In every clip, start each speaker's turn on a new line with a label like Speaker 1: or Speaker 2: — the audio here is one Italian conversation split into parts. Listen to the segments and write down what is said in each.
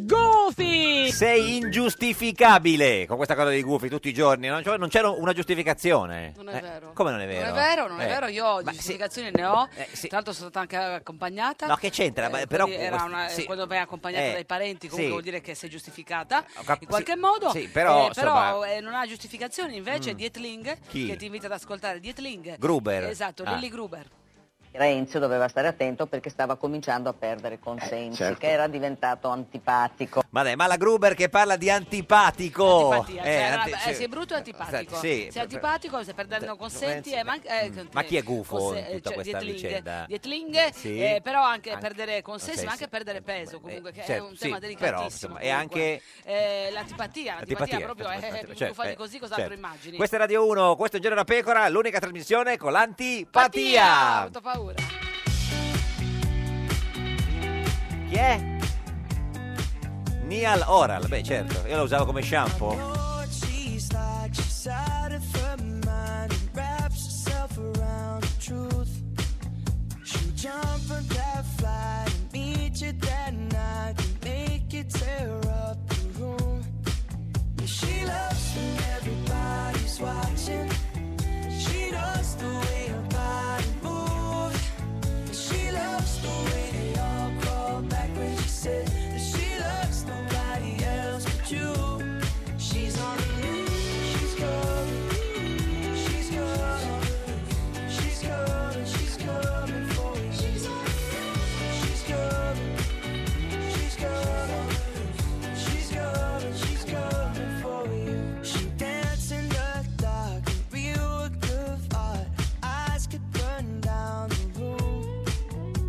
Speaker 1: Goofy!
Speaker 2: Sei ingiustificabile con questa cosa dei gufi tutti i giorni. Non c'era, non c'era una giustificazione.
Speaker 3: Non è
Speaker 2: Eh,
Speaker 3: vero.
Speaker 2: Come non è vero?
Speaker 3: Non è vero, non è
Speaker 2: Eh,
Speaker 3: vero, io di
Speaker 2: ma sì, Eh,
Speaker 3: giustificazioni ne ho.
Speaker 2: sì.
Speaker 3: Tra l'altro sono stata anche accompagnata. Eh,
Speaker 2: No, che c'entra? Ma però-
Speaker 3: quindi era una-
Speaker 2: sì.
Speaker 3: Quando vai accompagnata
Speaker 2: Eh,
Speaker 3: dai parenti, comunque
Speaker 2: sì.
Speaker 3: vuol dire che sei giustificata
Speaker 2: Ho cap-
Speaker 3: in qualche
Speaker 2: sì,
Speaker 3: modo.
Speaker 2: sì, però, insomma-
Speaker 3: eh, non ha giustificazioni. Invece
Speaker 2: Mm.
Speaker 3: Dietling,
Speaker 2: Chi?
Speaker 3: che ti invita ad ascoltare, Dietling.
Speaker 4: Gruber.
Speaker 3: Esatto,
Speaker 4: Ah.
Speaker 3: Lilly Gruber.
Speaker 4: Renzo doveva stare attento perché stava cominciando a perdere consensi,
Speaker 2: certo.
Speaker 4: che era diventato antipatico.
Speaker 2: Ma dai, ma la Gruber che parla di antipatico.
Speaker 3: Antipatia,
Speaker 2: Eh,
Speaker 3: cioè,
Speaker 2: anti-
Speaker 3: era- eh,
Speaker 2: sì.
Speaker 3: sei brutto e antipatico.
Speaker 2: sì,
Speaker 3: sei
Speaker 2: per-
Speaker 3: antipatico, stai perdendo consenti. eh, ma, eh, con-
Speaker 2: Mm. Ma chi è gufo
Speaker 3: conse-
Speaker 2: in
Speaker 3: eh,
Speaker 2: tutta questa vicenda?
Speaker 3: Dietling,
Speaker 2: Sì.
Speaker 3: eh, però anche,
Speaker 2: Anche-
Speaker 3: perdere consensi,
Speaker 2: consensi.
Speaker 3: ma anche perdere peso, comunque, che
Speaker 2: certo,
Speaker 3: è un
Speaker 2: sì,
Speaker 3: tema
Speaker 2: però,
Speaker 3: delicatissimo.
Speaker 2: insomma, è
Speaker 3: comunque.
Speaker 2: anche-
Speaker 3: Eh, l'antipatia, l'antipatia,
Speaker 2: Antipatia,
Speaker 3: proprio
Speaker 2: aspetta,
Speaker 3: è
Speaker 2: aspetta,
Speaker 3: più
Speaker 2: certo,
Speaker 3: fai
Speaker 2: eh,
Speaker 3: di così, cos'altro
Speaker 2: certo.
Speaker 3: immagini?
Speaker 2: Questa è Radio 1, questo è Un Giorno da Pecora, l'unica trasmissione con l'antipatia.
Speaker 3: Ho paura.
Speaker 2: Chi è? Nial Oral, beh certo, io la usavo come shampoo.
Speaker 5: She's like she's out of her mind and wraps herself around the truth. She'll jump on that flight and meet you that night and make you tear up the room. Yeah, she loves when everybody's watching. She loves the way her body moves. And She loves the way they all crawl back when she said that she loves nobody else but you. She's on the move. She's coming. She's coming. She's coming. She's coming for you. She's on the move. She's coming. She's coming. She's coming. She's coming for you. She danced in the dark, a real work of art. Eyes could burn down the room.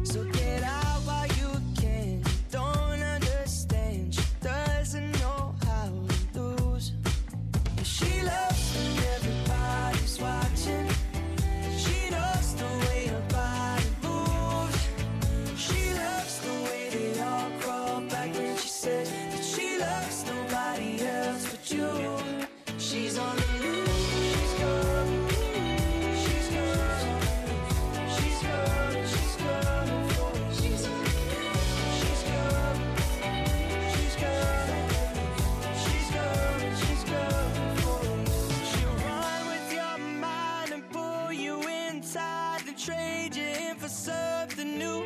Speaker 5: So get out while you can. You Don't understand. She doesn't know how to lose. And she loves when everybody's watching. She loves the way her body moves. She loves the way they all crawl back when she says that she loves nobody else but you. She's on the move. She's gone. She's gone. She's gone. She's gone. She's gone. She's gone. She's gone. She's gone. She's gone for you. She'll run with your mind and pull you inside and trade you in for something new.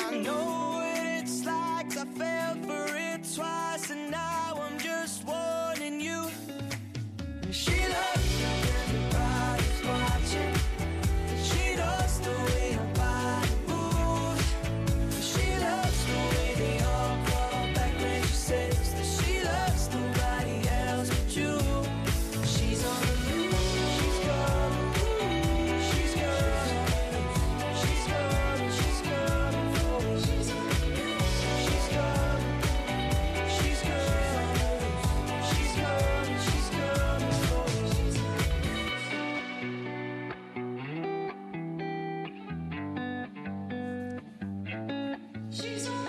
Speaker 5: I know what it's like. 'cause I fell for it twice, and now I'm just warning you. And She loves you, everybody's watching. She loves the way her body moves. She loves the way they all crawl back when she says that she loves nobody else but you. She's on the move. She's gone. She's gone. She's gone. She's gone. She's gone. She's gone. She's gone. She's gone. She's gone. She's gone. She's on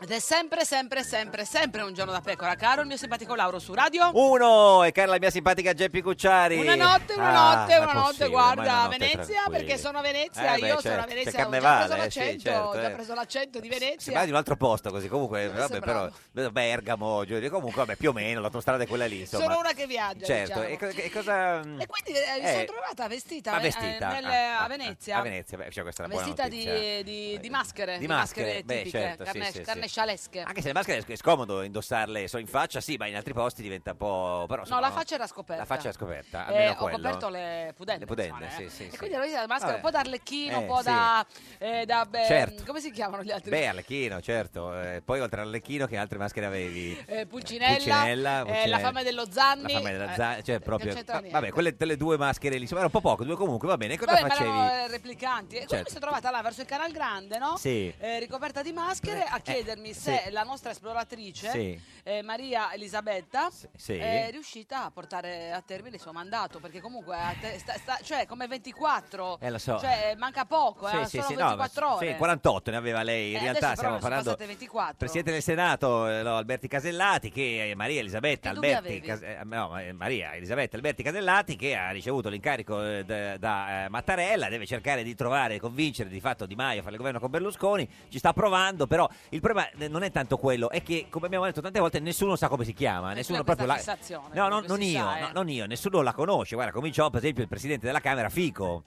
Speaker 3: Ed è sempre, sempre, sempre, sempre un giorno da pecora, caro il mio simpatico Lauro su radio.
Speaker 2: Uno, e cara la mia simpatica Geppi Cucciari.
Speaker 3: Una notte, una
Speaker 2: Ah,
Speaker 3: notte,
Speaker 2: ma
Speaker 3: una
Speaker 2: è
Speaker 3: notte,
Speaker 2: possibile,
Speaker 3: guarda,
Speaker 2: ormai
Speaker 3: a
Speaker 2: una notte
Speaker 3: Venezia,
Speaker 2: tranquilli.
Speaker 3: perché sono a Venezia,
Speaker 2: Eh, beh,
Speaker 3: io sono
Speaker 2: certo,
Speaker 3: a Venezia,
Speaker 2: c'è
Speaker 3: ho già preso
Speaker 2: carnevale, eh, sì,
Speaker 3: l'accento,
Speaker 2: certo,
Speaker 3: ho già
Speaker 2: eh.
Speaker 3: preso l'accento di Venezia.
Speaker 2: Sembra di un altro posto così, comunque, vabbè, però,
Speaker 3: sembrava.
Speaker 2: Bergamo, giù- comunque, vabbè, più o meno, l'autostrada è quella lì, insomma.
Speaker 3: Sono una che viaggia,
Speaker 2: Certo,
Speaker 3: diciamo.
Speaker 2: e, co- e cosa...
Speaker 3: E quindi eh, mi
Speaker 2: Eh,
Speaker 3: sono trovata vestita,
Speaker 2: ma
Speaker 3: eh,
Speaker 2: vestita,
Speaker 3: nel-
Speaker 2: ah, ah,
Speaker 3: a Venezia.
Speaker 2: A Venezia, beh, cioè, questa è una buona
Speaker 3: Vestita di,
Speaker 2: notizia.
Speaker 3: di- di maschere,
Speaker 2: Di
Speaker 3: di maschere,
Speaker 2: maschere, beh,
Speaker 3: tipiche,
Speaker 2: certo, sì,
Speaker 3: carne-
Speaker 2: sì, sì.
Speaker 3: carnescialesche.
Speaker 2: Anche se le maschere è sc- è scomodo indossarle solo in faccia, sì, ma in altri posti diventa un po'... Però,
Speaker 3: No,
Speaker 2: insomma,
Speaker 3: la faccia era scoperta.
Speaker 2: La faccia è scoperta,
Speaker 3: Eh,
Speaker 2: almeno
Speaker 3: ho
Speaker 2: quello.
Speaker 3: coperto le pudende.
Speaker 2: Le pudende,
Speaker 3: insomma,
Speaker 2: sì,
Speaker 3: eh.
Speaker 2: sì,
Speaker 3: E
Speaker 2: sì.
Speaker 3: quindi la vestita da maschera,
Speaker 2: Vabbè.
Speaker 3: un po' da arlecchino, un
Speaker 2: Eh,
Speaker 3: po'
Speaker 2: sì.
Speaker 3: da... eh, da, beh,
Speaker 2: Certo.
Speaker 3: Come si chiamano gli altri?
Speaker 2: Beh, Arlecchino, certo. eh, poi oltre all'Arlecchino, che altre maschere avevi?
Speaker 3: Eh, Pulcinella,
Speaker 2: Pulcinella,
Speaker 3: eh,
Speaker 2: Pulcinella.
Speaker 3: la fame dello Zanni.
Speaker 2: La fame della Zan-
Speaker 3: eh,
Speaker 2: cioè proprio.
Speaker 3: non c'entra
Speaker 2: va-
Speaker 3: niente.
Speaker 2: vabbè, quelle delle due maschere lì, insomma, era un po' poco, due comunque, va bene. Cosa
Speaker 3: Vabbè, ma
Speaker 2: facevi?
Speaker 3: erano eh, replicanti. E quindi
Speaker 2: Certo.
Speaker 3: mi sono trovata là verso il Canal Grande, no?
Speaker 2: Sì.
Speaker 3: Eh, ricoperta di maschere, a chiedermi dirmi se
Speaker 2: Sì.
Speaker 3: la nostra esploratrice
Speaker 2: Sì.
Speaker 3: eh, Maria Elisabetta
Speaker 2: sì.
Speaker 3: è riuscita a portare a termine il suo mandato perché comunque a te- sta- sta- cioè come 24
Speaker 2: Eh, lo so.
Speaker 3: cioè manca poco eh, sono
Speaker 2: no, ma-
Speaker 3: 24 ore
Speaker 2: sì, 48 ne aveva lei. In
Speaker 3: Eh,
Speaker 2: realtà
Speaker 3: adesso però
Speaker 2: stiamo
Speaker 3: ne sono
Speaker 2: parlando.
Speaker 3: passate 24.
Speaker 2: Presidente del Senato eh, no, Alberti Casellati che eh, Maria Elisabetta
Speaker 3: Che dubbi
Speaker 2: Alberti,
Speaker 3: avevi?
Speaker 2: eh, no, ma, eh, Maria Elisabetta Alberti Casellati che ha ricevuto l'incarico eh, da, da, eh, Mattarella deve cercare di trovare convincere di fatto Di Maio a fare il governo con Berlusconi ci sta provando però il problema eh, non è tanto quello è che come abbiamo detto tante volte nessuno sa come si chiama nessuno
Speaker 3: Eh, cioè, questa
Speaker 2: proprio la
Speaker 3: fissazione,
Speaker 2: no, no,
Speaker 3: proprio
Speaker 2: non
Speaker 3: si
Speaker 2: io
Speaker 3: sa, eh.
Speaker 2: no, non io nessuno la conosce guarda cominciò per esempio il presidente della Camera Fico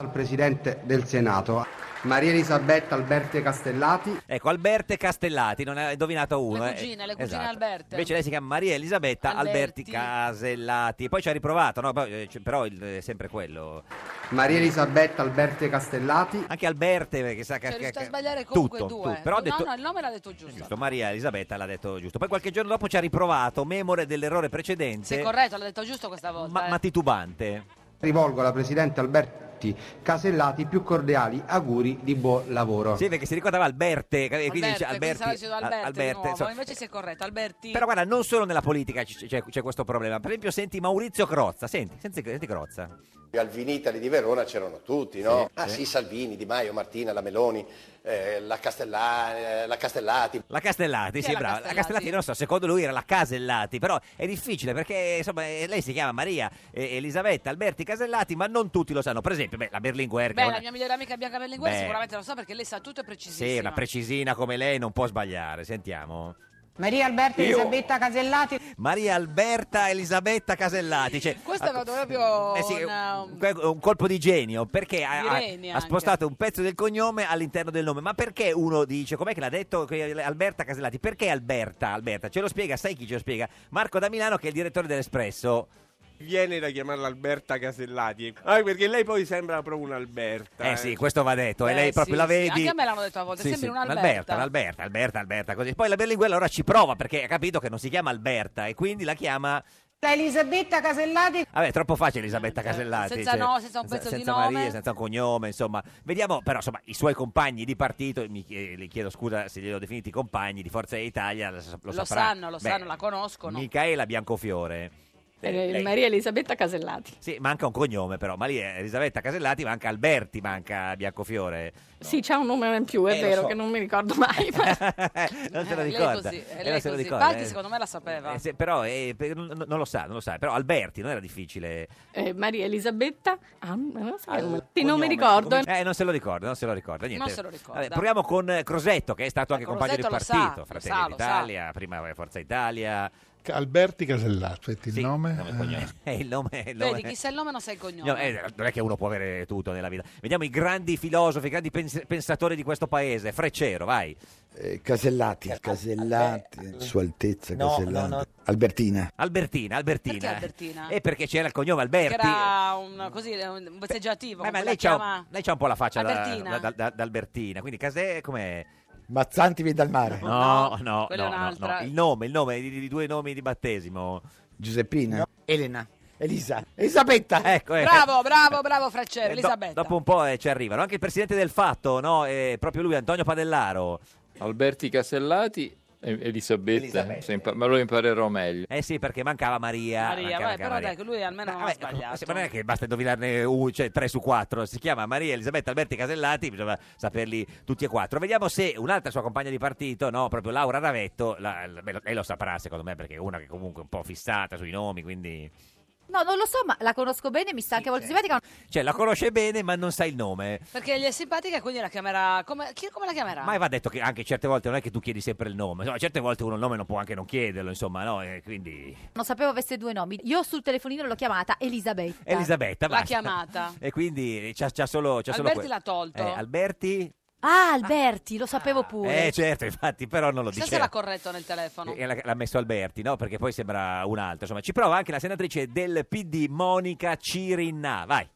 Speaker 6: al Presidente del Senato, Maria Elisabetta Alberte Castellati.
Speaker 2: Ecco, Alberte Castellati, non ha indovinato uno.
Speaker 3: Le
Speaker 2: eh.
Speaker 3: cugine, le cugine
Speaker 2: Esatto.
Speaker 3: Alberte.
Speaker 2: Invece lei si chiama Maria Elisabetta Alberti,
Speaker 3: Alberti.
Speaker 2: Casellati. Poi ci ha riprovato, no? Poi, eh, c- però il- è sempre quello.
Speaker 6: Maria Elisabetta Alberte Castellati.
Speaker 2: Anche Alberte, che sa che...
Speaker 3: cioè è riuscita a
Speaker 2: che-
Speaker 3: sbagliare
Speaker 2: tutto,
Speaker 3: comunque due
Speaker 2: tutto. Però ha
Speaker 3: no
Speaker 2: detto...
Speaker 3: no il nome l'ha detto giusto,
Speaker 2: Giusto, Maria Elisabetta l'ha detto giusto. Poi qualche giorno dopo ci ha riprovato, memore dell'errore precedente,
Speaker 3: sei corretto l'ha detto giusto questa volta
Speaker 2: ma,
Speaker 3: eh.
Speaker 2: ma titubante.
Speaker 6: Rivolgo alla Presidente Alberti Casellati i più cordiali auguri di buon lavoro.
Speaker 2: Sì, perché si ricordava Alberte, e quindi
Speaker 3: Alberto, quindi
Speaker 2: dice Alberti,
Speaker 3: stava dicendo Alberto,
Speaker 2: Al-
Speaker 3: di nuovo,
Speaker 2: insomma.
Speaker 3: invece sei corretto Alberti
Speaker 2: Però guarda, non solo nella politica c- c'è, c'è questo problema. Per esempio, senti Maurizio Crozza, senti, senti, senti Crozza.
Speaker 7: Al Vinitali di Verona c'erano tutti, no?
Speaker 2: Sì,
Speaker 7: ah
Speaker 2: sì.
Speaker 7: sì, Salvini, Di Maio, Martina, la Meloni, eh, la, Castella- eh, la Castellati.
Speaker 2: La Castellati,
Speaker 3: Chi
Speaker 2: sì,
Speaker 3: è la
Speaker 2: brava. La
Speaker 3: Castellati?
Speaker 2: Castellati, non so, secondo lui era la Casellati, però è difficile perché insomma eh, lei si chiama Maria eh, Elisabetta Alberti Casellati, ma non tutti lo sanno. Per esempio, beh, la Berlinguer che è
Speaker 3: Beh,
Speaker 2: una-
Speaker 3: la mia migliore amica Bianca Berlinguer
Speaker 2: Beh.
Speaker 3: sicuramente lo sa perché lei sa tutto e precisissimo.
Speaker 2: sì, una precisina come lei non può sbagliare. Sentiamo.
Speaker 8: Maria Alberta
Speaker 7: Io.
Speaker 8: Elisabetta Casellati.
Speaker 2: Maria Alberta Elisabetta Casellati. Cioè,
Speaker 3: Questo
Speaker 2: ha-
Speaker 3: è proprio
Speaker 2: Eh sì,
Speaker 3: una-
Speaker 2: un, un colpo di genio perché ha,
Speaker 3: Di
Speaker 2: ha-
Speaker 3: reni
Speaker 2: ha
Speaker 3: anche.
Speaker 2: spostato un pezzo del cognome all'interno del nome. Ma perché uno dice, com'è che l'ha detto que- Alberta Casellati? Perché Alberta? Alberta, ce lo spiega, sai chi ce lo spiega? Marco da Milano che è il direttore dell'Espresso.
Speaker 9: Viene da chiamarla Alberta Casellati. Ah, perché lei poi sembra proprio un'Alberta.
Speaker 2: Eh sì, questo va detto, e
Speaker 3: Eh
Speaker 2: lei proprio
Speaker 3: sì,
Speaker 2: la
Speaker 3: sì,
Speaker 2: vedi.
Speaker 3: anche a me l'hanno detto a volte,
Speaker 2: Sì,
Speaker 3: sembri
Speaker 2: sì,
Speaker 3: un'Alberta.
Speaker 2: Alberta, Alberta, Alberta, Alberta, così. Poi la Berlinguer allora ci prova perché ha capito che non si chiama Alberta e quindi la chiama
Speaker 8: La Elisabetta Casellati.
Speaker 2: Vabbè, è troppo facile Elisabetta
Speaker 3: Eh, certo.
Speaker 2: Casellati. cioè,
Speaker 3: Senza no, senza un pezzo di
Speaker 2: senza
Speaker 3: nome.
Speaker 2: Maria, senza un cognome, insomma. Vediamo, però, insomma, i suoi compagni di partito, mi chie- le chiedo scusa se li ho definiti compagni di Forza Italia, lo, sa- lo
Speaker 3: Lo,
Speaker 2: saprà.
Speaker 3: sanno, lo
Speaker 2: Beh,
Speaker 3: sanno, la conoscono.
Speaker 2: Micaela Biancofiore. Eh, lei-
Speaker 10: Maria Elisabetta Casellati.
Speaker 2: Sì, manca un cognome però, ma lì è Elisabetta Casellati, manca Alberti, manca Biancofiore.
Speaker 10: Sì, c'è un numero in più, è
Speaker 2: Eh, lo
Speaker 10: vero,
Speaker 2: so.
Speaker 10: che non mi ricordo
Speaker 2: Eh,
Speaker 10: mai. ma-
Speaker 2: non te lo
Speaker 3: Eh, lei
Speaker 2: ricorda.
Speaker 3: così, eh,
Speaker 2: Eh,
Speaker 3: lei
Speaker 2: non se lo
Speaker 3: così.
Speaker 2: ricorda,
Speaker 3: Parchi
Speaker 2: eh.
Speaker 3: secondo me la sapeva.
Speaker 2: Eh, se- però eh, per- non non lo sa, non lo sa. Però Alberti non era difficile.
Speaker 10: eh, Maria Elisabetta. Ah, non, so che numero- sì, non
Speaker 2: Cognome.
Speaker 10: mi ricordo.
Speaker 2: Eh, non se lo ricorda, non se lo ricorda. Niente.
Speaker 3: Non se lo ricorda.
Speaker 2: Vabbè, proviamo con eh, Crosetto, che è stato anche compagno di
Speaker 3: Crosetto lo sa, lo
Speaker 2: partito, Fratelli
Speaker 3: sa, lo
Speaker 2: d'Italia, prima eh, Forza Italia.
Speaker 11: Alberti Casellati, il
Speaker 2: Sì,
Speaker 11: nome?
Speaker 2: e cognome. Eh, il nome, il nome.
Speaker 3: Vedi, chi sa il nome non sa il cognome.
Speaker 2: No, eh, non è che uno può avere tutto nella vita. Vediamo i grandi filosofi, i grandi pens- pensatori di questo paese. Freccero, vai.
Speaker 9: Eh,
Speaker 2: Eh,
Speaker 9: Casellati, Casellati, Sua Altezza Casellati. Albertina.
Speaker 2: Albertina, Albertina.
Speaker 3: Perché Albertina?
Speaker 2: E perché c'era il cognome
Speaker 3: Che
Speaker 2: Alberti.
Speaker 3: era un, così, un vezzeggiativo.
Speaker 2: Eh, ma
Speaker 3: come
Speaker 2: lei,
Speaker 3: la
Speaker 2: c'ha,
Speaker 3: chiama-
Speaker 2: lei c'ha un po' la faccia da-
Speaker 3: Albertina.
Speaker 2: da- da- da Albertina, quindi Casè com'è?
Speaker 9: Mazzanti viene dal mare.
Speaker 2: No,
Speaker 3: No,
Speaker 2: no, no,
Speaker 3: quella è
Speaker 2: no,
Speaker 3: un'altra.
Speaker 2: no. il nome, il nome, i, i due nomi di battesimo.
Speaker 9: Giuseppina.
Speaker 8: Elena.
Speaker 9: Elisa. Elisabetta.
Speaker 2: Ecco, eh.
Speaker 3: Bravo, bravo, bravo,
Speaker 2: Eh,
Speaker 3: Fraccero,
Speaker 2: do-
Speaker 3: Elisabetta.
Speaker 2: dopo un po' eh, ci arrivano. Anche il presidente del fatto, no? Eh, proprio lui, Antonio Padellaro.
Speaker 12: Alberti Casellati e Elisabetta, se impa- ma lo imparerò meglio.
Speaker 2: Eh sì, perché mancava Maria.
Speaker 3: Maria,
Speaker 2: mancava
Speaker 3: vabbè,
Speaker 2: Ah, anche
Speaker 3: però
Speaker 2: Maria. Eh,
Speaker 3: dai, che lui almeno non ha
Speaker 2: vabbè, ecco.
Speaker 3: sbagliato.
Speaker 2: se- Ma non è che basta indovinarne un, cioè, tre su quattro. Si chiama Maria Elisabetta Alberti Casellati, bisogna saperli tutti e quattro. Vediamo se un'altra sua compagna di partito, no? Proprio Laura Ravetto, la- la- beh, lei lo saprà secondo me, perché è una che comunque è un po' fissata sui nomi, quindi...
Speaker 13: No, non lo so, ma la conosco bene, mi sta anche molto simpatica.
Speaker 2: Cioè, la conosce bene, ma non sa il nome.
Speaker 3: Perché gli è simpatica e quindi la chiamerà... Come, chi- come la chiamerà?
Speaker 2: Ma va detto che anche certe volte non è che tu chiedi sempre il nome, insomma, certe volte uno il nome non può anche non chiederlo, insomma, no? E quindi
Speaker 13: Non sapevo avesse due nomi. Io sul telefonino l'ho chiamata Elisabetta.
Speaker 2: Elisabetta
Speaker 3: L'ha
Speaker 2: basta.
Speaker 3: chiamata.
Speaker 2: E quindi c'ha, c'ha solo c'ha solo
Speaker 3: Alberti
Speaker 2: que-
Speaker 3: l'ha tolto.
Speaker 2: Eh, Alberti?
Speaker 13: Ah, Alberti, lo sapevo pure.
Speaker 2: Eh, certo, infatti, però non lo
Speaker 3: Chissà
Speaker 2: dice.
Speaker 3: Ah. se l'ha corretto nel telefono.
Speaker 2: Eh, L'ha l'ha messo Alberti, no? Perché poi sembra un altro. Insomma, ci prova anche la senatrice del PD, Monica Cirinna. Vai.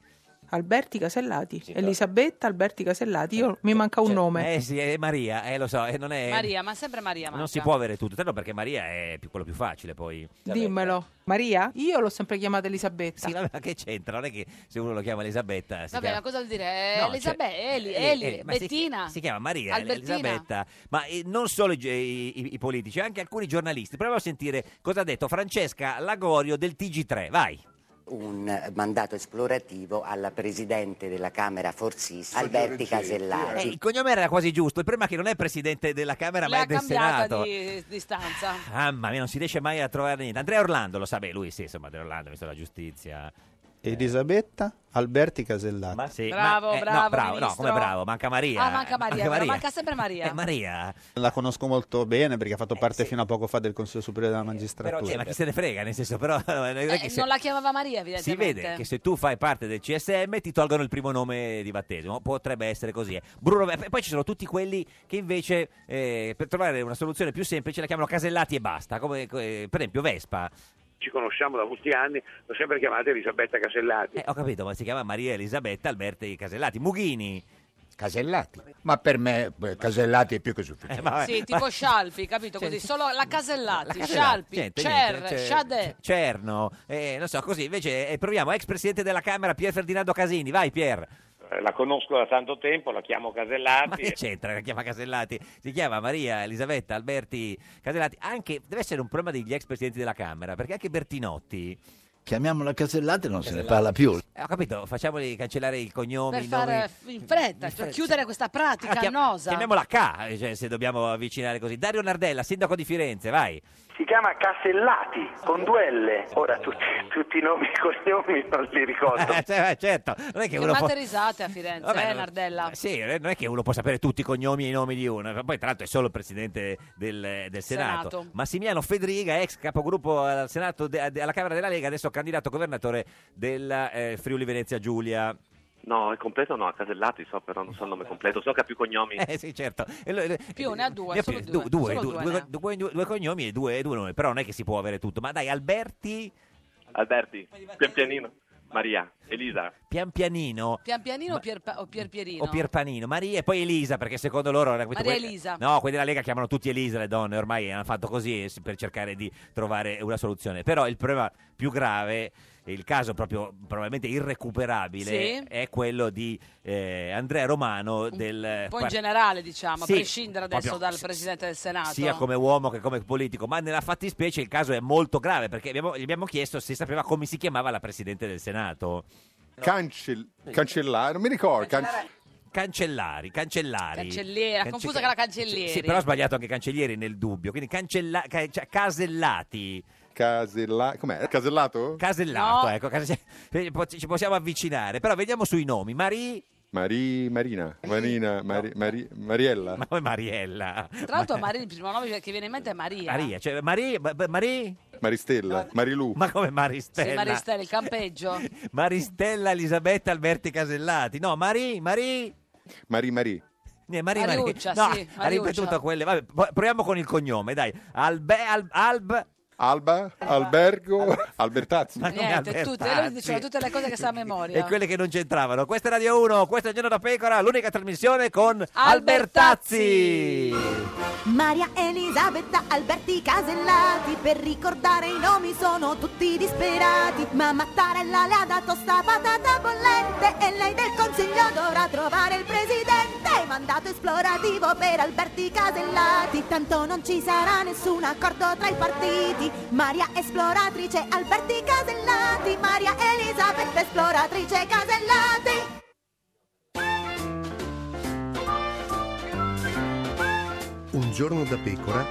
Speaker 14: Alberti Casellati, Elisabetta Alberti Casellati, io mi manca un nome.
Speaker 2: Eh sì, è Maria, eh, lo so, eh, non è...
Speaker 3: Maria, ma sempre Maria
Speaker 2: non
Speaker 3: manca.
Speaker 2: si può avere tutto, tanto perché Maria è più- quello più facile poi.
Speaker 14: Dimmelo. Maria? Io l'ho sempre chiamata Elisabetta.
Speaker 2: Sì, vabbè, ma che c'entra? Non è che se uno lo chiama Elisabetta... Si
Speaker 3: Vabbè,
Speaker 2: chiama...
Speaker 3: ma cosa vuol dire? Eh,
Speaker 2: No, cioè,
Speaker 3: Elisabetta, Eli,
Speaker 2: eh,
Speaker 3: Eli,
Speaker 2: eh, ma si-
Speaker 3: Bettina.
Speaker 2: Si chiama Maria eh,
Speaker 3: Albertina.
Speaker 2: Elisabetta, ma eh, non solo i, i- i- i politici, anche alcuni giornalisti. Proviamo a sentire cosa ha detto Francesca Lagorio del TG3, vai.
Speaker 15: un mandato esplorativo alla presidente della Camera Forzis, Alberti
Speaker 2: Eh,
Speaker 15: Casellati.
Speaker 2: il cognome era quasi giusto, il problema è che non è presidente della Camera,
Speaker 3: Le
Speaker 2: ma
Speaker 3: ha
Speaker 2: è del
Speaker 3: cambiata
Speaker 2: Senato.
Speaker 3: di, di stanza.
Speaker 2: Ah, Mamma mia, non si riesce mai a trovare niente. Andrea Orlando lo sa, beh, lui sì, insomma, Andrea Orlando, ministro della giustizia.
Speaker 16: Elisabetta Alberti Casellati.
Speaker 2: Sì,
Speaker 3: Bravo,
Speaker 2: ma- eh,
Speaker 3: bravo,
Speaker 2: no, bravo, no,
Speaker 3: ministro.
Speaker 2: come bravo, eh, manca Maria.
Speaker 3: Ah, manca Maria, però manca sempre Maria.
Speaker 2: Eh, Maria. Eh,
Speaker 16: La conosco molto bene perché ha fatto parte fino a poco fa del Consiglio Superiore della Magistratura.
Speaker 2: Però, cioè, ma chi se ne frega, nel senso, però... non è che
Speaker 3: Eh,
Speaker 2: se-
Speaker 3: non la chiamava Maria,
Speaker 2: Si
Speaker 3: evidentemente.
Speaker 2: vede che se tu fai parte del CSM ti tolgono il primo nome di battesimo, potrebbe essere così. eh. Bruno, e poi ci sono tutti quelli che invece eh, per trovare una soluzione più semplice la chiamano casellati e basta, come eh, per esempio Vespa.
Speaker 17: Ci conosciamo da molti anni, l'ho sempre chiamata Elisabetta Casellati.
Speaker 2: Eh, ho capito, ma si chiama Maria Elisabetta Alberti Casellati. Mughini.
Speaker 18: Casellati. Ma per me eh, Casellati è più che
Speaker 2: Eh,
Speaker 18: sufficiente.
Speaker 3: Sì, tipo Scialpi, capito? Così, solo la Casellati,
Speaker 2: Cioè, Casellati, cioè,
Speaker 3: Scialpi,
Speaker 2: niente,
Speaker 3: Cer,
Speaker 2: niente, c'è-
Speaker 3: Sciade.
Speaker 2: Cerno, eh, non so, così invece eh, proviamo, ex presidente della Camera Pier Ferdinando Casini, vai Pier.
Speaker 17: Eh, La conosco da tanto tempo, la chiamo
Speaker 2: Ma
Speaker 17: Casellati.
Speaker 2: che c'entra che chiama Casellati? Si chiama Maria Elisabetta Alberti Casellati. Anche deve essere un problema degli ex presidenti della Camera, perché anche Bertinotti.
Speaker 19: Chiamiamola Casellati e non se ne
Speaker 2: Casellati.
Speaker 19: parla più.
Speaker 2: Eh, ho capito, facciamoli cancellare i cognomi.
Speaker 3: Per
Speaker 2: i
Speaker 3: far
Speaker 2: nomi.
Speaker 3: in fretta, cioè chiudere questa pratica
Speaker 2: ah, Chiam-
Speaker 3: annosa.
Speaker 2: Chiamiamola K, eh, cioè, se dobbiamo avvicinare così. Dario Nardella, sindaco di Firenze, vai.
Speaker 20: Si chiama Casellati con due L. Ora tutti, tutti i nomi e cognomi non li ricordo.
Speaker 2: Eh, cioè, eh, certo, non è che uno
Speaker 3: Chiamate
Speaker 2: può...
Speaker 3: risate a Firenze,
Speaker 2: Vabbè,
Speaker 3: eh,
Speaker 2: no-
Speaker 3: Nardella.
Speaker 2: Sì, eh, non è che uno può sapere tutti i cognomi e i nomi di uno, poi tra l'altro è solo il presidente del, del Senato.
Speaker 3: Senato.
Speaker 2: Massimiliano Fedriga, ex capogruppo al Senato de- de- alla Camera della Lega, adesso candidato governatore del eh, Friuli Venezia Giulia.
Speaker 21: No, il completo no, a Casellati so, però non so il nome completo, so che ha più cognomi.
Speaker 2: Eh sì, certo. E lo- e-
Speaker 3: Più ne ha due,
Speaker 2: ne ha
Speaker 3: solo
Speaker 2: più-
Speaker 3: due.
Speaker 2: du- due,
Speaker 3: Solo
Speaker 2: du-
Speaker 3: due, eh.
Speaker 2: due-
Speaker 3: ne ha.
Speaker 2: due- due- due cognomi e due, e due nomi, però non è che si può avere tutto. Ma dai, Alberti,
Speaker 21: Alberti, pian pianino. Maria, Elisa.
Speaker 2: pian pianino.
Speaker 3: Pian pianino o Pierpa- o Pierpierino?
Speaker 2: O Pierpanino, Maria e poi Elisa, perché secondo loro.
Speaker 3: Maria Elisa.
Speaker 2: No, quelli della Lega chiamano tutti Elisa le donne, ormai hanno fatto così eh, per cercare di trovare una soluzione. Però il problema più grave, il caso proprio probabilmente irrecuperabile,
Speaker 3: Sì.
Speaker 2: è quello di eh, Andrea Romano del. eh,
Speaker 3: Un po' in
Speaker 2: par-
Speaker 3: generale, diciamo,
Speaker 2: Sì,
Speaker 3: a prescindere adesso
Speaker 2: proprio
Speaker 3: dal Presidente del Senato.
Speaker 2: sia come uomo che come politico, ma nella fattispecie il caso è molto grave perché abbiamo- gli abbiamo chiesto se sapeva come si chiamava la Presidente del Senato.
Speaker 11: Cancel- cancellare, non mi ricordo. can-
Speaker 2: Cancellari, cancellari.
Speaker 3: Cancelliera,
Speaker 2: Cance-
Speaker 3: confusa con la cancellieri.
Speaker 2: Sì, però ho sbagliato anche cancellieri nel dubbio, quindi cancella- ca- cioè, casellati.
Speaker 11: Casella- com'è? Casellato?
Speaker 2: Casellato,
Speaker 11: No.
Speaker 2: ecco, case- eh, po- ci possiamo avvicinare, però vediamo sui nomi. Marie,
Speaker 11: Mari- Marina, Marina, Mari- Mari- Mariella.
Speaker 2: ma come Mariella?
Speaker 3: Tra l'altro, Maria, il primo nome che viene in mente è Maria.
Speaker 2: Maria, cioè Marie, ma- ma- Marie?
Speaker 11: Maristella, Marilu.
Speaker 2: Ma come
Speaker 3: Sì,
Speaker 2: Maristella?
Speaker 3: Maristella, il campeggio.
Speaker 2: Maristella Elisabetta Alberti Casellati. No, Marie, Marie.
Speaker 11: Marie Marie.
Speaker 2: Marie, Marie.
Speaker 3: Mariuccia,
Speaker 2: No,
Speaker 3: sì,
Speaker 2: ha ripetuto
Speaker 3: Mariuccia.
Speaker 2: quelle. Vabbè, po- proviamo con il cognome, dai. Albe, al- alb.
Speaker 11: Alba, Albergo, Albertazzi.
Speaker 2: Ma come
Speaker 3: Niente, tutte, lui
Speaker 2: Albertazzi?
Speaker 3: diceva tutte le cose che sa a
Speaker 2: E
Speaker 3: memoria.
Speaker 2: quelle che non c'entravano. Questa è Radio 1, questa è Giorno da Pecora, l'unica trasmissione con
Speaker 13: Albertazzi.
Speaker 2: Albertazzi.
Speaker 13: Maria Elisabetta Alberti Casellati per ricordare i nomi sono tutti disperati ma Mattarella le ha dato sta patata bollente e lei del consiglio dovrà trovare il presidente mandato esplorativo per Alberti Casellati tanto non ci sarà nessun accordo tra i partiti Maria esploratrice Alberti Casellati Maria Elisabetta esploratrice Casellati
Speaker 22: Un giorno da pecora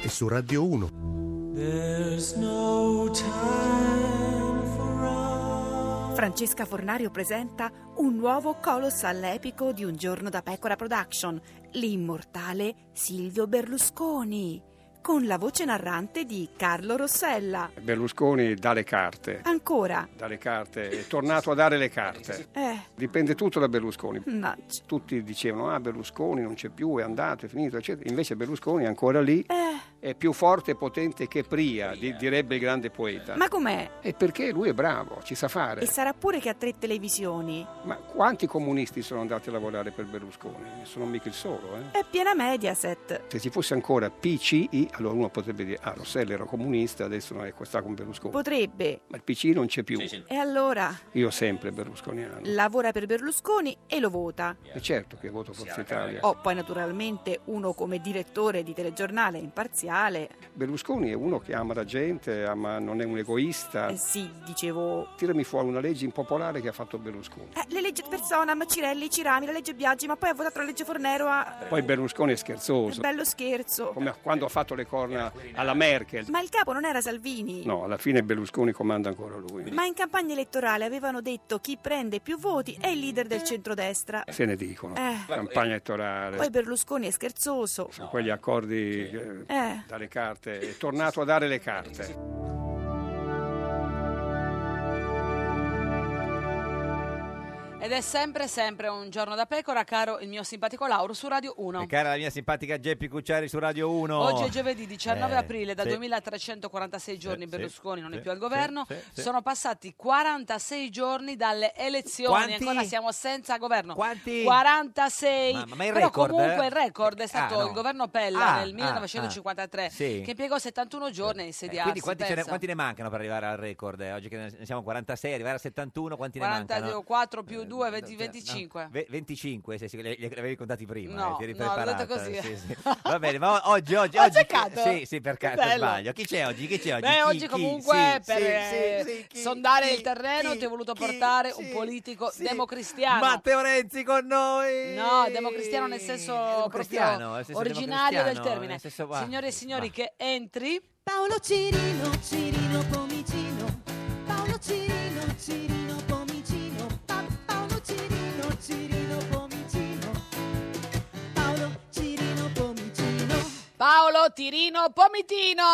Speaker 22: e su Radio 1.
Speaker 5: There's no time for
Speaker 23: Francesca Fornario presenta un nuovo colossal epico di Un giorno da pecora production, l'immortale Silvio Berlusconi, con la voce narrante di Carlo Rossella.
Speaker 24: Berlusconi dà le carte.
Speaker 23: Ancora,
Speaker 24: Dà le carte, è tornato a dare le carte.
Speaker 23: eh,
Speaker 24: Dipende tutto da Berlusconi.
Speaker 23: mannaggia. Eh.
Speaker 24: Tutti dicevano: Ah, Berlusconi non c'è più, è andato, è finito, eccetera. Invece Berlusconi è ancora lì è più forte e potente che Pria, di- direbbe il grande poeta.
Speaker 23: Ma com'è?
Speaker 24: E perché lui è bravo, ci sa fare.
Speaker 23: E sarà pure che ha tre televisioni.
Speaker 24: Ma quanti comunisti sono andati a lavorare per Berlusconi? Sono mica il solo, eh?
Speaker 23: È piena Mediaset.
Speaker 24: Se ci fosse ancora PCI, allora uno potrebbe dire, ah, Rosselli era comunista, adesso non è sta con Berlusconi.
Speaker 23: Potrebbe.
Speaker 24: Ma il PCI non c'è più.
Speaker 23: E allora
Speaker 24: Io sempre berlusconiano.
Speaker 23: lavora per Berlusconi e lo vota.
Speaker 24: È certo che voto Forza Italia. Oh,
Speaker 23: O poi naturalmente uno come direttore di telegiornale imparziale.
Speaker 24: Berlusconi è uno che ama la gente, ama, non è un egoista.
Speaker 23: Eh sì, dicevo.
Speaker 24: Tirami fuori una legge impopolare che ha fatto Berlusconi.
Speaker 23: Eh, le leggi Personam, Cirelli, Cirami, la legge Biaggi, ma poi ha votato la legge Fornero a...
Speaker 24: Poi Berlusconi è scherzoso.
Speaker 23: Bello scherzo.
Speaker 24: Come quando ha fatto le corna alla Merkel.
Speaker 23: Ma il capo non era Salvini.
Speaker 24: No, alla fine Berlusconi comanda ancora lui.
Speaker 23: Ma in campagna elettorale avevano detto chi prende più voti è il leader del centrodestra.
Speaker 24: Se ne dicono.
Speaker 23: Eh.
Speaker 24: Campagna elettorale.
Speaker 23: Poi Berlusconi è scherzoso.
Speaker 24: quegli accordi eh,
Speaker 23: Eh.
Speaker 24: dalle carte, è tornato a dare le carte.
Speaker 3: Ed è sempre, sempre un giorno da pecora, caro il mio simpatico Lauro su Radio 1.
Speaker 2: E cara la mia simpatica Geppi Cucciari su Radio 1.
Speaker 3: Oggi è giovedì 19
Speaker 2: Eh,
Speaker 3: aprile, da
Speaker 2: sì.
Speaker 3: 2346 giorni
Speaker 2: sì,
Speaker 3: Berlusconi non è
Speaker 2: sì,
Speaker 3: più al governo,
Speaker 2: sì, sì, sì.
Speaker 3: sono passati 46 giorni dalle elezioni,
Speaker 2: Quanti?
Speaker 3: ancora siamo senza governo. 46!
Speaker 2: Ma- ma il
Speaker 3: Però
Speaker 2: record,
Speaker 3: comunque
Speaker 2: eh?
Speaker 3: il record è stato
Speaker 2: Ah, no.
Speaker 3: il governo Pella
Speaker 2: Ah,
Speaker 3: nel
Speaker 2: ah,
Speaker 3: 1953
Speaker 2: ah, sì.
Speaker 3: che impiegò 71 giorni a
Speaker 2: Eh,
Speaker 3: insediarsi.
Speaker 2: quindi quanti, ce ne,
Speaker 3: pensa.
Speaker 2: quanti ne mancano per arrivare al record? eh? Oggi che ne siamo a 46, arrivare a 71, quanti ne
Speaker 3: 40,
Speaker 2: mancano?
Speaker 3: 4 più
Speaker 2: Eh,
Speaker 3: 2, 25.
Speaker 2: Ve- 25, se si- li, li avevi contati prima,
Speaker 3: No,
Speaker 2: eh, ti eri
Speaker 3: no, l'ho
Speaker 2: preparata,
Speaker 3: detto così.
Speaker 2: sì, sì. Va bene, ma o- oggi, oggi,
Speaker 3: Ho
Speaker 2: oggi
Speaker 3: cercato.
Speaker 2: Sì, sì, per, ca- per
Speaker 3: Bello.
Speaker 2: sbaglio. Chi c'è oggi? Chi c'è oggi?
Speaker 3: Beh,
Speaker 2: Chi-
Speaker 3: oggi
Speaker 2: chi?
Speaker 3: comunque
Speaker 2: Sì,
Speaker 3: per
Speaker 2: sì,
Speaker 3: eh,
Speaker 2: sì, sì, chi?
Speaker 3: sondare il terreno ti ho voluto portare un politico democristiano.
Speaker 2: Matteo Renzi con noi!
Speaker 3: No, democristiano nel senso
Speaker 2: Democristiano,
Speaker 3: proprio
Speaker 2: nel senso
Speaker 3: originario del
Speaker 2: democristiano,
Speaker 3: termine.
Speaker 2: nel senso- va.
Speaker 3: Signore e signori, che entri
Speaker 13: Paolo Cirino, Cirino Pomicino. Paolo Cirino, Cirino Pomicino. Pa- Paolo Cirino, Cirino Pomicino.
Speaker 3: Paolo Cirino Pomitino. Paolo Tirino Pomitino!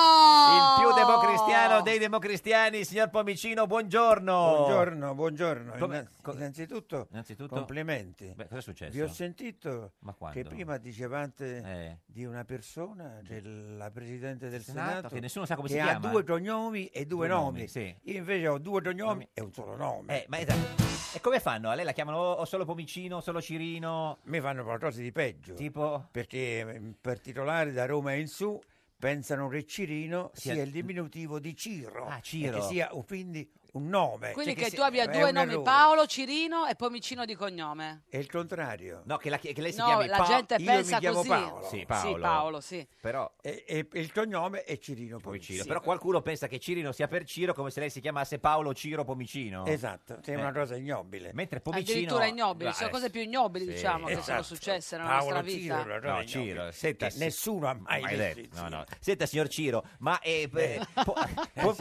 Speaker 2: Il più democristiano dei democristiani, signor Pomicino, buongiorno.
Speaker 25: Buongiorno, buongiorno.
Speaker 2: Come-
Speaker 25: Inna- innanzitutto,
Speaker 2: Innanzitutto-
Speaker 25: complimenti.
Speaker 2: Beh, cosa è successo?
Speaker 25: Vi ho sentito
Speaker 2: Ma quando?
Speaker 25: che prima dicevate
Speaker 2: Eh.
Speaker 25: di una persona, della Presidente del
Speaker 2: Senato,
Speaker 25: Senato,
Speaker 2: che nessuno sa come
Speaker 25: che
Speaker 2: si
Speaker 25: ha
Speaker 2: chiama.
Speaker 25: due cognomi e due,
Speaker 2: Due
Speaker 25: nomi.
Speaker 2: nomi, sì.
Speaker 25: Io invece ho due cognomi e un solo nome.
Speaker 2: Eh, ma esatto. E come fanno? A lei la chiamano o solo Pomicino, o solo Cirino?
Speaker 25: Mi fanno qualcosa di peggio.
Speaker 2: Tipo?
Speaker 25: Perché in particolare da Roma in su pensano che Cirino
Speaker 2: Sia-
Speaker 25: sia, il diminutivo di Ciro.
Speaker 2: Ah, Ciro.
Speaker 25: E che sia uh, quindi un nome.
Speaker 3: Quindi
Speaker 25: Cioè
Speaker 3: che,
Speaker 25: si-
Speaker 3: tu abbia
Speaker 25: è
Speaker 3: due
Speaker 25: un
Speaker 3: nomi,
Speaker 25: errore.
Speaker 3: Paolo Cirino e Pomicino di cognome.
Speaker 25: È il contrario.
Speaker 2: No, che, la- che lei si
Speaker 3: No,
Speaker 2: chiami
Speaker 3: la
Speaker 2: Pa-
Speaker 3: gente
Speaker 25: io
Speaker 3: pensa
Speaker 25: mi chiamo
Speaker 3: così.
Speaker 25: Paolo.
Speaker 2: Sì, Paolo.
Speaker 3: Sì, Paolo, sì.
Speaker 2: Però,
Speaker 25: E, e il cognome è Cirino
Speaker 2: Ciro.
Speaker 25: Pomicino.
Speaker 2: Però qualcuno pensa che Cirino sia per Ciro come se lei si chiamasse Paolo Ciro Pomicino.
Speaker 25: Esatto, è una
Speaker 2: Eh.
Speaker 25: cosa ignobile.
Speaker 2: Mentre Pomicino...
Speaker 3: Addirittura ignobili,
Speaker 2: Guarda,
Speaker 3: sono cose più ignobili,
Speaker 2: sì.
Speaker 3: diciamo, che sono
Speaker 25: Esatto.
Speaker 3: successe nella
Speaker 25: Paolo
Speaker 3: nostra vita.
Speaker 25: Ciro,
Speaker 2: No,
Speaker 25: Ignobile.
Speaker 2: Ciro, senta,
Speaker 25: Che nessuno ha Eh mai detto,
Speaker 2: No, no. Senta, signor Ciro, ma eh, eh, po- po-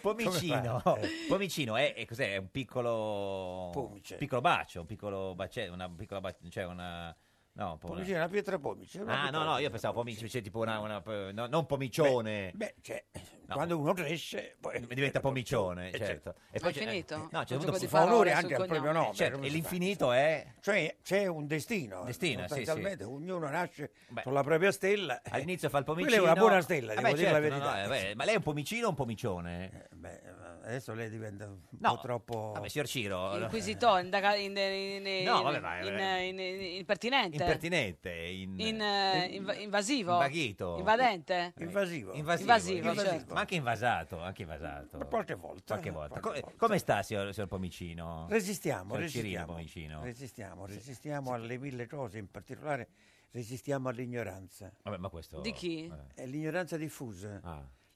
Speaker 2: Pomicino,
Speaker 25: Come fa? Eh.
Speaker 2: Pomicino è, è cos'è? È un piccolo,
Speaker 25: Pomice.
Speaker 2: piccolo bacio, un piccolo bacetto, una piccola bac- cioè una... No, un po' una-
Speaker 25: Pomicino è una pietra pomice. una
Speaker 2: Ah,
Speaker 25: pietra
Speaker 2: no, no, io
Speaker 25: pomice.
Speaker 2: pensavo pomice, cioè tipo una, una- no, non pomicione.
Speaker 25: Mm. Beh, cioè, quando uno cresce, poi
Speaker 2: diventa pomicione,
Speaker 25: Eh,
Speaker 2: certo.
Speaker 25: certo.
Speaker 3: Ma è
Speaker 2: c'è-
Speaker 3: finito?
Speaker 2: eh, No, c'è
Speaker 25: Un
Speaker 2: un
Speaker 25: gioco
Speaker 2: punto
Speaker 25: di
Speaker 2: si
Speaker 25: fa
Speaker 2: fa
Speaker 25: onore
Speaker 2: onore
Speaker 25: anche al proprio nome,
Speaker 2: Certo,
Speaker 25: come
Speaker 2: e
Speaker 25: si fa?
Speaker 2: l'infinito è
Speaker 25: Cioè, c'è un destino.
Speaker 2: Destino, sì, sì.
Speaker 25: Sostanzialmente, ognuno nasce
Speaker 2: Beh.
Speaker 25: con la propria stella.
Speaker 2: all'inizio fa il
Speaker 25: Quella
Speaker 2: pomicino.
Speaker 25: è una buona stella,
Speaker 2: Eh,
Speaker 25: devo
Speaker 2: beh,
Speaker 25: dire la
Speaker 2: certo, no,
Speaker 25: verità. Eh,
Speaker 2: no, eh, beh, ma lei è un pomicino o un pomicione?
Speaker 25: Beh, adesso lei diventa un
Speaker 2: No.
Speaker 25: po' troppo...
Speaker 2: Vabbè, signor Ciro,
Speaker 3: Inquisitore, indaga- in, in- in-
Speaker 2: No, vabbè, ma-
Speaker 3: in- in- in- impertinente.
Speaker 2: impertinente, in-
Speaker 3: In, eh, inv- invasivo.
Speaker 2: Invaghito.
Speaker 3: Invadente.
Speaker 25: Eh, Invasivo.
Speaker 2: invasivo,
Speaker 3: Invasivo,
Speaker 2: invasivo,
Speaker 3: certo.
Speaker 2: ma anche invasato, anche invasato.
Speaker 25: Qualche volta.
Speaker 2: Qualche volta. Co- Come sta, signor, signor Pomicino?
Speaker 25: Resistiamo,
Speaker 2: Signor Cirino
Speaker 25: resistiamo,
Speaker 2: Pomicino.
Speaker 25: resistiamo, resistiamo alle mille cose, in particolare resistiamo all'ignoranza.
Speaker 2: Vabbè, ma questo... Eh.
Speaker 3: Di chi?
Speaker 25: È l'ignoranza diffusa,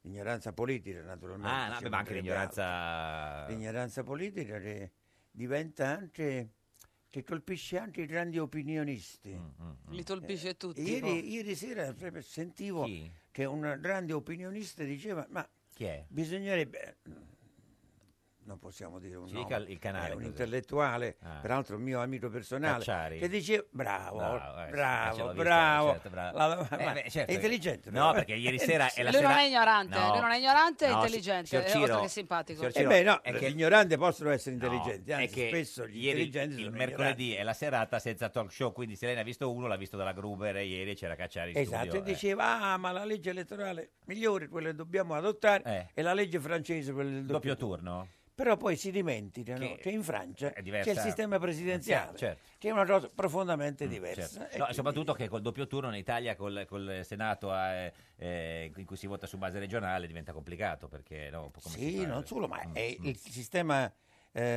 Speaker 25: l'ignoranza politica naturalmente.
Speaker 2: Ah, no,
Speaker 25: ci
Speaker 2: beh, ma anche
Speaker 25: mancherebbe
Speaker 2: l'ignoranza...
Speaker 25: altro. L'ignoranza politica che diventa anche, che colpisce anche i grandi opinionisti.
Speaker 2: Mm,
Speaker 25: Eh,
Speaker 3: Li colpisce tutti.
Speaker 25: Ieri, ieri sera proprio sentivo che un grande opinionista diceva, ma
Speaker 2: Chi è?
Speaker 25: bisognerebbe... non possiamo dire un
Speaker 2: Ci
Speaker 25: nome,
Speaker 2: dica il canale,
Speaker 25: è un
Speaker 2: cos'è?
Speaker 25: intellettuale,
Speaker 2: Ah.
Speaker 25: peraltro mio amico personale,
Speaker 2: Cacciari.
Speaker 25: che dice bravo,
Speaker 2: Bravo, eh,
Speaker 25: bravo,
Speaker 2: sì, eh, ce l'ho
Speaker 25: bravo,
Speaker 2: visto, certo, bravo.
Speaker 25: La-
Speaker 2: Eh,
Speaker 25: ma-
Speaker 2: beh, certo
Speaker 25: è
Speaker 2: che-
Speaker 25: intelligente.
Speaker 2: no,
Speaker 25: però.
Speaker 2: perché ieri sera è la
Speaker 3: Lui non
Speaker 2: sera-
Speaker 3: è ignorante,
Speaker 2: No.
Speaker 3: lui non è ignorante, è
Speaker 2: No, si-
Speaker 3: intelligente, Eh,
Speaker 2: signor
Speaker 3: è
Speaker 2: Ciro,
Speaker 3: oltre che simpatico.
Speaker 2: signor
Speaker 25: Eh
Speaker 2: Ciro,
Speaker 25: beh, no,
Speaker 2: è
Speaker 25: gli
Speaker 2: che-
Speaker 25: ignoranti possono essere
Speaker 2: No,
Speaker 25: intelligenti,
Speaker 2: è
Speaker 25: anzi
Speaker 2: che
Speaker 25: spesso gli
Speaker 2: ieri
Speaker 25: intelligenti
Speaker 2: il
Speaker 25: sono
Speaker 2: mercoledì è la serata senza talk show, quindi se lei ne ha visto uno l'ha visto dalla Gruber e ieri c'era Cacciari in
Speaker 25: Esatto,
Speaker 2: studio. eh.
Speaker 25: e diceva, ah, ma la legge elettorale migliore, quella che dobbiamo adottare, è la legge francese per il doppio,
Speaker 2: Eh. doppio turno.
Speaker 25: Però poi si dimenticano che in Francia c'è
Speaker 2: diversa-
Speaker 25: il sistema presidenziale,
Speaker 2: Certo, certo.
Speaker 25: che è una cosa profondamente
Speaker 2: Certo.
Speaker 25: diversa. eh,
Speaker 2: No,
Speaker 25: e
Speaker 2: e soprattutto che col doppio turno in Italia, col, col Senato a- eh, eh, in cui si vota su base regionale, diventa complicato perché no, un po' come si
Speaker 25: Sì,
Speaker 2: fa-
Speaker 25: non solo, ma
Speaker 2: Mm,
Speaker 25: è
Speaker 2: mm.
Speaker 25: il sistema eh,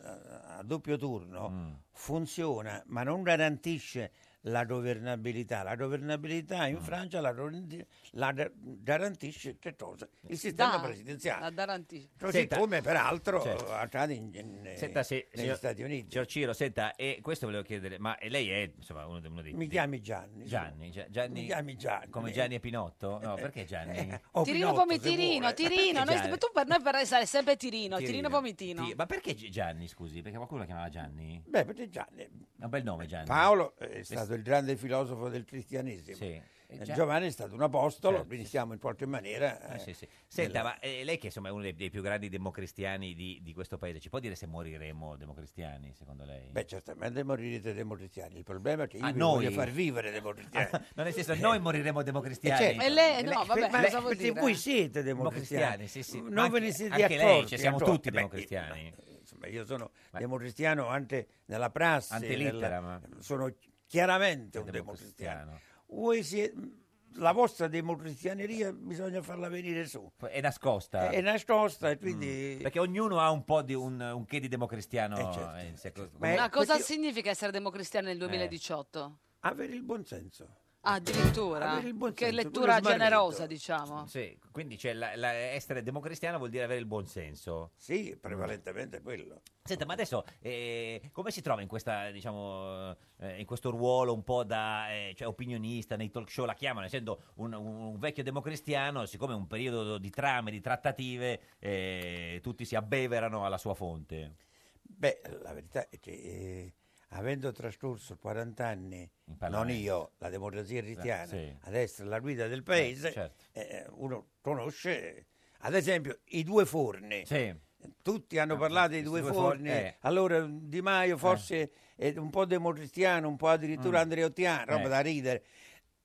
Speaker 25: a doppio turno
Speaker 2: Mm.
Speaker 25: funziona, ma non garantisce la governabilità. La governabilità
Speaker 2: Mm.
Speaker 25: in Francia la, govern- la da- garantisce che cosa? Il sistema
Speaker 3: Da-
Speaker 25: presidenziale.
Speaker 3: La garantisce.
Speaker 25: Così
Speaker 2: Senta.
Speaker 25: come peraltro
Speaker 2: Certo.
Speaker 25: accade in- in-
Speaker 2: Senta, sì,
Speaker 25: negli
Speaker 2: signor-
Speaker 25: Stati Uniti.
Speaker 2: Signor Ciro, senta, e questo volevo chiedere, ma e lei è insomma, uno, de- uno dei...
Speaker 25: Mi
Speaker 2: dei-
Speaker 25: chiami Gianni.
Speaker 2: Gianni, Gia- Gianni-
Speaker 25: Mi chiami Gianni. Eh,
Speaker 2: Come Gianni e Pinotto? No, perché Gianni?
Speaker 25: o
Speaker 3: Tirino
Speaker 25: Pinotto, se
Speaker 3: Pomitirino,
Speaker 25: vuole.
Speaker 3: Tirino, noi,
Speaker 2: Già, eh.
Speaker 3: tu per noi per stare sempre Tirino, Tirino,
Speaker 2: Tirino.
Speaker 3: Pomitino.
Speaker 2: Ti- ma perché Gi- Gianni, scusi? Perché qualcuno la chiamava Gianni?
Speaker 25: Beh, perché Gianni...
Speaker 2: È un bel nome Gianni.
Speaker 25: Eh, Paolo eh, è stato il grande filosofo del cristianesimo.
Speaker 2: Sì.
Speaker 25: Eh,
Speaker 2: Già-
Speaker 25: Giovanni è stato un apostolo,
Speaker 2: Certo,
Speaker 25: quindi siamo in qualche maniera...
Speaker 2: Eh,
Speaker 25: eh,
Speaker 2: sì, sì. Senta,
Speaker 25: nella-
Speaker 2: ma eh, lei che insomma è uno dei, dei più grandi democristiani di, di questo paese, ci può dire se moriremo democristiani, secondo lei?
Speaker 25: Beh, certamente morirete democristiani. Il problema è che io
Speaker 2: Ah,
Speaker 25: vi
Speaker 2: noi?
Speaker 25: voglio far vivere Eh, democristiani.
Speaker 2: Ah, no, nel senso, noi moriremo democristiani.
Speaker 25: Eh, certo.
Speaker 3: E lei- no, vabbè,
Speaker 25: ma
Speaker 3: cosa vuol
Speaker 25: perché
Speaker 3: dire?
Speaker 25: voi siete democristiani.
Speaker 2: Democristiani, sì, sì.
Speaker 25: Non
Speaker 2: Ma
Speaker 25: ve
Speaker 2: anche-
Speaker 25: ne siete
Speaker 2: anche lei,
Speaker 25: accorti.
Speaker 2: cioè, siamo
Speaker 25: ancora.
Speaker 2: tutti
Speaker 25: Eh, beh,
Speaker 2: democristiani.
Speaker 25: io- Insomma, io sono democristiano anche nella prassi.
Speaker 2: Ante
Speaker 25: nella-
Speaker 2: litteram.
Speaker 25: Sono chiaramente un
Speaker 2: Democristiano.
Speaker 25: democristiano. Voi siete... La vostra democristianeria bisogna farla venire su.
Speaker 2: È nascosta. Mm.
Speaker 25: È nascosta e quindi...
Speaker 2: Perché ognuno ha un po' di un, un che di democristiano.
Speaker 25: Eh, certo.
Speaker 2: eh, se- come-
Speaker 3: Ma cosa significa essere democristiano
Speaker 2: Eh.
Speaker 3: nel 2018?
Speaker 25: Avere il buon senso.
Speaker 3: Ah, addirittura?
Speaker 25: Avere il buon
Speaker 3: Che
Speaker 25: senso,
Speaker 3: lettura
Speaker 25: quello smarrito.
Speaker 3: generosa, diciamo.
Speaker 2: Sì, quindi c'è la- la- essere democristiano vuol dire avere il buon senso.
Speaker 25: Sì, prevalentemente quello.
Speaker 2: Senta, ma adesso eh, come si trova in, questa, diciamo, eh, in questo ruolo un po' da eh, cioè, opinionista nei talk show? La chiamano, essendo un, un vecchio democristiano, siccome è un periodo di trame, di trattative, eh, tutti si abbeverano alla sua fonte.
Speaker 25: Beh, la verità è che eh, avendo trascorso 40 anni, non
Speaker 2: Parlamento.
Speaker 25: io, la democrazia cristiana,
Speaker 2: sì.
Speaker 25: ad essere la guida del paese,
Speaker 2: Eh, certo.
Speaker 25: eh, uno conosce, ad esempio, i due forni.
Speaker 2: Sì. Ah,
Speaker 25: Tutti hanno parlato dei
Speaker 2: questi
Speaker 25: due,
Speaker 2: due forni,
Speaker 25: forni,
Speaker 2: eh.
Speaker 25: allora Di Maio forse è un po' democristiano, un po' addirittura
Speaker 2: Mm.
Speaker 25: andreottiano, roba
Speaker 2: Eh.
Speaker 25: da ridere.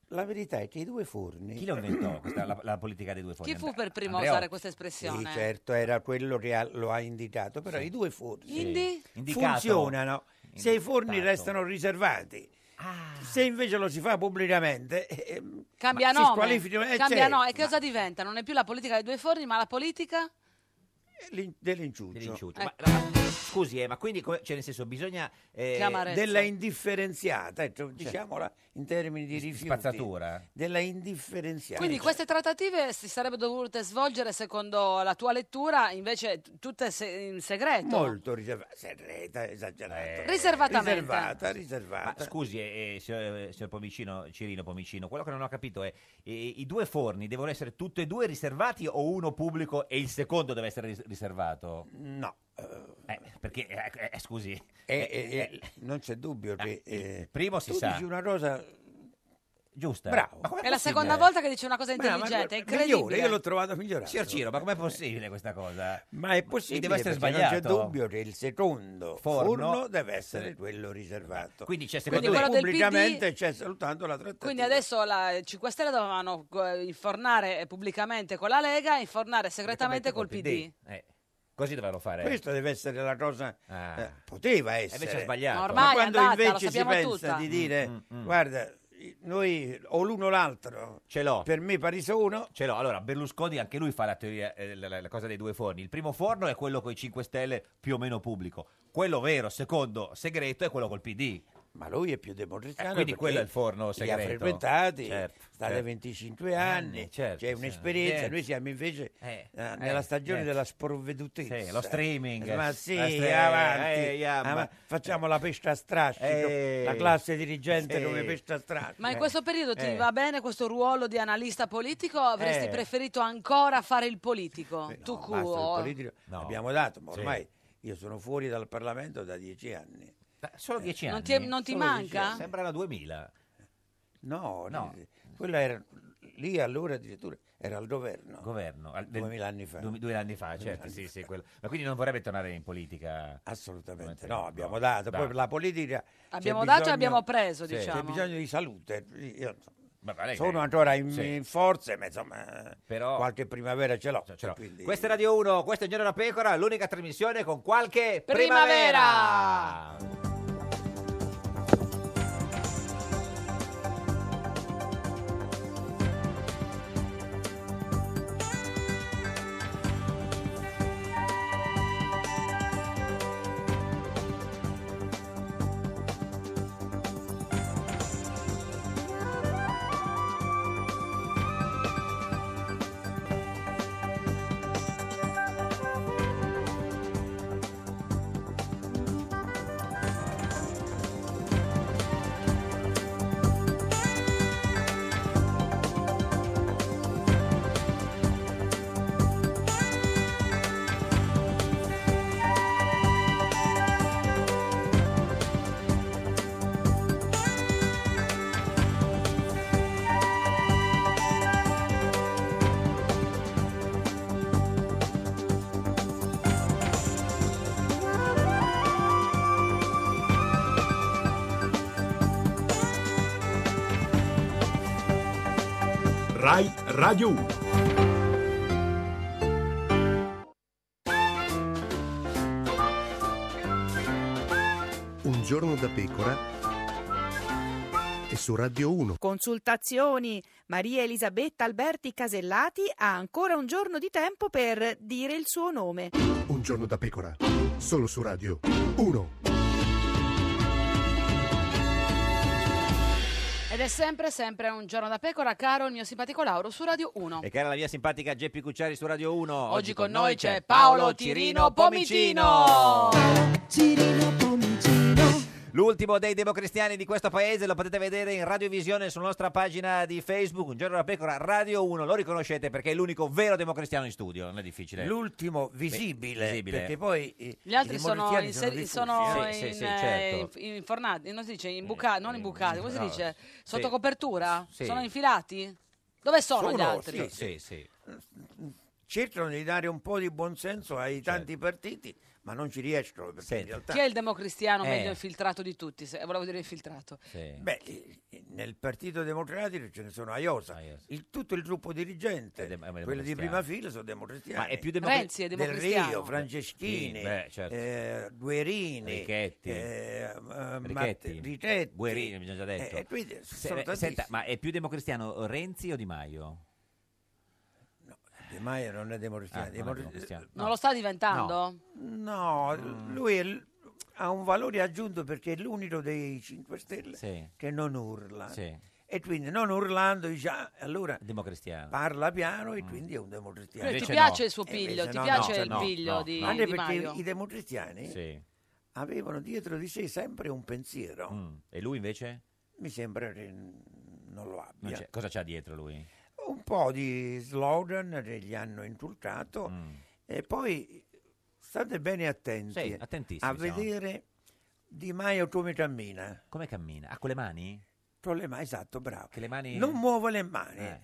Speaker 25: La verità è che i due forni...
Speaker 2: Chi lo inventò questa, la, la politica dei due forni?
Speaker 3: Chi fu per primo a
Speaker 25: Andreotti.
Speaker 3: usare questa
Speaker 25: Sì,
Speaker 3: espressione?
Speaker 25: certo, era quello che ha- lo ha indicato, però
Speaker 2: Sì.
Speaker 25: i due forni
Speaker 3: Quindi?
Speaker 2: Indicato.
Speaker 25: funzionano se i forni restano riservati. Se invece lo si fa pubblicamente, ehm,
Speaker 3: Ah. Cambia
Speaker 25: ma si
Speaker 3: nome.
Speaker 25: squalificano eh,
Speaker 3: Cambia
Speaker 25: certo,
Speaker 3: nome. E cosa diventa? Non è più la politica dei due forni, ma la politica?
Speaker 25: l'in- dell'inciuggio.
Speaker 2: Dell'inciuggio. Ma- ma- scusi, eh, ma quindi, come- cioè, nel senso, bisogna. eh,
Speaker 25: Eh, della indifferenziata, ecco,
Speaker 2: Certo.
Speaker 25: diciamola in termini di rifiuti,
Speaker 2: spazzatura.
Speaker 25: della indifferenziata.
Speaker 3: Quindi
Speaker 25: Cioè,
Speaker 3: queste trattative si sarebbero dovute svolgere secondo la tua lettura, invece t- tutte se- in segreto.
Speaker 25: molto Eh, riservata, segreta, esagerata,
Speaker 3: Riservatamente.
Speaker 25: riservata,
Speaker 2: Eh, Ma
Speaker 25: riservata.
Speaker 2: scusi, eh, eh, signor, signor Pomicino, Cirino Pomicino, quello che non ho capito è eh, i due forni devono essere tutti e due riservati o uno pubblico e il secondo deve essere ris- riservato?
Speaker 25: No.
Speaker 2: Eh, perché, eh, eh, scusi,
Speaker 25: Eh,
Speaker 2: eh,
Speaker 25: eh,
Speaker 2: eh,
Speaker 25: eh, non c'è dubbio che eh,
Speaker 2: primo si
Speaker 25: tu
Speaker 2: sa.
Speaker 25: dici una cosa
Speaker 2: giusta.
Speaker 25: Bravo.
Speaker 3: È la seconda volta che dice una cosa
Speaker 25: Brava,
Speaker 3: intelligente, è
Speaker 25: guarda, migliore,
Speaker 3: incredibile.
Speaker 25: io l'ho trovato migliorato.
Speaker 2: Signor Ciro, ma com'è possibile questa cosa?
Speaker 25: Ma è possibile,
Speaker 2: deve essere
Speaker 25: perché
Speaker 2: sbagliato.
Speaker 25: Non c'è dubbio che il secondo
Speaker 2: Forno
Speaker 25: forno, deve essere quello riservato.
Speaker 2: Quindi c'è,
Speaker 3: secondo Quindi quello del
Speaker 25: pubblicamente
Speaker 3: PD
Speaker 25: c'è soltanto la trattativa.
Speaker 3: Quindi adesso la eh, 5 Stelle dovevano eh, infornare pubblicamente con la Lega e infornare segretamente col PD.
Speaker 2: Eh, così dovevano fare. Ah.
Speaker 25: Questa deve essere la cosa, eh, poteva
Speaker 2: invece
Speaker 25: essere.
Speaker 2: è sbagliato. Mm, Ma
Speaker 3: ormai
Speaker 25: Ma
Speaker 3: è
Speaker 25: quando
Speaker 3: andata, lo
Speaker 25: invece si
Speaker 3: sappiamo
Speaker 25: pensa
Speaker 3: tutta.
Speaker 25: di dire, guarda, noi o l'uno o l'altro,
Speaker 2: Ce l'ho.
Speaker 25: per me pari sono,
Speaker 2: Ce l'ho. Allora, Berlusconi anche lui fa la teoria, eh, la, la- la cosa dei due forni. Il primo forno è quello con i 5 Stelle più o meno pubblico. Quello vero, secondo, segreto, è quello col PD.
Speaker 25: Ma lui è più democristiano.
Speaker 1: Eh, quindi
Speaker 25: perché
Speaker 1: quello è il forno segreto.
Speaker 25: Li ha frequentati,
Speaker 1: Certo,
Speaker 25: sta da
Speaker 1: certo.
Speaker 25: 25 anni,
Speaker 1: certo,
Speaker 25: c'è un'esperienza.
Speaker 1: Niente.
Speaker 25: Noi siamo invece
Speaker 1: Eh,
Speaker 25: eh,
Speaker 1: eh,
Speaker 25: nella stagione
Speaker 1: niente.
Speaker 25: della sprovvedutezza.
Speaker 1: Sì, lo streaming.
Speaker 25: Ma
Speaker 1: La
Speaker 25: sì,
Speaker 1: stre-
Speaker 25: avanti.
Speaker 1: eh, yeah,
Speaker 25: Ah,
Speaker 1: ma-
Speaker 25: ma facciamo la pesca a strascico,
Speaker 1: Eh,
Speaker 25: la classe dirigente
Speaker 1: sì.
Speaker 25: come pesca a strascico.
Speaker 3: Ma in questo periodo ti
Speaker 25: Eh.
Speaker 3: va bene questo ruolo di analista politico o avresti
Speaker 25: Eh.
Speaker 3: preferito ancora fare il politico? tu
Speaker 25: No, basta, il
Speaker 3: cuo.
Speaker 25: politico abbiamo dato, ma ormai io sono fuori dal Parlamento da dieci anni. Eh.
Speaker 2: Solo dieci
Speaker 3: Non
Speaker 2: anni.
Speaker 3: ti- non ti
Speaker 2: Solo dieci
Speaker 3: manca?
Speaker 2: anni. Sembrano 2000.
Speaker 25: No,
Speaker 2: No.
Speaker 25: n- quella era lì allora addirittura era al governo.
Speaker 1: Governo, al- del-
Speaker 25: 2000 anni fa.
Speaker 1: du- duemila anni fa,
Speaker 25: Duemila
Speaker 1: certo,
Speaker 25: anni
Speaker 1: sì,
Speaker 25: fa.
Speaker 1: sì, quello. Ma quindi non vorrebbe tornare in politica?
Speaker 25: Assolutamente no, abbiamo dato. Poi la politica... c'è
Speaker 3: Abbiamo dato e
Speaker 25: bisogno-
Speaker 3: abbiamo preso, Sì. diciamo.
Speaker 25: C'è bisogno di salute. Io
Speaker 1: lei-
Speaker 25: sono ancora in,
Speaker 1: Sì.
Speaker 25: in forze, ma insomma qualche primavera ce l'ho. cioè, quindi-
Speaker 2: Questa è Radio 1, questo è Giorno da Pecora, l'unica trasmissione con qualche
Speaker 3: Primavera!
Speaker 4: Rai Radio 1.
Speaker 22: Un giorno da pecora e su Radio 1.
Speaker 23: Consultazioni. Maria Elisabetta Alberti Casellati ha ancora un giorno di tempo per dire il suo nome.
Speaker 22: Un giorno da pecora, solo su Radio 1.
Speaker 3: Ed è sempre, sempre un giorno da pecora, caro il mio simpatico Lauro su Radio 1.
Speaker 2: E cara la mia simpatica Geppi Cucciari su Radio 1. Oggi,
Speaker 3: con noi c'è Paolo Cirino Pomicino.
Speaker 2: Cirino Pomicino. L'ultimo dei democristiani di questo paese lo potete vedere in radiovisione sulla nostra pagina di Facebook, Un giorno da pecora, Radio 1. Lo riconoscete perché è l'unico vero democristiano in studio, non è difficile.
Speaker 25: L'ultimo visibile, perché poi eh,
Speaker 3: Gli altri
Speaker 25: i
Speaker 3: sono,
Speaker 25: democristiani
Speaker 3: in,
Speaker 25: sono
Speaker 3: sedi-
Speaker 25: diffusi,
Speaker 3: sono
Speaker 25: eh.
Speaker 3: in,
Speaker 2: certo.
Speaker 3: eh, in fornati- non si dice imbucati, non imbucati, come si
Speaker 25: no,
Speaker 3: dice?
Speaker 25: sì.
Speaker 3: Sotto copertura?
Speaker 25: Sì.
Speaker 3: Sono infilati? Dove sono, gli altri?
Speaker 2: Sì, sì.
Speaker 25: Cercano di dare un po' di buonsenso ai
Speaker 2: Certo.
Speaker 25: tanti partiti, ma non ci riescono. Perché in realtà,
Speaker 3: Chi è il democristiano
Speaker 25: Eh.
Speaker 3: meglio infiltrato di tutti? Se, volevo dire infiltrato.
Speaker 25: Beh, eh, nel Partito Democratico ce ne sono a Iosa. Il- tutto il gruppo
Speaker 2: Eh,
Speaker 25: dirigente, quelli di
Speaker 2: democristiano.
Speaker 25: prima fila, sono democristiani.
Speaker 2: Ma è più democra-
Speaker 3: Renzi è
Speaker 25: Del
Speaker 3: democristiano.
Speaker 25: Rio, Franceschini,
Speaker 2: Sì, beh, certo.
Speaker 25: eh, Guerini,
Speaker 2: Richetti.
Speaker 25: eh, eh,
Speaker 2: Richetti.
Speaker 25: Matt- Richetti.
Speaker 2: Guerini, abbiamo già detto.
Speaker 25: Eh, e quindi
Speaker 2: Se-
Speaker 25: sono
Speaker 2: beh,
Speaker 25: tantissimi.
Speaker 2: senta, ma è più democristiano Renzi o Di Maio?
Speaker 25: Di Maio non è democristiano.
Speaker 2: Ah, non è
Speaker 25: democri-
Speaker 2: democristiano.
Speaker 3: Non lo sta diventando?
Speaker 25: No, lui è l- ha un valore aggiunto perché è l'unico dei 5 Stelle
Speaker 2: Sì.
Speaker 25: che non urla.
Speaker 2: Sì.
Speaker 25: E quindi non urlando dice, "Ah, allora
Speaker 2: Democristiano. Mm.
Speaker 25: parla piano e quindi è un democristiano.
Speaker 3: Quindi ti Invece piace no. il suo
Speaker 25: E invece
Speaker 3: piglio, ti piace il piglio di-
Speaker 25: Anche
Speaker 3: di
Speaker 25: perché
Speaker 3: Maio.
Speaker 25: i democristiani
Speaker 2: Sì.
Speaker 25: avevano dietro di sé sempre un pensiero.
Speaker 2: Mm. E lui invece?
Speaker 25: Mi sembra che mm, non lo abbia.
Speaker 2: Non c'è- Cosa c'ha dietro lui?
Speaker 25: un po' di slogan che gli hanno inculcato
Speaker 2: Mm.
Speaker 25: e poi state bene attenti
Speaker 2: Sì, attentissimi
Speaker 25: a
Speaker 2: siamo.
Speaker 25: vedere Di Maio come cammina.
Speaker 2: Come cammina? Ah, con le mani?
Speaker 25: Con le mani, esatto, bravo.
Speaker 2: Che le mani...
Speaker 25: Non muove le mani.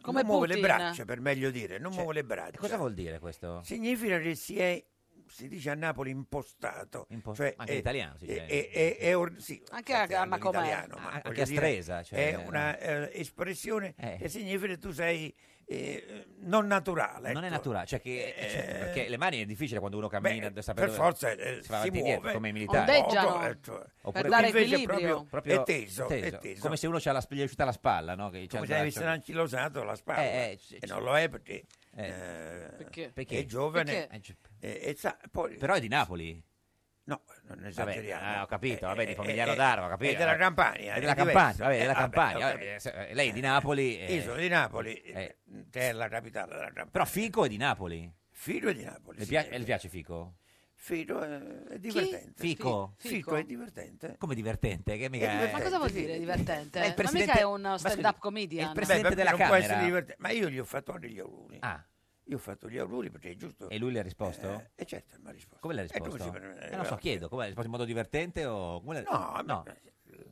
Speaker 2: Come
Speaker 25: non muove le
Speaker 2: Putin.
Speaker 25: braccia, per meglio dire, non
Speaker 2: Cioè,
Speaker 25: muove le braccia.
Speaker 2: Cosa vuol dire questo?
Speaker 25: Significa che si è, si dice a Napoli, impostato. Cioè,
Speaker 2: Anche in italiano si
Speaker 25: è-
Speaker 2: dice.
Speaker 25: è- è- è or- sì,
Speaker 3: Anche a- a
Speaker 25: italiano,
Speaker 3: Macomè.
Speaker 25: italiano, ma
Speaker 2: Ah, anche
Speaker 25: voglio
Speaker 2: a
Speaker 25: dire,
Speaker 2: Stresa, cioè,
Speaker 25: è
Speaker 2: no?
Speaker 25: un'espressione
Speaker 2: Eh.
Speaker 25: che significa che tu sei eh, non naturale.
Speaker 2: Non è
Speaker 25: ecco.
Speaker 2: naturale, cioè che,
Speaker 25: Eh,
Speaker 2: cioè, perché le mani è difficile quando uno cammina,
Speaker 25: beh,
Speaker 2: sa
Speaker 25: per
Speaker 2: dove-
Speaker 25: forza eh,
Speaker 2: si
Speaker 25: si,
Speaker 2: fa avanti e
Speaker 25: muove,
Speaker 2: indietro, come i militari.
Speaker 25: Ondeggiano. Ecco, ecco. Per dare
Speaker 2: invece
Speaker 25: equilibrio. È teso, è teso.
Speaker 2: Come se uno c'ha la, gli è uscita la spalla, no? Che c'ha
Speaker 25: come
Speaker 2: il
Speaker 25: se avesse
Speaker 2: braccio-
Speaker 25: anchilosato la spalla
Speaker 2: Eh, eh, c-
Speaker 25: e non lo è perché, eh,
Speaker 2: Eh, Perché? Eh, cioè,
Speaker 25: è giovane
Speaker 2: Perché?
Speaker 25: E, e sa, poi
Speaker 2: Però è di Napoli.
Speaker 25: No, non
Speaker 2: Vabbè,
Speaker 25: esageriamo.
Speaker 2: ah, ho capito, vabbè, di
Speaker 25: eh,
Speaker 2: Pomigliano
Speaker 25: eh,
Speaker 2: d'Arvo, ho
Speaker 25: è
Speaker 2: capito.
Speaker 25: della Campania,
Speaker 2: È
Speaker 25: è
Speaker 2: della
Speaker 25: diverso.
Speaker 2: Campania, vabbè, è della
Speaker 25: Eh, vabbè,
Speaker 2: Campania.
Speaker 25: ho
Speaker 2: vabbè, eh, lei è di Napoli. eh.
Speaker 25: Isola di Napoli,
Speaker 2: Eh.
Speaker 25: che è la capitale della Campania.
Speaker 2: Però Fico è di Napoli.
Speaker 25: Fico è di Napoli.
Speaker 2: Le,
Speaker 25: sì.
Speaker 2: pia- le piace Fico?
Speaker 25: Fico eh, è, è divertente.
Speaker 2: Fico?
Speaker 25: Fi- Fico è divertente.
Speaker 2: Come divertente? Che mica Eh,
Speaker 25: divertente.
Speaker 3: Ma cosa vuol dire divertente?
Speaker 25: Ma
Speaker 3: Ma
Speaker 25: il
Speaker 3: mica
Speaker 25: presidente-
Speaker 3: è uno
Speaker 25: ma scusi,
Speaker 3: stand-up comedian.
Speaker 25: Beh,
Speaker 2: della
Speaker 25: non può essere
Speaker 2: Camera.
Speaker 25: divertente, Ma io gli ho fatto anche gli auguri.
Speaker 2: Ah.
Speaker 25: Io ho fatto gli auguri perché è giusto.
Speaker 2: E lui le ha risposto?
Speaker 25: Eh, e certo, mi ha risposto.
Speaker 2: Come l'ha
Speaker 25: E come
Speaker 2: risposto?
Speaker 25: si per-
Speaker 2: Eh, non so, chiedo, come l'ha risposto in modo divertente o... come l'ha-
Speaker 25: No,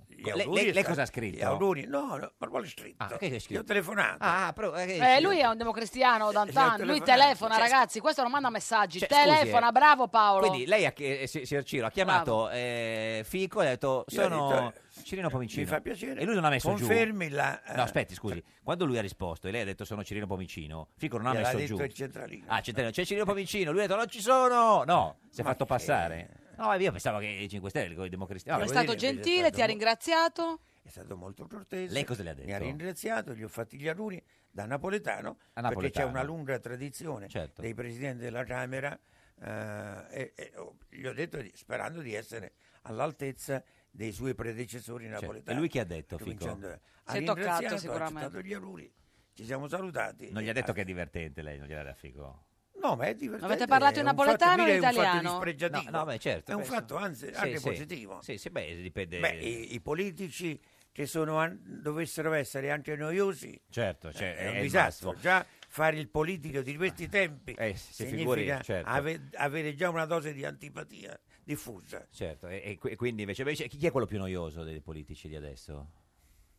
Speaker 25: Gli
Speaker 2: Lei-
Speaker 25: auguri
Speaker 2: lei-
Speaker 25: è
Speaker 2: lei
Speaker 25: stato-
Speaker 2: cosa ha scritto?
Speaker 25: Gli auguri, no, no ma vuole scritto.
Speaker 2: Ah, che hai
Speaker 25: Gli
Speaker 2: scritto?
Speaker 25: ho telefonato.
Speaker 2: Ah, però...
Speaker 3: Eh, lui è un democristiano d'antan, lui
Speaker 2: telefonato.
Speaker 3: telefona
Speaker 2: Cioè,
Speaker 3: ragazzi, questo non manda messaggi,
Speaker 2: Cioè, scusi,
Speaker 3: telefona,
Speaker 2: eh.
Speaker 3: bravo Paolo.
Speaker 2: Quindi lei, ha, eh, si- signor Ciro, ha chiamato eh, Fico e ha detto
Speaker 25: Io ho
Speaker 2: sono
Speaker 25: detto,
Speaker 2: Cirino Pomicino.
Speaker 25: Eh, mi fa piacere.
Speaker 2: E lui non ha messo
Speaker 25: Confermi
Speaker 2: giù.
Speaker 25: la, eh,
Speaker 2: No, aspetti, scusi. Quando lui ha risposto e lei ha detto sono Cirino Pomicino, Fico non ha
Speaker 25: Gliel'ha
Speaker 2: messo
Speaker 25: eh, detto eh.
Speaker 2: giù.
Speaker 25: il centralino.
Speaker 2: Ah, centralino. C'è Cirino Pomicino, lui ha detto non ci sono. No, si è fatto passare. No, io pensavo che i 5 Stelle, con i democristiani...
Speaker 3: è
Speaker 2: No,
Speaker 3: stato
Speaker 2: voglio dire, invece è
Speaker 3: gentile,
Speaker 2: stato
Speaker 3: ti ha
Speaker 2: mo-
Speaker 3: ringraziato.
Speaker 25: È stato molto cortese.
Speaker 2: Lei cosa le ha
Speaker 25: Mi ha
Speaker 2: detto?
Speaker 25: ringraziato, gli ho fatti gli auguri da napoletano,
Speaker 2: A
Speaker 25: perché c'è
Speaker 2: napoletano.
Speaker 25: una lunga tradizione
Speaker 2: Certo.
Speaker 25: dei presidenti della Camera eh, e, e ho- gli ho detto di- sperando di essere all'altezza dei suoi predecessori
Speaker 2: Certo.
Speaker 25: napoletani.
Speaker 2: E lui che ha detto, Fico?
Speaker 25: Cominciando- Ha
Speaker 3: Si è toccato
Speaker 25: ringraziato,
Speaker 3: sicuramente.
Speaker 25: ha accettato gli auguri, ci siamo salutati.
Speaker 2: Non gli ha
Speaker 25: e
Speaker 2: detto
Speaker 25: basta.
Speaker 2: che è divertente lei, non gliel'ha detto a Fico.
Speaker 25: No, ma è divertente.
Speaker 3: Avete parlato in
Speaker 25: è un fatto-
Speaker 3: napoletano o
Speaker 25: mica
Speaker 3: in
Speaker 25: È un
Speaker 3: italiano?
Speaker 25: fatto dispregiativo.
Speaker 2: No, no, beh, certo,
Speaker 25: È un
Speaker 2: beh,
Speaker 25: fatto anzi,
Speaker 2: sì,
Speaker 25: anche
Speaker 2: sì.
Speaker 25: positivo.
Speaker 2: Sì, sì, beh, dipende...
Speaker 25: Beh, i, i politici che sono an- dovessero essere anche noiosi
Speaker 2: Certo, cioè,
Speaker 25: è un
Speaker 2: il
Speaker 25: disastro.
Speaker 2: massimo. Ah,
Speaker 25: Già fare il politico di questi tempi
Speaker 2: si
Speaker 25: significa
Speaker 2: figuri, certo.
Speaker 25: ave- avere già una dose di antipatia diffusa.
Speaker 2: Certo, e, e qui- e quindi invece, invece chi chi è quello più noioso dei politici di adesso?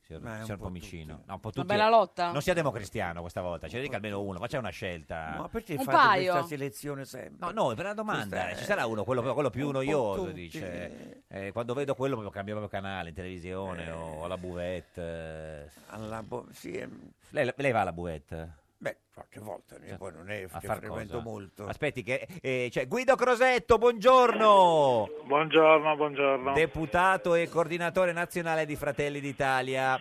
Speaker 2: Signor,
Speaker 25: Ma è un
Speaker 2: signor
Speaker 25: po'
Speaker 2: Pomicino. No, un po'
Speaker 3: Una
Speaker 2: tutti.
Speaker 3: bella lotta?
Speaker 2: Non sia democristiano questa volta, ce ne dica almeno uno, faccia una scelta.
Speaker 25: Ma perché
Speaker 3: Un
Speaker 25: fate
Speaker 3: paio.
Speaker 25: questa selezione sempre?
Speaker 2: No, no, per la domanda, eh,
Speaker 25: Questa è-
Speaker 2: ci sarà uno, quello, quello più
Speaker 25: un po'
Speaker 2: noioso,
Speaker 25: tutti.
Speaker 2: dice. Eh, quando vedo quello proprio cambio proprio canale, in televisione o alla buvette.
Speaker 25: Eh. Alla bo- sì, ehm.
Speaker 2: lei, lei va alla buvette?
Speaker 25: Beh, qualche volta, io poi non è
Speaker 2: Cioè, A
Speaker 25: che
Speaker 2: far
Speaker 25: frequento
Speaker 2: cosa?
Speaker 25: molto.
Speaker 2: Aspetti che... eh, c'è Guido Crosetto, buongiorno!
Speaker 6: Buongiorno, buongiorno.
Speaker 2: Deputato e coordinatore nazionale di Fratelli d'Italia.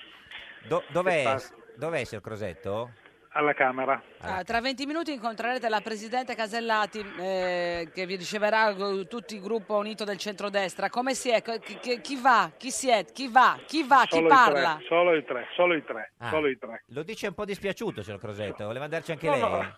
Speaker 2: Do- dov'è, dov'è, signor Crosetto?
Speaker 6: Alla Camera.
Speaker 3: Ah, tra 20 minuti incontrerete la Presidente Casellati eh, che vi riceverà eh, tutti il gruppo unito del centrodestra. Come si è? Co- Chi, chi- chi va? Chi siete? Chi va? Chi va? Chi
Speaker 6: Solo
Speaker 3: parla?
Speaker 6: I tre, solo i tre, solo i tre,
Speaker 2: Ah.
Speaker 6: solo i tre.
Speaker 2: Lo dice un po' dispiaciuto, signor Crosetto. Voleva andarci anche
Speaker 6: No,
Speaker 2: lei?
Speaker 6: no.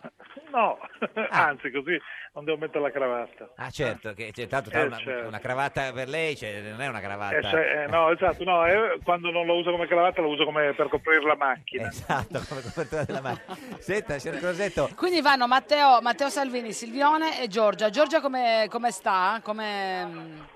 Speaker 6: No, anzi così non devo mettere la cravatta.
Speaker 2: Ah, certo, che c'è tanto tra
Speaker 6: Eh,
Speaker 2: una,
Speaker 6: certo.
Speaker 2: una cravatta per lei, cioè, non è una cravatta.
Speaker 6: Eh, se- eh, no, esatto, no, eh, quando non lo uso come cravatta lo uso come per coprire la macchina.
Speaker 2: Esatto, come copertura della macchina. Senta, signor Crosetto,
Speaker 3: Quindi vanno Matteo, Matteo Salvini, Silvione e Giorgia. Giorgia come, come sta? Come...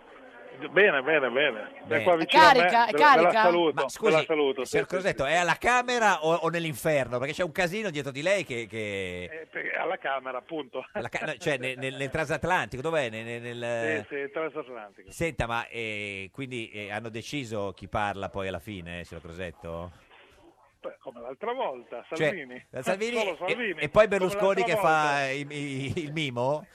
Speaker 6: Bene, bene, bene. È
Speaker 2: Bene.
Speaker 6: qua vicino
Speaker 3: Carica,
Speaker 6: a me,
Speaker 3: è
Speaker 6: ve la- ve
Speaker 3: carica?
Speaker 6: la saluto,
Speaker 2: ma
Speaker 6: ve
Speaker 2: scusi,
Speaker 6: la saluto. sì,
Speaker 2: signor
Speaker 6: sì,
Speaker 2: Crosetto, è alla Camera o, o nell'inferno? Perché c'è un casino dietro di lei che... che-
Speaker 6: sì. Eh, perché Alla Camera, appunto.
Speaker 2: alla ca- no, cioè, nel, nel- nel transatlantico, dov'è? Nel- nel- nel-
Speaker 6: Sì, sì, transatlantico.
Speaker 2: Senta, ma eh, quindi eh, hanno deciso chi parla poi alla fine, eh, signor Crosetto?
Speaker 6: Beh, Come l'altra volta,
Speaker 2: Cioè,
Speaker 6: Salvini.
Speaker 2: eh, Salvini
Speaker 6: Solo
Speaker 2: e-
Speaker 6: Salvini.
Speaker 2: E,
Speaker 6: Come
Speaker 2: poi Berlusconi che
Speaker 6: l'altra
Speaker 2: fa
Speaker 6: volta.
Speaker 2: eh, i- i- il mimo?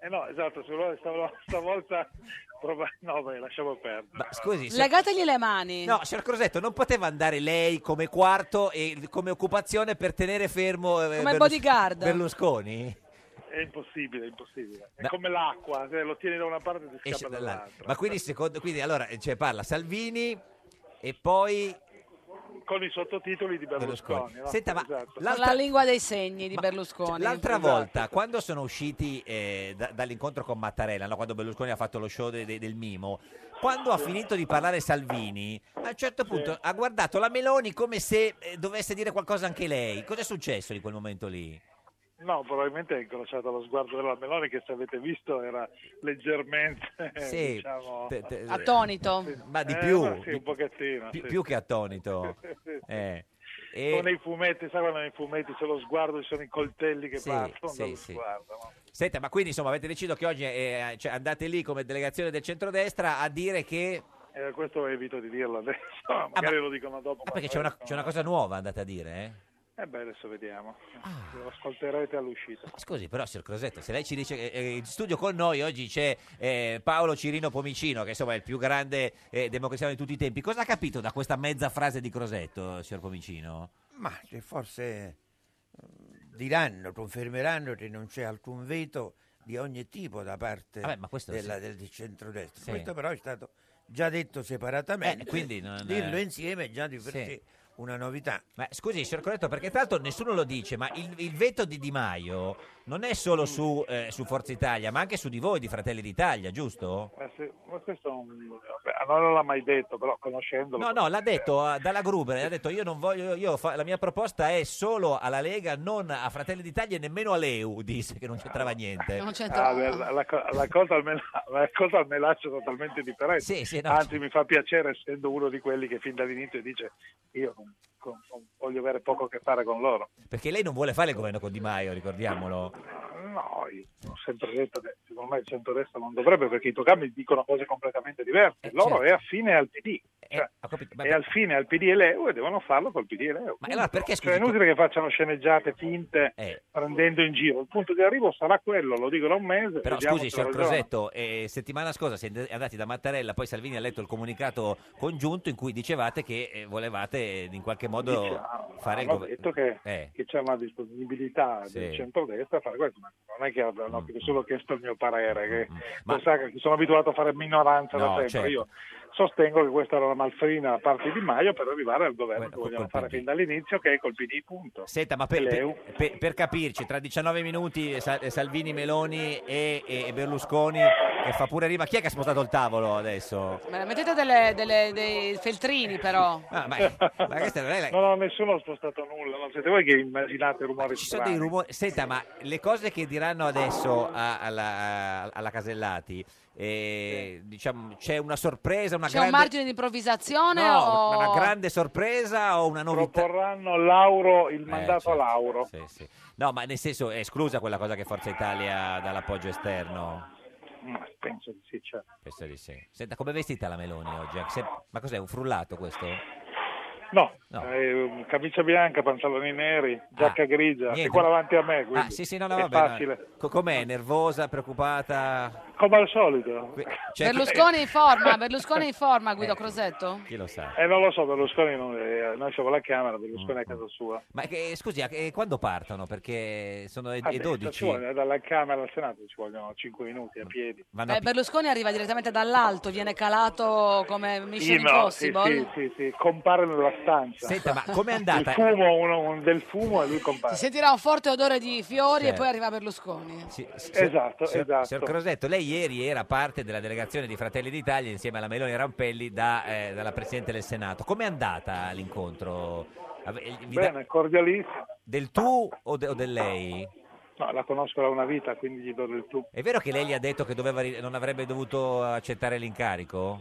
Speaker 6: Eh no, esatto, solo- stavo- stavolta... prova- No, beh, lasciamo perdere.
Speaker 2: Scusi, se-
Speaker 3: Legategli le mani.
Speaker 2: No, signor Crosetto, non poteva andare lei come quarto e come occupazione per tenere fermo eh,
Speaker 3: Come bodyguard.
Speaker 2: Berlusconi?
Speaker 6: È impossibile, è impossibile. È
Speaker 2: Ma-
Speaker 6: come l'acqua, se lo tieni da una parte ti
Speaker 2: Esce
Speaker 6: scappa
Speaker 2: dall'altro.
Speaker 6: dall'altra.
Speaker 2: Ma quindi, secondo, quindi allora cioè, parla Salvini e poi
Speaker 6: Con i sottotitoli di Berlusconi. no?
Speaker 2: Senta, ma
Speaker 6: Esatto.
Speaker 3: Con la lingua dei segni di Berlusconi.
Speaker 2: L'altra
Speaker 6: Esatto.
Speaker 2: volta, quando sono usciti eh, da- dall'incontro con Mattarella, no, quando Berlusconi ha fatto lo show de- de- del Mimo, quando ha finito di parlare Salvini, a un certo punto ha guardato la Meloni come se eh, dovesse dire qualcosa anche lei. Cos'è successo di quel momento lì?
Speaker 6: No, probabilmente è incrociato lo sguardo della Meloni che se avete visto era leggermente,
Speaker 2: Sì,
Speaker 6: diciamo...
Speaker 2: te- te-
Speaker 3: Attonito.
Speaker 2: Ma di
Speaker 6: Eh,
Speaker 2: più,
Speaker 6: ma sì,
Speaker 2: di-
Speaker 6: un pochettino.
Speaker 2: più,
Speaker 6: Ah, sì.
Speaker 2: più che attonito.
Speaker 6: Sì, sì.
Speaker 2: Eh,
Speaker 6: Come
Speaker 2: e-
Speaker 6: nei fumetti, sai quando nei fumetti c'è lo sguardo, ci sono i coltelli che
Speaker 2: Sì,
Speaker 6: partono
Speaker 2: sì,
Speaker 6: dallo
Speaker 2: sì.
Speaker 6: sguardo. no?
Speaker 2: Senta, ma quindi insomma avete deciso che oggi eh, cioè, andate lì come delegazione del centrodestra a dire che...
Speaker 6: Eh, questo evito di dirlo adesso, magari lo dicono dopo.
Speaker 2: Ah, perché c'è una, c'è una cosa nuova andate a dire, eh?
Speaker 6: Eh beh, adesso vediamo.
Speaker 2: Ah.
Speaker 6: Lo ascolterete all'uscita.
Speaker 2: Scusi, però, signor Crosetto, se lei ci dice che eh, in studio con noi oggi c'è eh, Paolo Cirino Pomicino, che insomma è il più grande eh, democristiano di tutti i tempi, cosa ha capito da questa mezza frase di Crosetto, signor Pomicino?
Speaker 25: Ma che forse eh, diranno, confermeranno che non c'è alcun veto di ogni tipo da parte
Speaker 2: Vabbè, ma questo
Speaker 25: della-
Speaker 2: sì.
Speaker 25: del di centrodestra.
Speaker 2: Sì.
Speaker 25: Questo però è stato già detto separatamente,
Speaker 2: Eh, quindi non-
Speaker 25: dirlo insieme è già di per
Speaker 2: Sì.
Speaker 25: sé una novità.
Speaker 2: Ma scusi, signor Corretto, perché tra l'altro nessuno lo dice, ma il, il veto di Di Maio non è solo su, eh, su Forza Italia, ma anche su di voi, di Fratelli d'Italia, giusto?
Speaker 6: Ma se- Eh, ma questo è un- vabbè, non l'ha mai detto, però conoscendolo...
Speaker 2: No, no, l'ha detto eh, Dalla Gruber, ha detto io non voglio, io fa- la mia proposta è solo alla Lega, non a Fratelli d'Italia e nemmeno a Leu, disse che non c'entrava niente.
Speaker 6: Ah,
Speaker 2: certo.
Speaker 6: beh, la, la co- la cosa al mela- la cosa al melaccio è totalmente differente.
Speaker 2: no.
Speaker 6: Anzi, mi fa piacere essendo uno di quelli che fin dall'inizio dice io non- con- non voglio avere poco a che fare con loro.
Speaker 2: Perché lei non vuole fare il governo con Di Maio, ricordiamolo.
Speaker 6: No, io ho sempre detto che secondo me il centrodestra non dovrebbe perché i toccami dicono cose completamente diverse. Loro
Speaker 2: certo.
Speaker 6: è affine al PD.
Speaker 2: Eh,
Speaker 6: Cioè, è al fine al PD e l'EU e devono farlo col PD e l'EU.
Speaker 2: allora perché,
Speaker 6: Cioè, è inutile che facciano sceneggiate finte
Speaker 2: eh,
Speaker 6: prendendo in giro. Il punto di arrivo sarà quello, lo dico da un mese.
Speaker 2: Però
Speaker 6: vediamo
Speaker 2: scusi,
Speaker 6: se
Speaker 2: signor
Speaker 6: ragiona.
Speaker 2: Crosetto, eh, settimana scorsa siete andati da Mattarella, poi Salvini ha letto il comunicato congiunto in cui dicevate che eh, volevate eh, in qualche modo
Speaker 6: Dice,
Speaker 2: fare il
Speaker 6: hanno
Speaker 2: governo.
Speaker 6: detto che,
Speaker 2: Eh.
Speaker 6: che c'è una disponibilità del
Speaker 2: Sì. Mm.
Speaker 6: centrodestra a fare questo, ma non è che hanno solo chiesto il mio parere, che
Speaker 2: Ma-
Speaker 6: lo sa che sono abituato a fare minoranza da
Speaker 2: No,
Speaker 6: sempre.
Speaker 2: certo.
Speaker 6: Io sostengo che questa era una malfrina da parte di Maio per arrivare al governo che vogliamo fare fin dall'inizio, che è col PD, punto.
Speaker 2: Senta, ma per,
Speaker 6: E
Speaker 2: per-
Speaker 6: l'EU?
Speaker 2: per- per capirci, tra 19 minuti eh, Sa- eh, Salvini, Meloni e, e- e Berlusconi, che fa pure rima, chi è che ha spostato il tavolo adesso?
Speaker 3: Me la mettete delle- delle- dei feltrini però.
Speaker 2: Ah, ma, ma questa non è la...
Speaker 6: No, no, nessuno ha spostato nulla, non siete voi che immaginate rumori
Speaker 2: Ci sono dei rumori. Senta, ma le cose che diranno adesso a- alla, alla Casellati, eh, diciamo, c'è una sorpresa, una
Speaker 3: C'è un
Speaker 2: grande...
Speaker 3: margine di improvvisazione
Speaker 2: No,
Speaker 3: o...
Speaker 2: una grande sorpresa o Ah, una novità?
Speaker 6: Proporranno Lauro il mandato
Speaker 2: certo.
Speaker 6: Lauro.
Speaker 2: Sì, sì. No, ma nel senso è esclusa quella cosa che Forza Italia dà l'appoggio esterno?
Speaker 6: Ma Mm, penso di sì, certo.
Speaker 2: Penso di sì. Senta, com'è vestita la Meloni oggi? Se- Ma cos'è, un frullato questo?
Speaker 6: No,
Speaker 2: No. Ah,
Speaker 6: eh, camicia bianca, pantaloni neri, giacca grigia,
Speaker 2: niente.
Speaker 6: è qua davanti a me, Eh, quindi
Speaker 2: Ah, sì, sì, no, no,
Speaker 6: è
Speaker 2: vabbè. no.
Speaker 6: facile.
Speaker 2: Co- Com'è? Nervosa, preoccupata?
Speaker 6: Come al solito.
Speaker 2: Cioè, Eh,
Speaker 3: Berlusconi in forma, Berlusconi in forma Guido Crosetto?
Speaker 2: Chi lo sa?
Speaker 6: Eh, non lo so, Berlusconi, non, eh, noi siamo alla Camera, Berlusconi è a casa sua.
Speaker 2: Ma che- scusi, a che- quando partono? Perché sono le
Speaker 6: Ah, beh, ci
Speaker 2: 12.
Speaker 6: vuole- dalla Camera al Senato ci vogliono 5 minuti a piedi.
Speaker 2: Vanno a
Speaker 3: Eh, Berlusconi arriva direttamente dall'alto, viene calato come Mission
Speaker 6: Sì, no, sì,
Speaker 3: Impossible.
Speaker 6: sì, sì, sì, compare nella stanza.
Speaker 2: Senta, ma com'è andata?
Speaker 6: Il fumo, uno, un- del fumo e lui compare.
Speaker 3: Si sentirà un forte odore di fiori e
Speaker 2: Certo.
Speaker 3: poi arriva Berlusconi.
Speaker 2: Sì, sì,
Speaker 6: Esatto,
Speaker 2: signor,
Speaker 6: esatto.
Speaker 2: Signor Crosetto, lei ieri era parte della delegazione di Fratelli d'Italia insieme alla Meloni Rampelli da, eh, dalla Presidente del Senato. Com'è andata l'incontro? Ave- vi da-
Speaker 6: Bene, cordialissimo.
Speaker 2: del tu o, de- o del lei?
Speaker 6: No, la conosco da una vita, quindi gli do del tu.
Speaker 2: È vero che lei gli ha detto che doveva ri- non avrebbe dovuto accettare l'incarico?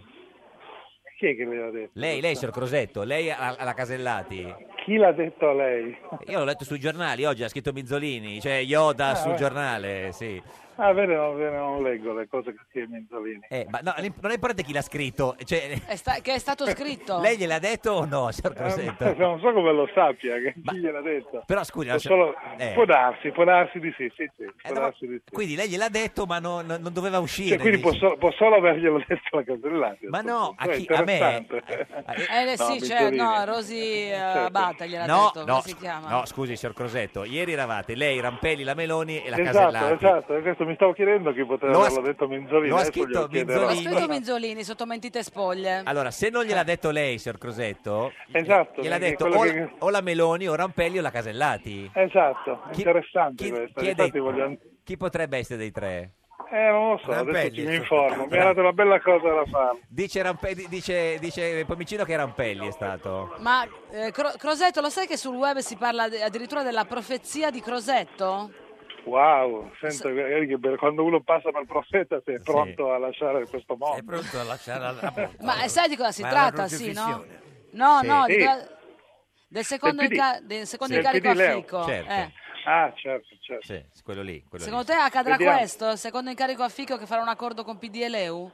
Speaker 6: Chi è che le ha detto?
Speaker 2: Lei, lei, signor Crosetto, lei a- alla Casellati?
Speaker 6: Chi l'ha detto a lei?
Speaker 2: Io l'ho letto sui giornali oggi, ha scritto Minzolini, cioè Yoda
Speaker 6: Ah,
Speaker 2: sul
Speaker 6: beh.
Speaker 2: giornale, sì.
Speaker 6: Ah, vero, non, vero, non leggo le cose che scrive Menzolini.
Speaker 2: Eh, ma no, l'im- non è importante chi l'ha scritto, cioè,
Speaker 3: È sta- che è stato scritto.
Speaker 2: lei gliel'ha detto o no, signor
Speaker 6: Eh,
Speaker 2: Crosetto?
Speaker 6: ma non so come lo sappia, che chi gliel'ha detto.
Speaker 2: Però scusi,
Speaker 6: Può
Speaker 2: lascia-
Speaker 6: solo-
Speaker 2: eh.
Speaker 6: può darsi, può darsi di sì, sì, sì, può
Speaker 2: no,
Speaker 6: darsi di sì.
Speaker 2: Quindi lei gliel'ha detto, ma non- non- non doveva uscire.
Speaker 6: Cioè, quindi
Speaker 2: dice.
Speaker 6: può, so- può solo averglielo detto la Casellati.
Speaker 2: Ma
Speaker 6: questo
Speaker 2: no, a
Speaker 6: è
Speaker 2: chi- a me-
Speaker 6: interessante.
Speaker 3: Eh
Speaker 6: No,
Speaker 3: sì, cioè,
Speaker 6: Minzolini.
Speaker 3: no, Rosy eh, Abate gliel'ha
Speaker 2: No,
Speaker 3: detto,
Speaker 2: no,
Speaker 3: come si
Speaker 2: scu-
Speaker 3: chiama?
Speaker 2: no, scusi, signor Crosetto, ieri eravate lei, Rampelli, la Meloni e la
Speaker 6: Esatto,
Speaker 2: Casellati.
Speaker 6: esatto, questo mi stavo chiedendo chi poteva
Speaker 2: Lo ha-
Speaker 6: averlo detto Minzolini.
Speaker 2: lo ha
Speaker 6: adesso
Speaker 2: scritto
Speaker 6: glielo chiederò.
Speaker 3: Lo ha scritto Minzolini sotto mentite spoglie.
Speaker 2: Allora, se non gliel'ha detto lei, signor Crosetto,
Speaker 6: Esatto,
Speaker 2: gliel'ha
Speaker 6: perché
Speaker 2: detto
Speaker 6: quello
Speaker 2: o,
Speaker 6: che-
Speaker 2: la- o la Meloni, o Rampelli o la Casellati.
Speaker 6: Esatto, interessante questo.
Speaker 2: Chi, è
Speaker 6: Infatti
Speaker 2: dei-
Speaker 6: voglio-
Speaker 2: chi potrebbe essere dei tre?
Speaker 6: Eh, non lo so, adesso
Speaker 2: Rampelli,
Speaker 6: ci mi
Speaker 2: sì.
Speaker 6: informo. Mi ha
Speaker 2: Bravo.
Speaker 6: dato una bella cosa da fare.
Speaker 2: Dice, Rampelli, dice, dice Pomicino che Rampelli è stato.
Speaker 3: Ma eh, Cro- Crosetto, lo sai che sul web si parla de- addirittura della profezia di Crosetto?
Speaker 6: Wow, sento eh, che per- quando uno passa per profeta sei pronto a lasciare questo mondo. Sei
Speaker 25: pronto a lasciare la
Speaker 3: Ma eh, sai di cosa si
Speaker 6: Ma è una
Speaker 3: tratta, sì, no?
Speaker 6: crocifissione.
Speaker 3: No,
Speaker 6: Sì.
Speaker 3: no, di
Speaker 6: Sì.
Speaker 3: quella- del secondo,
Speaker 6: Del PD.
Speaker 3: inca- del secondo
Speaker 6: Sì.
Speaker 3: incarico
Speaker 6: Del PD
Speaker 3: a
Speaker 6: Leo.
Speaker 3: Fico.
Speaker 2: Certo.
Speaker 3: eh.
Speaker 6: Ah, certo, certo.
Speaker 2: Sì, quello lì. quello lì.
Speaker 3: Secondo te accadrà
Speaker 6: Vediamo.
Speaker 3: questo? Il secondo incarico a Fico che farà un accordo con PD e Leu?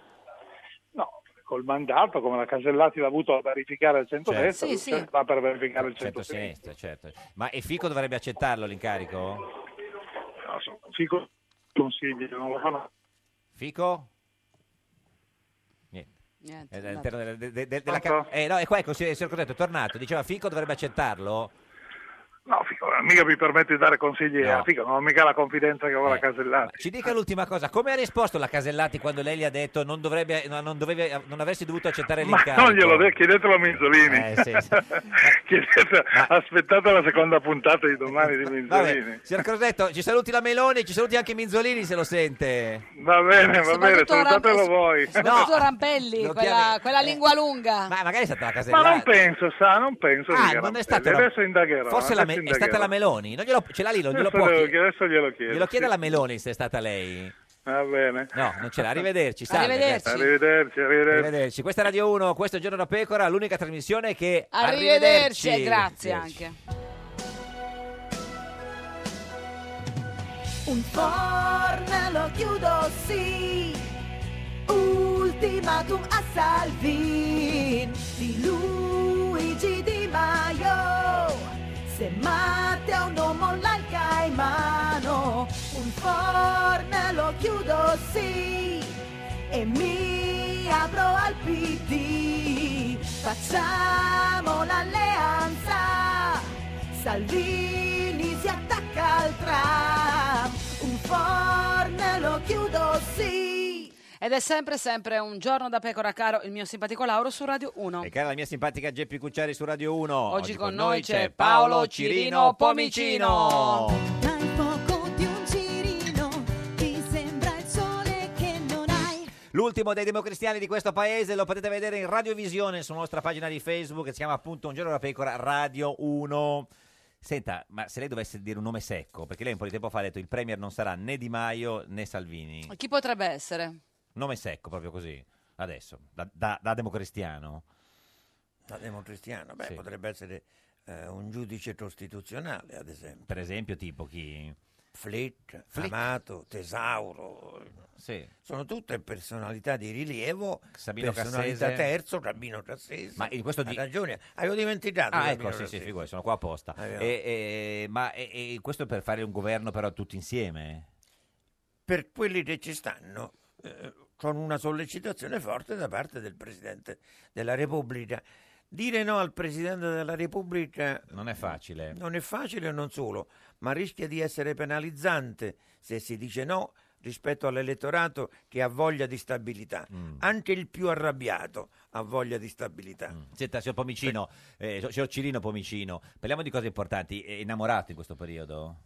Speaker 6: Col mandato, come la Casellati l'ha avuto a verificare il centrodestra,
Speaker 3: Certo.
Speaker 6: lui
Speaker 3: Sì, sì.
Speaker 6: va per verificare il centrosinistra.
Speaker 2: Centrosinistra, certo. Ma e Fico dovrebbe accettarlo l'incarico?
Speaker 6: No, so, Fico consigli, non lo fanno.
Speaker 2: Fico?
Speaker 3: Niente.
Speaker 2: È
Speaker 3: andata.
Speaker 2: all'interno della, eh, de- de- de- della ca- eh, no, è qua, ecco, signor signor Crosetto, è tornato. Diceva Fico dovrebbe accettarlo?
Speaker 6: No, Fico, ma mica mi permette di dare consigli
Speaker 2: No. Eh,
Speaker 6: a Fico, non ho mica la confidenza che ho la Casellati.
Speaker 2: Ci dica l'ultima cosa, come ha risposto la Casellati quando lei gli ha detto non, dovrebbe, no, non, dovevi- non avresti dovuto accettare
Speaker 6: Ma
Speaker 2: l'incarico?
Speaker 6: non glielo de- chiedetelo a Minzolini.
Speaker 2: Eh, sì, sì.
Speaker 6: Chiedete- aspettate la seconda puntata di domani di Minzolini.
Speaker 2: Vabbè, signor Crosetto, ci saluti la Meloni, ci saluti anche Minzolini se lo sente.
Speaker 6: Va bene, va bene,
Speaker 3: Soprattutto
Speaker 6: salutatelo
Speaker 3: Ram-
Speaker 6: voi.
Speaker 3: Soprattutto Rampelli,
Speaker 2: lo
Speaker 3: quella,
Speaker 2: chiami- eh.
Speaker 3: quella lingua lunga.
Speaker 2: Ma magari è stata la
Speaker 6: Ma
Speaker 2: Casellati.
Speaker 6: non penso, sa, non penso. mica
Speaker 2: Ah, non è
Speaker 6: Rampelli.
Speaker 2: stata la-
Speaker 6: Adesso indagherò. eh,
Speaker 2: Forse la Me-
Speaker 6: adesso
Speaker 2: è stata
Speaker 6: indagherò.
Speaker 2: la Meloni. Non glielo- ce l'ha lì, non glielo
Speaker 6: Adesso
Speaker 2: può
Speaker 6: glielo-
Speaker 2: chiedere.
Speaker 6: adesso glielo chiedo.
Speaker 2: Glielo chiede
Speaker 6: sì.
Speaker 2: la Meloni se è stata lei.
Speaker 6: Va bene.
Speaker 2: No, non ce l'ha. Arrivederci. salve,
Speaker 3: Arrivederci.
Speaker 2: grazie.
Speaker 6: Arrivederci, arrivederci.
Speaker 2: Arrivederci. Questa è Radio 1, questo è Giorno da Pecora, l'unica trasmissione che...
Speaker 3: Arrivederci e grazie
Speaker 2: Arrivederci.
Speaker 3: anche.
Speaker 13: Un forno lo chiudo sì, ultimatum a Salvin, di Luigi Di Maio, se Matteo non molla il caimano, un forno lo chiudo sì, e mi apro al PD, facciamo l'alleanza. Salvini si attacca al tram, un forno lo chiudo sì.
Speaker 3: Ed è sempre, sempre un giorno da pecora, caro il mio simpatico Lauro su Radio 1.
Speaker 2: E cara la mia simpatica Geppi Cucciari su Radio 1.
Speaker 3: Oggi con noi c'è Paolo Cirino Pomicino.
Speaker 7: Ti sembra il sole che non hai
Speaker 2: L'ultimo dei democristiani di questo paese lo potete vedere in radiovisione sulla nostra pagina di Facebook che si chiama appunto Un giorno da pecora Radio 1. Senta, ma se lei dovesse dire un nome secco, perché lei un po' di tempo fa ha detto il premier non sarà né Di Maio né Salvini.
Speaker 3: Chi potrebbe essere?
Speaker 2: Nome secco, proprio così, adesso, da, da, da democristiano.
Speaker 25: Da democristiano, beh,
Speaker 2: Sì.
Speaker 25: potrebbe essere eh, un giudice costituzionale, ad esempio.
Speaker 2: Per esempio tipo chi?
Speaker 25: Flick, Amato, Tesauro.
Speaker 2: Sì.
Speaker 25: Sono tutte personalità di rilievo.
Speaker 2: Sabino
Speaker 25: personalità
Speaker 2: Cassese.
Speaker 25: terzo, Rabino Cassese.
Speaker 2: Ma in questo
Speaker 25: Ha
Speaker 2: di-
Speaker 25: ragione, avevo dimenticato.
Speaker 2: Ah,
Speaker 25: Sabino
Speaker 2: ecco, sì, sì,
Speaker 25: Cassese.
Speaker 2: figurati, sono qua apposta.
Speaker 25: Abbiamo-
Speaker 2: E- e- ma e- e questo per fare un governo però tutti insieme?
Speaker 25: Per quelli che ci stanno, eh, con una sollecitazione forte da parte del Presidente della Repubblica. Dire no al Presidente della Repubblica
Speaker 2: Non è facile.
Speaker 25: Non è facile non solo, ma rischia di essere penalizzante se si dice no rispetto all'elettorato che ha voglia di stabilità.
Speaker 2: Mm.
Speaker 25: Anche il più arrabbiato ha voglia di stabilità.
Speaker 2: Senta, Mm. signor Pomicino, eh, signor Cirino Pomicino, parliamo di cose importanti. È innamorato in questo periodo?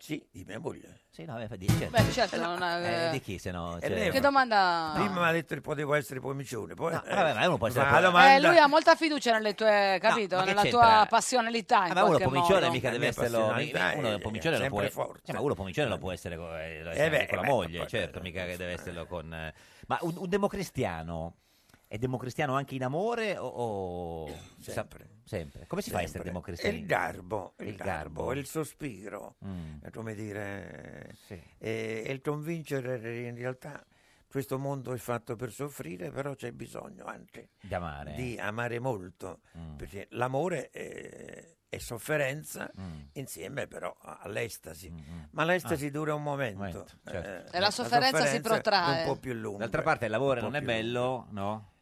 Speaker 25: Sì, di mia moglie.
Speaker 2: Sì, no, beh, di, certo.
Speaker 3: Beh, certo, non ha-
Speaker 2: Eh, di chi se no?
Speaker 25: E
Speaker 2: cioè-
Speaker 25: lei
Speaker 3: Che domanda...
Speaker 25: Prima mi ha detto che potevo essere pomicione, poi...
Speaker 2: No, vabbè, ma uno può essere
Speaker 25: Ma
Speaker 2: po-
Speaker 25: la domanda-
Speaker 3: Eh, lui ha molta fiducia nelle tue, capito?
Speaker 2: ma che
Speaker 3: Nella
Speaker 2: c'entra?
Speaker 3: tua passionalità in
Speaker 2: Ah, ma uno
Speaker 3: qualche
Speaker 2: pomicione
Speaker 3: modo.
Speaker 2: mica
Speaker 25: La
Speaker 2: deve
Speaker 25: mia
Speaker 2: esserlo
Speaker 25: personalità
Speaker 2: uno
Speaker 25: è-
Speaker 2: pomicione
Speaker 25: è
Speaker 2: lo può
Speaker 25: sempre forte.
Speaker 2: Sì, ma uno pomicione lo può essere, co- eh, lo essere anche
Speaker 25: beh,
Speaker 2: con la
Speaker 25: beh,
Speaker 2: moglie
Speaker 25: poi-
Speaker 2: certo mica che deve esserlo con eh. ma un, un democristiano è democristiano anche in amore o, o- sa-
Speaker 25: Sempre.
Speaker 2: sempre come si fa a essere
Speaker 25: Sempre.
Speaker 2: democristiani
Speaker 25: È il garbo, è il,
Speaker 2: Il
Speaker 25: garbo,
Speaker 2: garbo.
Speaker 25: è il sospiro,
Speaker 2: Mm.
Speaker 25: è come dire, eh,
Speaker 2: Sì.
Speaker 25: è, è il convincere che in realtà questo mondo è fatto per soffrire, però c'è bisogno anche
Speaker 2: Di amare. Mm.
Speaker 25: di amare molto, perché l'amore è, è sofferenza
Speaker 2: Mm.
Speaker 25: insieme però a- all'estasi, ma l'estasi dura un momento.
Speaker 2: Mm-hmm. Ah.
Speaker 25: Eh,
Speaker 2: certo.
Speaker 3: E Eh, la sofferenza si protrae.
Speaker 25: È un po' più lunga.
Speaker 2: d'altra parte il lavoro
Speaker 25: un po'
Speaker 2: non è
Speaker 25: più
Speaker 2: bello no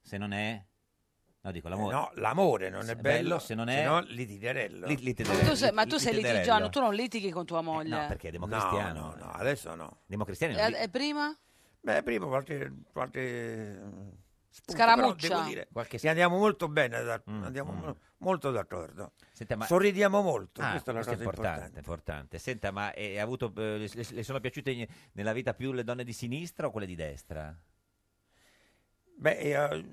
Speaker 2: se non è no dico l'amore
Speaker 25: No, l'amore non è
Speaker 2: Se
Speaker 25: bello,
Speaker 2: se non
Speaker 25: se
Speaker 2: è
Speaker 25: no litiderello.
Speaker 2: Lit- litiderello.
Speaker 3: Ma tu sei, ma tu sei
Speaker 2: Litiderello.
Speaker 3: litigiano, tu non litighi con tua moglie.
Speaker 2: Eh, no perché è democristiano
Speaker 25: No, no, no, adesso no
Speaker 2: democristiani
Speaker 3: E,
Speaker 2: non li-
Speaker 3: e prima?
Speaker 25: Beh, prima qualche, qualche eh, spunto,
Speaker 3: Scaramuccia. Ah,
Speaker 25: però devo dire, che andiamo molto bene, da- andiamo mo- molto d'accordo.
Speaker 2: Mm, Senta, ma-
Speaker 25: Sorridiamo molto,
Speaker 2: Ah,
Speaker 25: questa è la cosa
Speaker 2: questo
Speaker 25: importante.
Speaker 2: importante, importante. Senta, ma eh, ha avuto, eh, le, le- le sono piaciute in- nella vita più le donne di sinistra o quelle di destra?
Speaker 25: Beh, eh,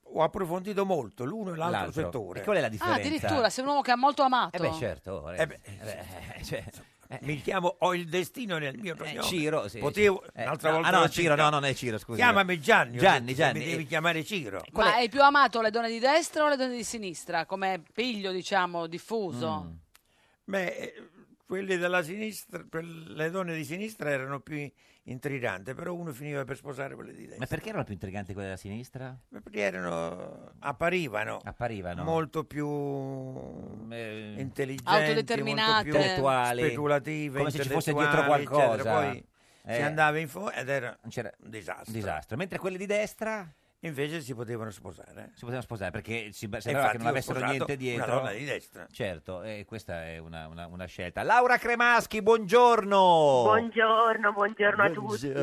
Speaker 25: ho approfondito molto l'uno e l'altro,
Speaker 2: L'altro.
Speaker 25: settore.
Speaker 2: E qual è la
Speaker 3: Ah, addirittura, sei un uomo che ha molto amato.
Speaker 2: Eh beh, certo. oh, eh,
Speaker 25: Eh beh,
Speaker 2: eh beh, cioè, eh,
Speaker 25: Mi chiamo, ho il destino nel mio cognome.
Speaker 2: Ciro, sì,
Speaker 25: Potevo,
Speaker 2: sì. Eh,
Speaker 25: un'altra
Speaker 2: no,
Speaker 25: volta.
Speaker 2: ah, no,
Speaker 25: l'ho
Speaker 2: Ciro,
Speaker 25: cercato.
Speaker 2: no, non è Ciro, scusi.
Speaker 25: Chiamami Gianni. ho
Speaker 2: Gianni,
Speaker 25: detto,
Speaker 2: Gianni. eh.
Speaker 25: Mi devi chiamare Ciro.
Speaker 3: Ma hai più amato le donne di destra o le donne di sinistra? Come piglio, diciamo, diffuso?
Speaker 2: Mm.
Speaker 25: Beh, eh, quelli della sinistra, quel- le donne di sinistra erano più intriganti, però uno finiva per sposare quelle di destra.
Speaker 2: Ma perché erano più intriganti quelle della sinistra?
Speaker 25: Ma perché erano, apparivano,
Speaker 2: Apparivano.
Speaker 25: molto più
Speaker 2: Eh,
Speaker 25: intelligenti,
Speaker 3: Autodeterminate.
Speaker 25: molto più
Speaker 2: Intellettuali.
Speaker 25: speculative,
Speaker 2: Come se ci fosse
Speaker 25: intellettuali,
Speaker 2: dietro qualcosa.
Speaker 25: eccetera. Poi
Speaker 2: Eh.
Speaker 25: si andava in fuori ed era
Speaker 2: C'era-
Speaker 25: un disastro.
Speaker 2: Un disastro. Mentre quelle di destra?
Speaker 25: Invece si potevano sposare.
Speaker 2: Si potevano sposare perché si
Speaker 25: E
Speaker 2: sembrava
Speaker 25: infatti
Speaker 2: che non
Speaker 25: ho
Speaker 2: avessero
Speaker 25: sposato
Speaker 2: niente
Speaker 25: una
Speaker 2: dietro.
Speaker 25: donna di destra.
Speaker 2: Certo, e questa è una, una- una scelta. Laura Cremaschi, buongiorno.
Speaker 8: Buongiorno, buongiorno a tutti.
Speaker 2: Eh,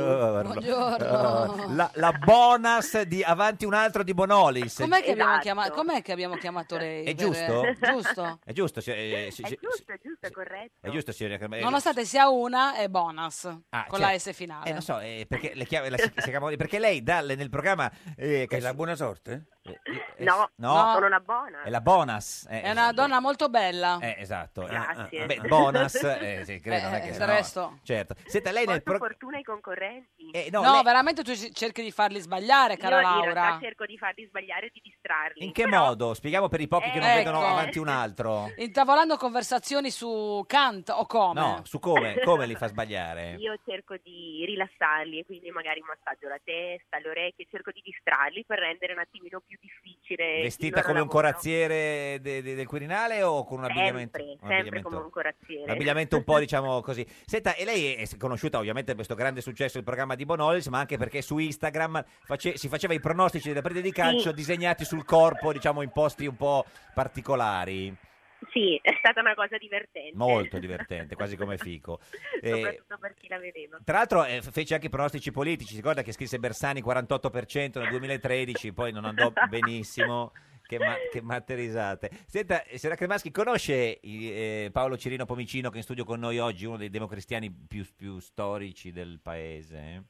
Speaker 2: la, la bonus di Avanti un altro di Bonolis.
Speaker 3: Com'è che, abbiamo
Speaker 8: Esatto.
Speaker 3: chiama- com'è che abbiamo chiamato lei?
Speaker 2: È
Speaker 3: per-
Speaker 2: giusto?
Speaker 3: Giusto?
Speaker 2: È giusto, si- eh, si-
Speaker 8: È
Speaker 2: si-
Speaker 8: giusto, è giusto, è corretto.
Speaker 2: è giusto, signora Cremaschi.
Speaker 3: Nonostante sia una, è bonus.
Speaker 2: Ah,
Speaker 3: con
Speaker 2: cioè-
Speaker 3: la S finale.
Speaker 2: Eh, non so, eh, perché, le chiama- la si- si chiama- perché lei dà le- nel programma... Eh, che la
Speaker 25: buona sorte?
Speaker 8: No,
Speaker 2: eh, no.
Speaker 8: sono una buona.
Speaker 2: È la bonus. eh,
Speaker 3: È una donna molto bella.
Speaker 2: Eh, esatto.
Speaker 8: Grazie.
Speaker 2: Eh, eh, beh, bonus, eh, sì, credo, non è
Speaker 3: Eh,
Speaker 2: che
Speaker 3: del
Speaker 2: no.
Speaker 3: resto.
Speaker 2: Certo. Senta, lei nel
Speaker 8: Molto
Speaker 2: pro-
Speaker 8: fortuna ai concorrenti.
Speaker 3: no,
Speaker 2: Eh, lei-
Speaker 3: veramente tu ci- cerchi di farli sbagliare, cara
Speaker 8: Io in
Speaker 3: Laura.
Speaker 8: realtà cerco di farli sbagliare e di distrarli.
Speaker 2: in che
Speaker 8: però-
Speaker 2: modo? Spieghiamo per i pochi che non
Speaker 3: Eh,
Speaker 2: vedono
Speaker 3: ecco.
Speaker 2: avanti un altro.
Speaker 3: Intavolando conversazioni su Kant o come?
Speaker 2: No, su come, come li fa sbagliare.
Speaker 8: Io cerco di rilassarli e quindi magari massaggio la testa, le orecchie, cerco di distrarli per rendere un attimino più difficile. il
Speaker 2: Vestita
Speaker 8: loro
Speaker 2: come un
Speaker 8: lavoro.
Speaker 2: corazziere de- de- del Quirinale o con un abbigliamento?
Speaker 8: Sempre,
Speaker 2: un
Speaker 8: sempre
Speaker 2: abbigliamento-
Speaker 8: come un corazziere.
Speaker 2: Un abbigliamento un po' diciamo così. Senta, e lei è conosciuta ovviamente per questo grande successo del programma di Bonolis, ma anche perché su Instagram face- si faceva i pronostici delle partite di calcio
Speaker 8: Sì.
Speaker 2: disegnati sul corpo, diciamo in posti un po' particolari.
Speaker 8: Sì, è stata una cosa divertente.
Speaker 2: Molto divertente, quasi come fico. Eh,
Speaker 8: Soprattutto per chi la vedeva.
Speaker 2: tra l'altro eh, fece anche i pronostici politici, si ricorda che scrisse Bersani 48% nel 2013, poi non andò benissimo. Che, ma- che matte risate. Senta, eh, signora Cremaschi, conosce i- eh, Paolo Cirino Pomicino che è in studio con noi oggi, uno dei democristiani più, più storici del paese?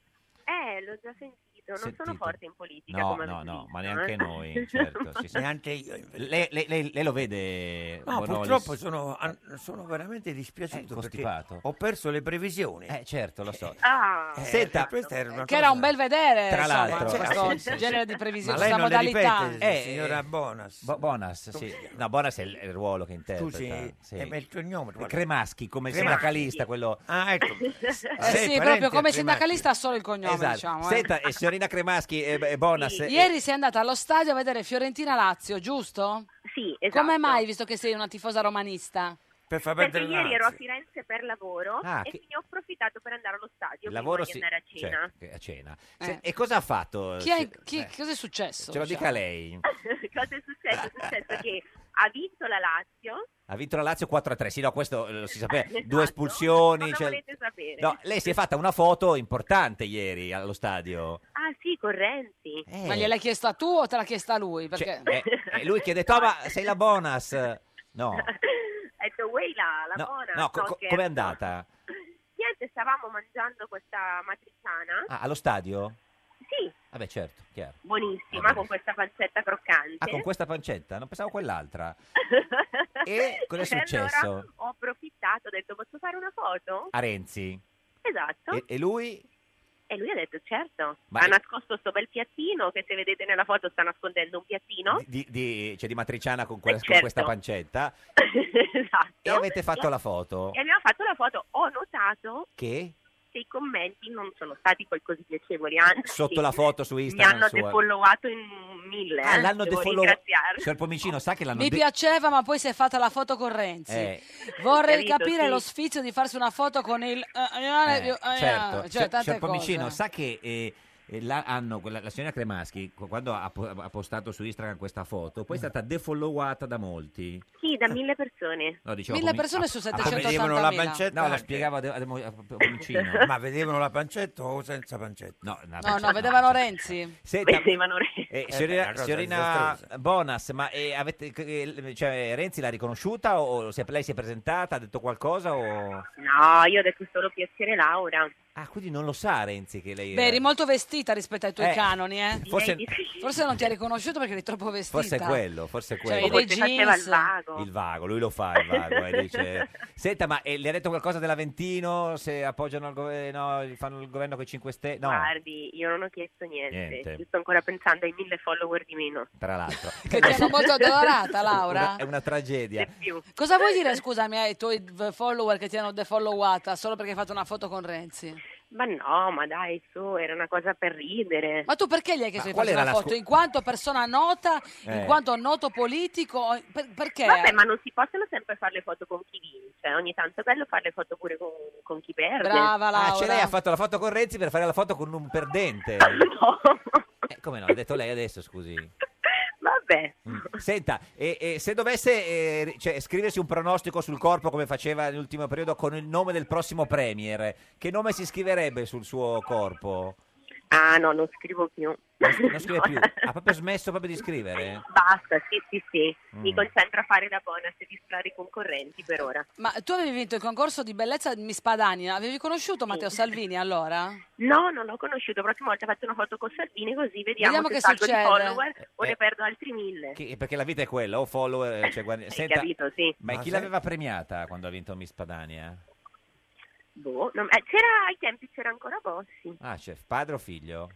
Speaker 8: Eh, l'ho già sentito, non sono
Speaker 2: Sentito.
Speaker 8: forte in politica.
Speaker 2: No,
Speaker 8: come
Speaker 2: no,
Speaker 8: avete
Speaker 2: no,
Speaker 8: visto,
Speaker 2: ma neanche
Speaker 8: eh.
Speaker 2: noi, certo. sì, sì.
Speaker 25: Neanche io, invece.
Speaker 2: Lei, lei- lei- lei lo vede?
Speaker 25: No,
Speaker 2: Bonolis?
Speaker 25: purtroppo sono, an- sono veramente
Speaker 2: Eh,
Speaker 25: dispiaciuto perché
Speaker 2: costipato.
Speaker 25: ho perso le previsioni.
Speaker 2: Eh, certo, lo so.
Speaker 8: Ah,
Speaker 25: Eh,
Speaker 2: Senta,
Speaker 25: questa era una eh,
Speaker 3: Che era
Speaker 25: cosa-
Speaker 3: un bel vedere,
Speaker 2: Tra
Speaker 3: insomma,
Speaker 2: l'altro.
Speaker 3: questo
Speaker 2: Sì, sì, sì.
Speaker 3: genere di previsione,
Speaker 25: Ma lei
Speaker 3: questa
Speaker 25: non le
Speaker 3: modalità.
Speaker 25: ripete, signora Bonas.
Speaker 2: Eh, Bo- Bonas, sì. No, Bonas è il, è il ruolo che interpreta.
Speaker 25: Scusi,
Speaker 2: sì.
Speaker 25: eh, ma il cognome, guarda.
Speaker 2: Cremaschi, come il
Speaker 25: Cremaschi.
Speaker 2: sindacalista, quello...
Speaker 25: Ah, ecco.
Speaker 3: Eh
Speaker 25: Lei è
Speaker 3: sì,
Speaker 25: parente
Speaker 3: proprio
Speaker 25: a
Speaker 3: come
Speaker 25: Cremacchi.
Speaker 3: sindacalista ha solo il cognome,
Speaker 2: Esatto.
Speaker 3: diciamo. eh.
Speaker 2: Senta, eh, signorina Cremaschi e e Bonas... eh,
Speaker 3: Ieri sei andata allo stadio a vedere Fiorentina-Lazio, giusto?
Speaker 8: Sì, esatto.
Speaker 3: Come mai, visto che sei una tifosa romanista?
Speaker 25: Per far
Speaker 8: Perché
Speaker 25: perdere la
Speaker 8: ieri ero a
Speaker 25: Lazio.
Speaker 8: Firenze per lavoro
Speaker 2: Ah,
Speaker 8: e
Speaker 2: che-
Speaker 8: quindi ho approfittato per andare allo stadio
Speaker 2: Il lavoro
Speaker 8: prima
Speaker 2: si...
Speaker 8: di andare a cena.
Speaker 2: certo, che- a cena. Se- E cosa ha fatto?
Speaker 3: Eh. Chi è-
Speaker 2: si-
Speaker 3: chi-
Speaker 2: eh,
Speaker 3: Cosa è successo?
Speaker 2: Ce lo
Speaker 3: diciamo?
Speaker 2: dica lei.
Speaker 8: Cosa è successo? È successo che ha vinto la Lazio.
Speaker 2: Ha vinto la Lazio 4-3. Sì, no, questo eh, lo si sapeva.
Speaker 8: Esatto.
Speaker 2: Due espulsioni.
Speaker 8: Non lo
Speaker 2: cioè-
Speaker 8: volete sapere.
Speaker 2: No, lei si è fatta una foto importante ieri allo stadio.
Speaker 8: Ah sì, con Renzi.
Speaker 3: Ma gliel'hai chiesta tu o te l'ha chiesta lui? Perché...
Speaker 2: Eh. Cioè, eh, eh, lui chiede, "Oh, ma sei la Bonas? No.
Speaker 8: Ha detto, "Uè, la, la
Speaker 2: No,
Speaker 8: buona.
Speaker 2: no, co-
Speaker 8: No,
Speaker 2: co-
Speaker 8: scherzo.
Speaker 2: com'è andata?
Speaker 8: Niente, stavamo mangiando questa matriciana.
Speaker 2: Ah, allo stadio?
Speaker 8: Sì,
Speaker 2: Vabbè, certo, chiaro.
Speaker 8: buonissima, con questa pancetta croccante.
Speaker 2: Ah, con questa pancetta? Non pensavo quell'altra. E cosa è
Speaker 8: E Allora
Speaker 2: successo?
Speaker 8: ho approfittato, ho detto posso fare una foto?
Speaker 2: A Renzi.
Speaker 8: Esatto.
Speaker 2: E, e lui?
Speaker 8: E lui ha detto certo,
Speaker 2: Ma
Speaker 8: ha
Speaker 2: è-
Speaker 8: nascosto sto bel piattino che se vedete nella foto sta nascondendo un piattino.
Speaker 2: Di, di- cioè di matriciana con, quella-
Speaker 8: Eh,
Speaker 2: con
Speaker 8: certo.
Speaker 2: questa pancetta.
Speaker 8: esatto.
Speaker 2: E avete fatto la foto?
Speaker 8: E Eh, abbiamo fatto la foto, ho notato
Speaker 2: Che?
Speaker 8: che i commenti non sono stati poi così piacevoli, anzi
Speaker 2: Sotto la foto su
Speaker 8: mi
Speaker 2: Instagram
Speaker 8: hanno
Speaker 2: sua.
Speaker 8: defollowato in mille,
Speaker 2: Ah,
Speaker 8: eh,
Speaker 2: l'hanno
Speaker 8: devo
Speaker 2: defollowato.
Speaker 8: ringraziarli.
Speaker 2: Signor Pomicino, sa che l'hanno
Speaker 3: Mi
Speaker 2: de-
Speaker 3: piaceva, ma poi si è fatta la foto con Renzi.
Speaker 2: Eh,
Speaker 3: Vorrei
Speaker 8: Capito,
Speaker 3: capire
Speaker 8: sì.
Speaker 3: lo sfizio di farsi una foto con il...
Speaker 2: eh, certo.
Speaker 3: Cioè,
Speaker 2: Signor-
Speaker 3: tante
Speaker 2: signor Pomicino,
Speaker 3: cose.
Speaker 2: sa che... eh, eh, la, hanno- quella- la signora Cremaschi qu- quando ha, po- ha postato su Instagram questa foto
Speaker 3: Mm.
Speaker 2: poi è stata defollowata da
Speaker 3: Eh
Speaker 2: molti
Speaker 8: Sì, da mille persone.
Speaker 2: No, diciamo ah, dicevo,
Speaker 3: Mille
Speaker 2: Pomi-
Speaker 3: persone
Speaker 2: a-
Speaker 3: su
Speaker 2: a-
Speaker 3: 780.000.
Speaker 25: vedevano la pancetta
Speaker 2: No, lo
Speaker 8: eh,
Speaker 25: anche.
Speaker 2: spiegavo a, De- a, Demo- a Pomicino.
Speaker 25: Ma vedevano la pancetta o senza pancetta?
Speaker 2: No,
Speaker 3: No, no, vedevano Renzi.
Speaker 2: Senta, eh,
Speaker 25: Eh, beh, è
Speaker 2: signorina,
Speaker 25: una cosa
Speaker 2: signorina Bonas, ma eh, avete, eh, cioè, Renzi l'ha riconosciuta o se lei si è presentata, ha detto qualcosa o...
Speaker 8: No, io ho detto solo piacere Laura.
Speaker 2: Ah, quindi non lo sa Renzi che lei...
Speaker 3: Beh, eri molto vestita rispetto ai tuoi
Speaker 2: Eh,
Speaker 3: canoni, eh?
Speaker 2: forse-
Speaker 3: Forse non ti ha riconosciuto perché eri troppo vestita.
Speaker 2: Forse è quello, forse è
Speaker 3: Cioè,
Speaker 2: quello.
Speaker 3: i dei jeans.
Speaker 2: Il vago, lui lo fa il vago, eh, dice. Senta, ma eh, le ha detto qualcosa dell'Aventino? Se appoggiano il governo, no, fanno il governo con i 5 Stelle? No,
Speaker 8: Guardi, io non ho chiesto niente.
Speaker 2: Niente.
Speaker 8: Io sto ancora pensando ai mille follower di meno.
Speaker 2: tra l'altro.
Speaker 3: Che ti hanno molto adorata, Laura.
Speaker 2: Una- è una tragedia.
Speaker 3: Cosa
Speaker 8: Eh.
Speaker 3: vuoi dire, scusami, ai tuoi v- follower che ti hanno defollowata solo perché hai fatto una foto con Renzi?
Speaker 8: Ma no, ma dai, su, era una cosa per ridere.
Speaker 3: Ma tu perché gli hai chiesto di
Speaker 8: qual
Speaker 3: fare
Speaker 8: era
Speaker 3: una
Speaker 8: la
Speaker 3: foto?
Speaker 8: scu-
Speaker 3: In quanto persona nota, in
Speaker 8: Eh.
Speaker 3: quanto noto politico? Per- perché?
Speaker 8: Vabbè, ma non si possono sempre fare le foto con chi vince. Ogni tanto è bello fare le foto pure con, con chi perde.
Speaker 3: Brava
Speaker 2: Ah, cioè lei ha fatto la foto con Renzi per fare la foto con un perdente. Eh, come no? Ha detto lei adesso, scusi.
Speaker 8: Vabbè.
Speaker 2: Mm. Senta, e, e se dovesse eh, cioè, scriversi un pronostico sul corpo come faceva nell'ultimo periodo con il nome del prossimo Premier, che nome si scriverebbe sul suo corpo?
Speaker 8: Ah no, non scrivo più.
Speaker 2: Non, s- non scrive più, ha proprio smesso proprio di scrivere?
Speaker 8: Basta, sì, sì, sì. Mi
Speaker 2: Mm.
Speaker 8: concentro a fare da bonus e distrarre i concorrenti per ora.
Speaker 3: Ma tu avevi vinto il concorso di bellezza di Miss Padania, avevi conosciuto Matteo Salvini allora?
Speaker 8: No, non l'ho conosciuto. La prossima volta faccio una foto con Salvini così vediamo,
Speaker 3: Vediamo
Speaker 8: se
Speaker 3: che
Speaker 8: salgo
Speaker 3: succede.
Speaker 8: di follower o
Speaker 2: Eh,
Speaker 8: ne perdo altri mille.
Speaker 2: Chi- perché la vita è quella, o follower, cioè, guadagna- Senta,
Speaker 8: capito, sì.
Speaker 2: Ma
Speaker 8: Ma
Speaker 2: chi
Speaker 8: se-
Speaker 2: l'aveva premiata quando ha vinto Miss Padania?
Speaker 8: Boh, non- eh, c'era ai tempi c'era ancora Bossi,
Speaker 2: Ah, chef, padre o figlio?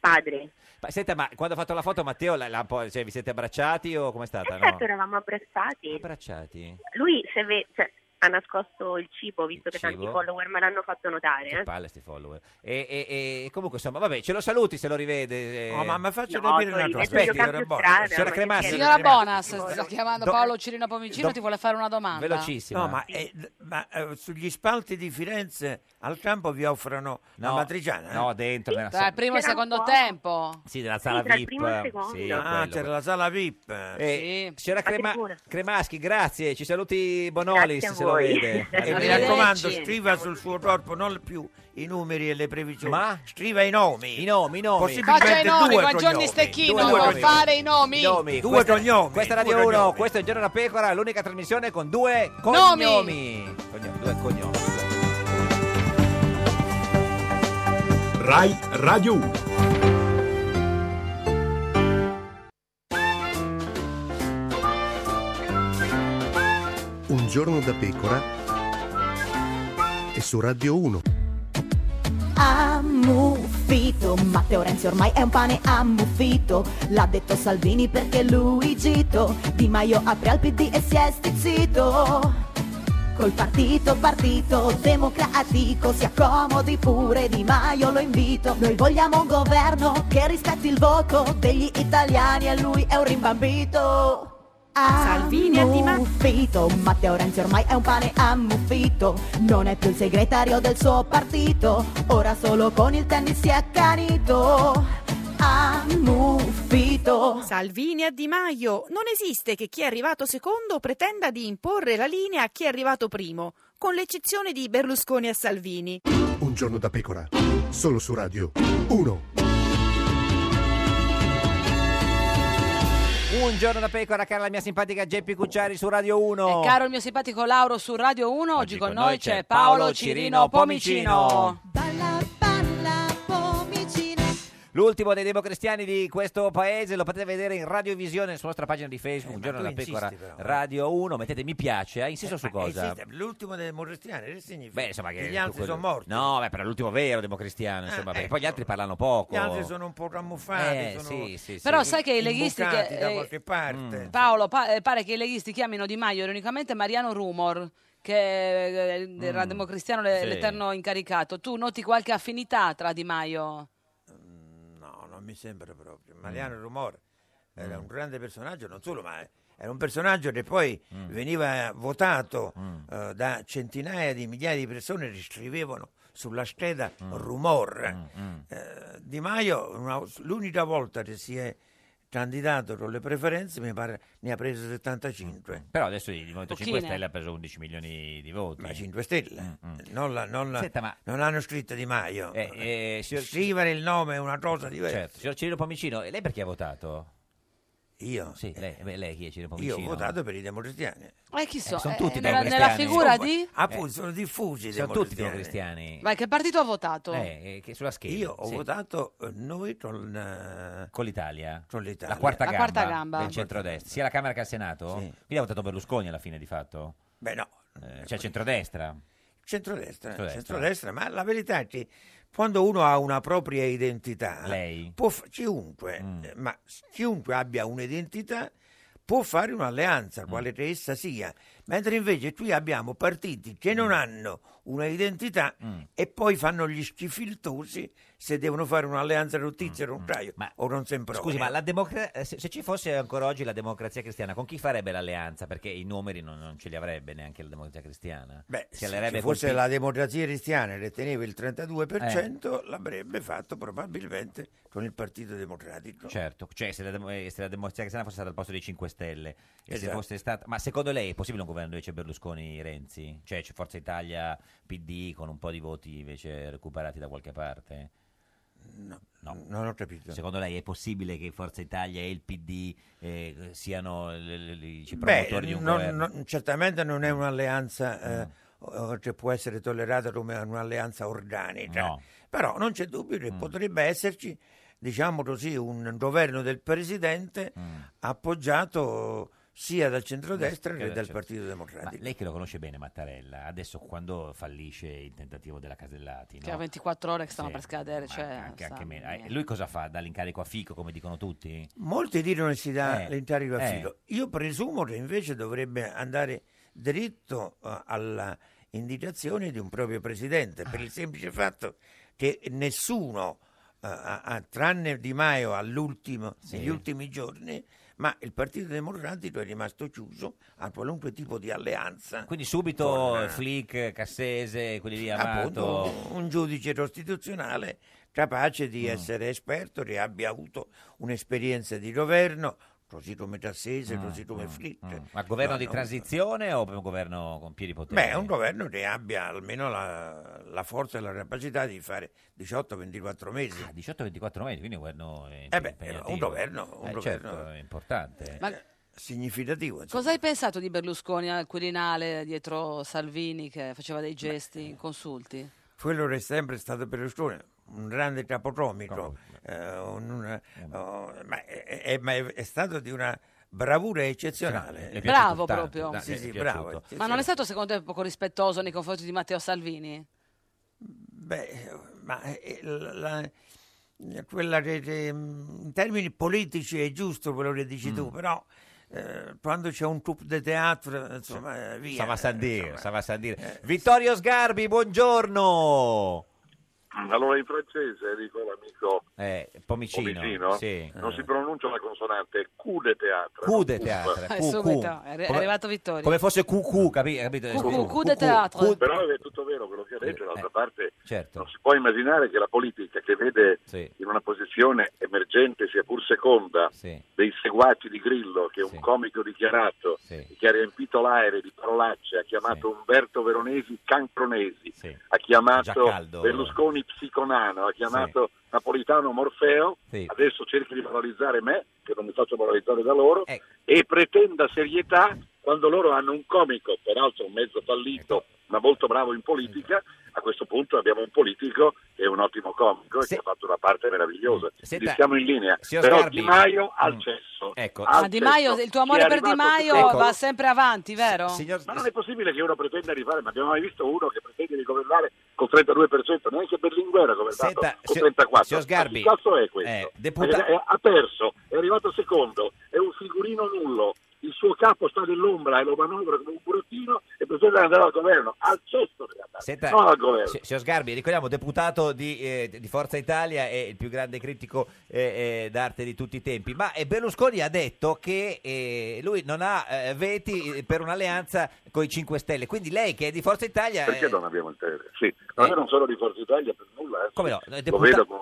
Speaker 8: padre.
Speaker 2: Ma, senta, ma quando ha fatto la foto Matteo, la- la- poi, cioè, vi siete abbracciati o com'è stata? Ah, no?
Speaker 8: Certo, eravamo abbracciati.
Speaker 2: Abbracciati?
Speaker 8: Lui se ve- cioè, ha nascosto il cibo, visto che tanti
Speaker 2: cibo?
Speaker 8: follower me l'hanno fatto notare.
Speaker 2: Che
Speaker 8: eh.
Speaker 2: palle sti follower. E, e- e comunque, insomma, vabbè, ce lo saluti se lo rivede. eh.
Speaker 25: Oh, ma mi faccio
Speaker 8: No,
Speaker 25: capire
Speaker 8: lo
Speaker 25: una
Speaker 8: rivedo,
Speaker 25: cosa,
Speaker 8: io
Speaker 25: signora
Speaker 8: cambio
Speaker 25: Bonas.
Speaker 8: strada,
Speaker 2: Signora Cremasi,
Speaker 3: Signora Bonas,
Speaker 25: Cremasi.
Speaker 3: sto chiamando
Speaker 25: Do-
Speaker 3: Paolo Cirino Pomicino,
Speaker 25: do-
Speaker 3: ti vuole fare una domanda.
Speaker 25: No, ma, eh, ma, eh, sugli spalti di Firenze al campo vi offrono la
Speaker 2: No,
Speaker 25: matriciana? eh?
Speaker 2: no, dentro, nella
Speaker 3: Tra il primo e il
Speaker 25: C'era un
Speaker 3: secondo
Speaker 25: po'.
Speaker 3: tempo.
Speaker 2: Sì, della
Speaker 25: sala
Speaker 3: tra il
Speaker 25: VIP,
Speaker 3: primo e il secondo.
Speaker 2: sì.
Speaker 25: ah,
Speaker 2: quello.
Speaker 25: c'era la sala VIP.
Speaker 2: Eh, signora
Speaker 25: Ma che
Speaker 2: Crema-
Speaker 25: buona.
Speaker 2: Cremaschi, grazie. Ci saluti Bonolis
Speaker 25: Grazie a
Speaker 2: se
Speaker 25: voi.
Speaker 2: lo vede.
Speaker 25: Eh, Mi
Speaker 2: Arrivederci.
Speaker 25: raccomando, scriva sul suo corpo non più i numeri e le previsioni, ma scriva i nomi. I
Speaker 2: nomi, i nomi.
Speaker 3: Faccia
Speaker 25: Possibilmente
Speaker 3: i nomi,
Speaker 25: due
Speaker 3: qua Giorni
Speaker 25: cognomi.
Speaker 3: Stecchino,
Speaker 25: Due
Speaker 3: non
Speaker 25: cognomi.
Speaker 3: fare i nomi.
Speaker 2: Nomi.
Speaker 25: Due
Speaker 2: questa,
Speaker 25: cognomi,
Speaker 2: Questa è
Speaker 25: due
Speaker 2: Radio 1,
Speaker 25: cognomi.
Speaker 2: questo è Il Giorno della Pecora, l'unica trasmissione con due cognomi. Cognomi, due cognomi.
Speaker 4: Rai Radio 1.
Speaker 22: Un giorno da pecora e su Radio 1.
Speaker 13: Ammuffito, Matteo Renzi ormai è un pane ammuffito, l'ha detto Salvini perché lui gito, Di Maio apre al PD e si è stizzito. Col partito, partito democratico, si accomodi pure Di Maio, lo invito. Noi vogliamo un governo che rispetti il voto degli italiani e lui è un rimbambito. Ah, Salvini ammuffito, Matteo Renzi ormai è un pane ammuffito, non è più il segretario del suo partito, ora solo con il tennis si è accanito. Ammuffito.
Speaker 23: Salvini a Di Maio. Non esiste che chi è arrivato secondo pretenda di imporre la linea a chi è arrivato primo, con l'eccezione di Berlusconi a Salvini.
Speaker 22: Un giorno da pecora. Solo su Radio 1.
Speaker 2: Un giorno da pecora, cara la mia simpatica Geppi Cucciari su Radio
Speaker 3: E
Speaker 2: 1.
Speaker 3: caro il mio simpatico Lauro su Radio 1, oggi, con noi c'è Paolo Cirino Pomicino.
Speaker 2: L'ultimo dei democristiani di questo paese lo potete vedere in radiovisione sulla nostra pagina di Facebook, Un giorno
Speaker 25: tu
Speaker 2: da pecora,
Speaker 25: insisti però, eh.
Speaker 2: Radio 1, mettete mi piace, eh, insisto su
Speaker 25: Ma
Speaker 2: cosa?
Speaker 25: esiste- l'ultimo dei democristiani, che significa?
Speaker 2: Beh, insomma, che
Speaker 25: Gli altri
Speaker 2: quello-
Speaker 25: sono morti. Eh, ecco.
Speaker 2: No, beh, però l'ultimo vero democristiano, insomma, perché poi gli altri parlano poco.
Speaker 25: Gli altri sono un po' camuffati.
Speaker 2: Oh. Eh,
Speaker 25: sono
Speaker 2: sì, sì, sì.
Speaker 3: Però sai che i leghisti
Speaker 25: imbucati
Speaker 3: che-
Speaker 25: da
Speaker 3: eh,
Speaker 25: qualche parte.
Speaker 3: Paolo, pa- eh, pare che i leghisti chiamino Di Maio ironicamente Mariano Rumor, che eh,
Speaker 2: Mm.
Speaker 3: era democristiano le-
Speaker 25: Sì.
Speaker 3: l'eterno incaricato. Tu noti qualche affinità tra Di Maio?
Speaker 25: No, non mi sembra proprio.
Speaker 2: Mm.
Speaker 25: Mariano Rumore era un grande personaggio, non solo, ma era un personaggio che poi
Speaker 2: Mm.
Speaker 25: veniva votato eh, da centinaia di migliaia di persone che scrivevano sulla scheda
Speaker 2: Mm.
Speaker 25: Rumor. Eh, di Maio, una- l'unica volta che si è candidato con le preferenze, mi pare ne ha preso 75.
Speaker 2: Però adesso il Movimento 5
Speaker 25: Pochine.
Speaker 2: Stelle ha preso 11 milioni di voti. Mm,
Speaker 25: Ma 5 Stelle, non, la- non la-
Speaker 2: Senta, ma-
Speaker 25: non hanno scritto Di Maio.
Speaker 2: Eh, eh, signor-
Speaker 25: Scrivere il nome è una cosa diversa.
Speaker 2: Certo, signor Cirino Pomicino, e lei perché ha votato?
Speaker 25: Io? Eh.
Speaker 2: Sì, lei, beh, lei chi è Cirino
Speaker 25: Io
Speaker 2: Pomicino?
Speaker 25: ho votato per i democristiani.
Speaker 3: Eh, chi so,
Speaker 2: sono
Speaker 3: eh,
Speaker 2: tutti
Speaker 3: nella, nella
Speaker 2: democristiani.
Speaker 3: figura
Speaker 25: Insomma,
Speaker 3: di...
Speaker 25: Appunto, sono diffusi i
Speaker 2: Sono tutti
Speaker 25: democristiani.
Speaker 2: democristiani.
Speaker 3: Ma che partito ha votato?
Speaker 2: Eh, eh, che sulla scheda.
Speaker 25: Io ho
Speaker 2: sì.
Speaker 25: votato eh, noi con, eh,
Speaker 2: con l'Italia.
Speaker 25: Con l'Italia.
Speaker 2: La quarta
Speaker 3: La
Speaker 2: gamba,
Speaker 3: quarta gamba.
Speaker 2: del centrodestra, sia alla Camera che al Senato? Quindi ha votato Berlusconi alla fine di fatto?
Speaker 25: Beh no.
Speaker 2: Eh, cioè centrodestra?
Speaker 25: Centrodestra,
Speaker 2: Centrodestra.
Speaker 25: centrodestra, ma la verità è che quando uno ha una propria identità,
Speaker 2: Lei? Mm.
Speaker 25: può fa- chiunque, eh, ma
Speaker 2: Mm.
Speaker 25: s- chiunque abbia un'identità può fare un'alleanza, quale che essa sia, Mentre invece qui abbiamo partiti che
Speaker 2: Mm.
Speaker 25: non hanno una identità e poi fanno gli schifiltosi se devono fare un'alleanza rottizia o un traio o non sembra.
Speaker 2: Mm, Scusi, ma la democra- eh, se, se ci fosse ancora oggi la democrazia cristiana, con chi farebbe l'alleanza? Perché i numeri non, non ce li avrebbe neanche la democrazia cristiana.
Speaker 25: Beh,
Speaker 2: Si
Speaker 25: se
Speaker 2: alleerebbe
Speaker 25: ci fosse
Speaker 2: col P-
Speaker 25: la democrazia cristiana che teneva il
Speaker 2: Eh.
Speaker 25: 32%, l'avrebbe fatto probabilmente con il Partito Democratico.
Speaker 2: Certo, cioè se la, demo- eh, se la democrazia cristiana fosse stata al posto dei 5 Stelle, e se
Speaker 25: Esatto.
Speaker 2: fosse stata... ma secondo lei è possibile un governo invece Berlusconi-Renzi? Cioè c'è Forza Italia, PD con un po' di voti invece recuperati da qualche parte?
Speaker 25: No, non ho capito.
Speaker 2: Secondo lei è possibile che Forza Italia e il PD eh, siano l- l- i
Speaker 25: Beh,
Speaker 2: promotori di un
Speaker 25: non-
Speaker 2: governo?
Speaker 25: non- certamente non è un'alleanza eh, o- che può essere tollerata come un'alleanza organica,
Speaker 2: No. Mm.
Speaker 25: però non c'è dubbio che potrebbe esserci, diciamo così, un governo del Presidente
Speaker 2: Mm.
Speaker 25: appoggiato sia dal centrodestra che
Speaker 2: Certo.
Speaker 25: dal Partito
Speaker 2: Ma
Speaker 25: Democratico.
Speaker 2: lei che lo conosce bene Mattarella, adesso quando fallisce il tentativo della Casellati,
Speaker 3: Che
Speaker 2: no?
Speaker 3: ha 24 ore che stanno
Speaker 2: Sì,
Speaker 3: per scadere, cioè,
Speaker 2: anche, anche
Speaker 3: sa-
Speaker 2: meno. Eh, Lui cosa fa? Dà l'incarico a Fico, come dicono tutti?
Speaker 25: Molti dicono che si dà
Speaker 2: Eh,
Speaker 25: l'incarico a
Speaker 2: eh.
Speaker 25: Fico. Io presumo che invece dovrebbe andare dritto eh, alla indicazione di un proprio presidente, per il semplice fatto che nessuno, eh, ha- ha- tranne Di Maio all'ultimo, negli ultimi giorni, ma il Partito Democratico è rimasto chiuso a qualunque tipo di alleanza.
Speaker 2: Quindi subito
Speaker 25: Con, eh,
Speaker 2: Flick, Cassese, quelli lì Amato.
Speaker 25: appunto un giudice costituzionale capace di
Speaker 2: Mm.
Speaker 25: essere esperto, che abbia avuto un'esperienza di governo, così come Cassese,
Speaker 2: Mm,
Speaker 25: così come
Speaker 2: mm,
Speaker 25: Flitt.
Speaker 2: mm. Ma governo
Speaker 25: No,
Speaker 2: di
Speaker 25: no.
Speaker 2: transizione o un governo con pieni poteri?
Speaker 25: Beh, è un governo che abbia almeno la, la forza e la capacità di fare 18-24 mesi.
Speaker 2: 18-24 Ah, mesi, quindi un governo eh,
Speaker 25: Eh beh,
Speaker 2: impegnativo.
Speaker 25: un governo, un
Speaker 2: Eh,
Speaker 25: governo Eh,
Speaker 2: certo, è importante.
Speaker 3: Ma-
Speaker 25: significativo. insomma.
Speaker 3: Cosa hai pensato di Berlusconi al Quirinale dietro Salvini che faceva dei gesti inconsulti?
Speaker 25: quello che è sempre stato Berlusconi, un grande capocomico, eh, un- un-
Speaker 9: Mm.
Speaker 25: oh, ma, è, è- ma è- è stato di una bravura eccezionale.
Speaker 3: Le piace Bravo tanto, proprio. da-
Speaker 25: Sì,
Speaker 3: le è
Speaker 25: sì,
Speaker 3: piaciuto.
Speaker 25: bravo.
Speaker 3: Ma non è stato secondo te poco rispettoso nei confronti di Matteo Salvini?
Speaker 25: Beh, ma eh, la- la- quella che, che, mh, in termini politici è giusto quello che dici
Speaker 9: Mm.
Speaker 25: tu, però eh, quando c'è un troupe de teatro, insomma, eh, via.
Speaker 2: Stava a San dire, stava a San dire. Vittorio Sgarbi, buongiorno.
Speaker 9: Mm, Allora in francese, dico l'amico
Speaker 2: Eh, Pomicino.
Speaker 9: Pomicino,
Speaker 2: Sì.
Speaker 9: non si pronuncia la consonante Q de teatro.
Speaker 2: Q de
Speaker 9: Uf.
Speaker 2: teatro,
Speaker 3: Eh, subito, è arri- è arrivato Vittorio.
Speaker 2: Come fosse QQ, capi- capito?
Speaker 3: Cu-
Speaker 2: Sì.
Speaker 3: cu- cu de
Speaker 2: Esatto.
Speaker 3: teatro.
Speaker 9: Però è tutto vero quello che ha detto, d'altra parte
Speaker 2: Certo.
Speaker 9: non si può immaginare che la politica che vede in una posizione emergente, sia pur seconda, dei seguaci di Grillo, che è un comico dichiarato, e che ha riempito l'aereo di parolacce, ha chiamato Umberto Veronesi cancronesi, ha chiamato
Speaker 2: Giacaldo.
Speaker 9: Berlusconi psiconano, ha chiamato Napolitano Morfeo,
Speaker 2: Sì.
Speaker 9: adesso cerchi di valorizzare me, che non mi faccio valorizzare da loro,
Speaker 2: Ecco.
Speaker 9: e pretenda serietà quando loro hanno un comico, peraltro un mezzo fallito,
Speaker 2: Ecco.
Speaker 9: ma molto bravo in politica, a questo punto abbiamo un politico che è un ottimo comico e che ha fatto una parte meravigliosa. Quindi
Speaker 2: Mm. Senta,
Speaker 9: siamo in linea.
Speaker 2: signor
Speaker 9: Però
Speaker 2: Sgarbi-
Speaker 9: Di Maio al cesso.
Speaker 2: Ecco.
Speaker 9: Al
Speaker 3: Ma Di Maio,
Speaker 9: cesso.
Speaker 3: il tuo amore
Speaker 9: Chi è
Speaker 3: per Di
Speaker 9: arrivato
Speaker 3: Maio
Speaker 9: secondo-
Speaker 3: va sempre avanti,
Speaker 2: Ecco,
Speaker 3: vero?
Speaker 9: Ma non è possibile che uno pretenda di fare, ma abbiamo mai visto uno che pretende di governare col 32%, neanche Berlinguer ha governato
Speaker 2: Senta,
Speaker 9: con
Speaker 2: signor-
Speaker 9: 34%.
Speaker 2: signor Sgarbi,
Speaker 9: Ma che cazzo è questo?
Speaker 2: eh, deputa-
Speaker 9: ecco. Eh, eh, ha perso, è arrivato secondo, è un figurino nullo, il suo capo sta nell'ombra e lo manovra come un burattino e pretende di andare al governo, al cesso deve andare,
Speaker 2: Senta,
Speaker 9: non al governo.
Speaker 2: si- signor Sgarbi, ricordiamo, deputato di, eh, di Forza Italia e il più grande critico eh, eh, d'arte di tutti i tempi, ma eh, Berlusconi ha detto che eh, lui non ha eh, veti eh, per un'alleanza con i 5 Stelle, quindi lei che è di Forza Italia...
Speaker 9: Perché
Speaker 2: eh,
Speaker 9: non abbiamo il tele? Sì, ma io non sono di Forza Italia per nulla. eh.
Speaker 2: Come no? È
Speaker 9: Lo
Speaker 2: deputa-
Speaker 9: vedo come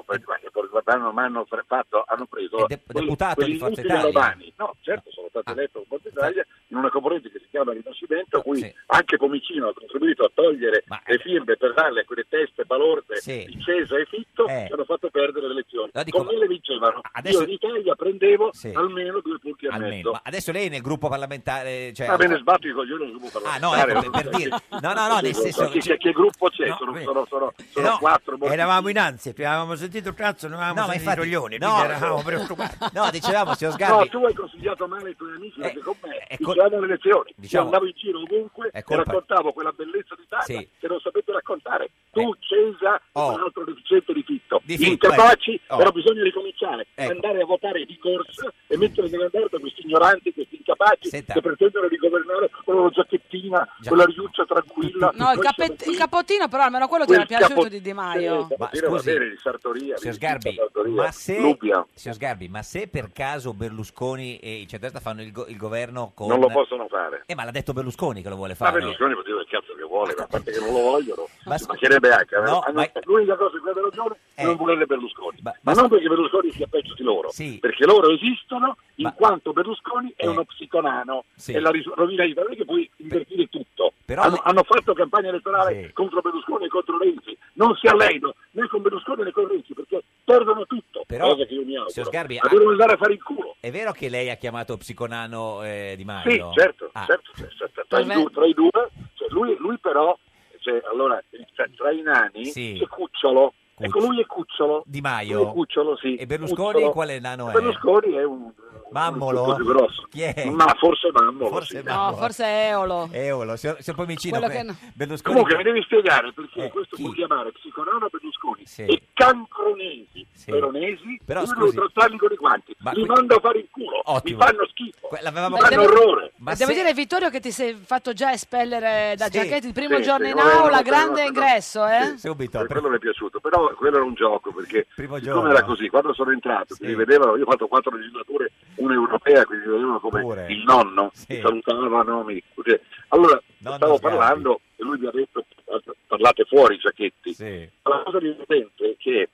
Speaker 9: guardano, ma hanno fra- fatto, hanno preso
Speaker 2: È Eh, de-
Speaker 9: quel-
Speaker 2: deputato di Forza
Speaker 9: quell'inutile
Speaker 2: Italia. Ah.
Speaker 9: Romani. No, certo, sono stato eletto con Forza Italia in una componente che si chiama
Speaker 2: Ah,
Speaker 9: Rinascimento, a cui anche Comicino ha contribuito a togliere le firme per darle a quelle teste balorde
Speaker 2: Sì.
Speaker 9: di Cesa e Fitto
Speaker 2: Eh.
Speaker 9: che hanno fatto perdere le elezioni.
Speaker 2: No, dico,
Speaker 9: con me le vincevano.
Speaker 2: adesso-
Speaker 9: Io in Italia prendevo
Speaker 2: Sì.
Speaker 9: almeno due punti e
Speaker 2: Almeno.
Speaker 9: mezzo.
Speaker 2: Ma adesso lei nel gruppo parlamentare... Cioè,
Speaker 9: Va bene, sbatto i coglioni al gruppo
Speaker 2: Ah, no,
Speaker 9: parlamentare,
Speaker 2: ecco, per- per dire. No, no, no, nel senso- eh.
Speaker 9: Che, che- che gruppo c'è?
Speaker 25: No,
Speaker 9: sono
Speaker 25: beh.
Speaker 9: sono, sono, sono quattro morti.
Speaker 25: Eravamo in ansia, prima avevamo sentito cazzo, non avevamo
Speaker 9: No, ma
Speaker 25: sentito
Speaker 9: infatti-
Speaker 25: coglioni,
Speaker 9: no.
Speaker 25: quindi eravamo preoccupati.
Speaker 2: No, dicevamo, signor
Speaker 9: No,
Speaker 2: Sgarbi... Eh,
Speaker 9: tu hai consigliato male ai tuoi amici perché con me
Speaker 2: col-
Speaker 9: dicevano le lezioni.
Speaker 2: diciamo-
Speaker 9: Io andavo in giro ovunque
Speaker 2: È
Speaker 9: e
Speaker 2: colpa-
Speaker 9: raccontavo quella bellezza d'Italia
Speaker 2: Sì.
Speaker 9: che non sapete raccontare. Tu, Cesa,
Speaker 2: Oh.
Speaker 9: e un altro deficiente di Fitto.
Speaker 2: Di Fitto,
Speaker 9: Incapaci,
Speaker 2: ecco. Oh.
Speaker 9: però bisogna ricominciare.
Speaker 2: Ecco.
Speaker 9: Andare a votare di corsa e mettere nell'andare questi ignoranti, questi capaci che pretendono di governare con la giacchettina, con la riuccia tranquilla.
Speaker 3: No, il, capet- il capotino però almeno quello ti era
Speaker 9: Quel capo- Eh,
Speaker 3: piaciuto di Di Maio.
Speaker 9: Ma scusi, Sartoria,
Speaker 2: Signor Sgarbi, ma se, signor Sgarbi, ma se per caso Berlusconi e il centrodestra fanno il, go- il governo con...
Speaker 9: Non lo possono fare.
Speaker 2: Eh, ma l'ha detto Berlusconi che lo vuole
Speaker 9: Ma
Speaker 2: fare.
Speaker 9: Berlusconi può dire il cazzo che vuole, ma a parte che non lo vogliono,
Speaker 2: Ma
Speaker 9: ci
Speaker 2: scusi-
Speaker 9: mancherebbe anche. eh.
Speaker 2: No,
Speaker 9: Hanno-
Speaker 2: ma- Eh.
Speaker 9: L'unica cosa che aveva ragione è non volerle Berlusconi. Ma, non perché Berlusconi sia peggio di loro,
Speaker 2: Sì. Eh.
Speaker 9: perché loro esistono in quanto Berlusconi è uno psiconano
Speaker 2: Sì.
Speaker 9: e la ris- rovina di Berlusconi che puoi invertire tutto.
Speaker 2: Però
Speaker 9: hanno,
Speaker 2: le-
Speaker 9: hanno fatto campagna elettorale contro Berlusconi e contro Renzi, non si allenano né con Berlusconi né con Renzi perché perdono tutto,
Speaker 2: Però,
Speaker 9: cosa che io mi auguro.
Speaker 2: signor Sgarbi,
Speaker 9: Ma
Speaker 2: ha-
Speaker 9: devono andare a fare il culo.
Speaker 2: È vero che lei ha chiamato psiconano eh, Di Maio?
Speaker 9: Sì, certo,
Speaker 2: Ah,
Speaker 9: certo, cioè, cioè, tra, i due, tra i due, cioè, lui, lui però, cioè, allora, cioè, tra i nani
Speaker 2: Sì.
Speaker 9: c'è Cucciolo,
Speaker 2: Cucci-
Speaker 9: ecco lui è Cucciolo,
Speaker 2: Di
Speaker 9: Lui
Speaker 2: Maio?
Speaker 9: è Cucciolo, sì.
Speaker 2: E Berlusconi
Speaker 9: Cucciolo.
Speaker 2: quale nano è?
Speaker 9: Berlusconi è un,
Speaker 2: Mammolo?
Speaker 9: un po' più grosso,
Speaker 2: Chi è?
Speaker 9: ma forse Mammolo, sì.
Speaker 3: No, forse è Eolo.
Speaker 2: Eolo, signor, signor Pomicino,
Speaker 3: Quello che
Speaker 2: eh,
Speaker 3: no.
Speaker 2: Berlusconi... Eh,
Speaker 9: Comunque mi devi spiegare perché questo può chiamare psiconano Berlusconi e cancronesi veronesi
Speaker 2: Però,
Speaker 9: io devo
Speaker 2: scusi.
Speaker 9: trattarli con i guanti
Speaker 2: Ma
Speaker 9: li
Speaker 2: qui-
Speaker 9: mando a fare il culo
Speaker 2: Ottimo.
Speaker 9: mi fanno schifo
Speaker 2: Que- l'avevamo-
Speaker 9: mi fanno
Speaker 3: Devo-
Speaker 9: orrore
Speaker 3: Ma Devo dire, Vittorio, che ti sei fatto già espellere da
Speaker 9: Sì.
Speaker 3: Giacchetti il primo
Speaker 9: Sì,
Speaker 3: giorno
Speaker 9: sì,
Speaker 3: in
Speaker 9: vabbè,
Speaker 3: aula,
Speaker 9: vabbè,
Speaker 3: grande
Speaker 9: vabbè.
Speaker 3: ingresso, eh?
Speaker 2: subito
Speaker 9: per quello mi è piaciuto però quello era un gioco perché
Speaker 2: giorno.
Speaker 9: siccome era così quando sono entrato mi vedevano io ho fatto quattro legislature una europea quindi mi vedevano come il nonno mi salutavano mi- cioè, allora stavo
Speaker 2: Sgarbi.
Speaker 9: parlando e lui mi ha detto "Ah, parlate fuori Giacchetti
Speaker 2: Sì.
Speaker 9: la cosa divertente è che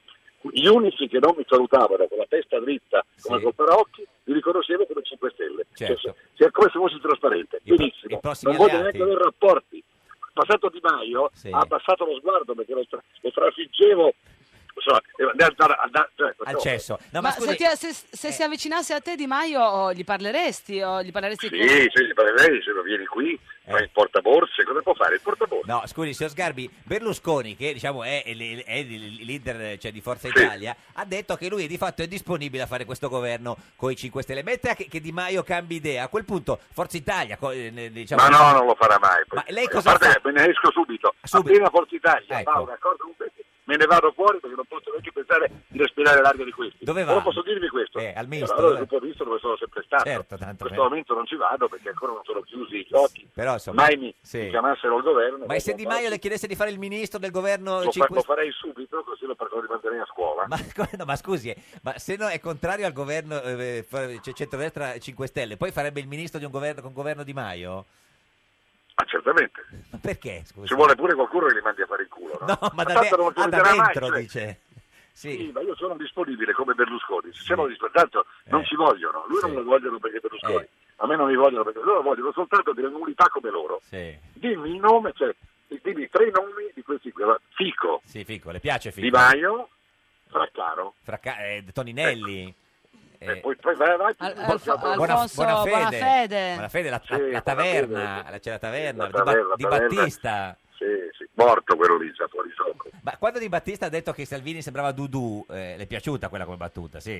Speaker 9: gli unici che non mi salutavano con la testa dritta come col paraocchi li riconoscevo come 5 Stelle
Speaker 2: Certo.
Speaker 9: cioè, come se fossi trasparente benissimo
Speaker 2: prossimi
Speaker 9: non voglio
Speaker 2: alleati.
Speaker 9: neanche avere rapporti passato Di Maio ha abbassato lo sguardo perché lo, tra- lo trafiggevo insomma, era- da- da- da- cioè,
Speaker 2: Al cesso. No, ma
Speaker 3: Ma
Speaker 2: scusi- eh.
Speaker 3: se, ti- se- se si avvicinasse a te Di Maio oh, gli parleresti? O gli parleresti
Speaker 9: sì,
Speaker 3: con-
Speaker 9: sì, ma lei diceva vieni qui fai il portaborse cosa può fare il portaborse
Speaker 2: Eh. No, scusi, signor Sgarbi, Berlusconi, che diciamo è, il- è il leader cioè, di Forza Italia, ha detto che lui di fatto è disponibile a fare questo governo con i 5 Stelle. Metta che, che Di Maio cambi idea, a quel punto Forza Italia... co- eh, ne- diciamo-
Speaker 9: ma no non lo farà mai perché-
Speaker 2: lei
Speaker 9: a
Speaker 2: cosa
Speaker 9: parte
Speaker 2: fa? Ecco.
Speaker 9: che me ne esco subito, appena Forza Italia fa un accordo con questi me ne vado fuori perché non posso neanche pensare di respirare l'aria di questi
Speaker 2: Dove va? Eh,
Speaker 9: Però posso dirvi questo
Speaker 2: al misto,
Speaker 9: allora,
Speaker 2: dove-
Speaker 9: dopo il visto dove sono sempre stato
Speaker 2: Certo, tanto
Speaker 9: in questo
Speaker 2: per-
Speaker 9: momento non ci vado perché ancora non sono chiusi gli occhi
Speaker 2: Però, insomma,
Speaker 9: mai mi,
Speaker 2: sì.
Speaker 9: mi chiamassero al governo
Speaker 2: Ma e se
Speaker 9: voglio
Speaker 2: Di
Speaker 9: andare
Speaker 2: Maio le chiedesse di fare il ministro del governo
Speaker 9: lo, fa-
Speaker 2: 5
Speaker 9: lo farei subito così lo farò rimanere a scuola
Speaker 2: Ma, no, ma scusi, eh, ma se no è contrario al governo eh, fa- cioè, centrodestra 5 Stelle, poi farebbe il ministro di un governo con governo Di Maio?
Speaker 9: ma certamente
Speaker 2: Ma perché? Scusi?
Speaker 9: ci vuole pure qualcuno che li mandi a fare il culo no,
Speaker 2: No, ma da,
Speaker 9: tanto
Speaker 2: de-
Speaker 9: non lo
Speaker 2: ah, da
Speaker 9: chiuderà mai,
Speaker 2: dentro
Speaker 9: cioè.
Speaker 2: dice. Sì.
Speaker 9: Sì, ma io sono disponibile come Berlusconi. Se siamo disponibili, tanto
Speaker 2: Eh.
Speaker 9: non ci vogliono. Lui non lo vogliono perché è Berlusconi. A me non mi vogliono perché loro vogliono soltanto delle nullità come loro.
Speaker 2: Sì.
Speaker 9: Dimmi il nome, cioè, dimmi tre nomi di questi qui. Allora, Fico,
Speaker 2: Sì, Fico, le piace Fico?
Speaker 9: Di Maio, Fraccaro.
Speaker 2: Fra ca- eh, Toninelli.
Speaker 9: Ecco.
Speaker 2: Eh,
Speaker 9: E poi, poi vai avanti. porca
Speaker 3: Alfonso
Speaker 9: troia.
Speaker 3: Bonafede.
Speaker 2: Bonafede, la,
Speaker 9: Sì,
Speaker 2: la taverna, la- c'è la taverna,
Speaker 9: La taverna,
Speaker 2: di,
Speaker 9: la
Speaker 2: Ba-
Speaker 9: taverna.
Speaker 2: di Battista.
Speaker 9: Sì, sì, morto quello lì, già fuori gioco.
Speaker 2: Ma quando Di Battista ha detto che Salvini sembrava Dudu, eh, le è piaciuta quella come battuta, sì.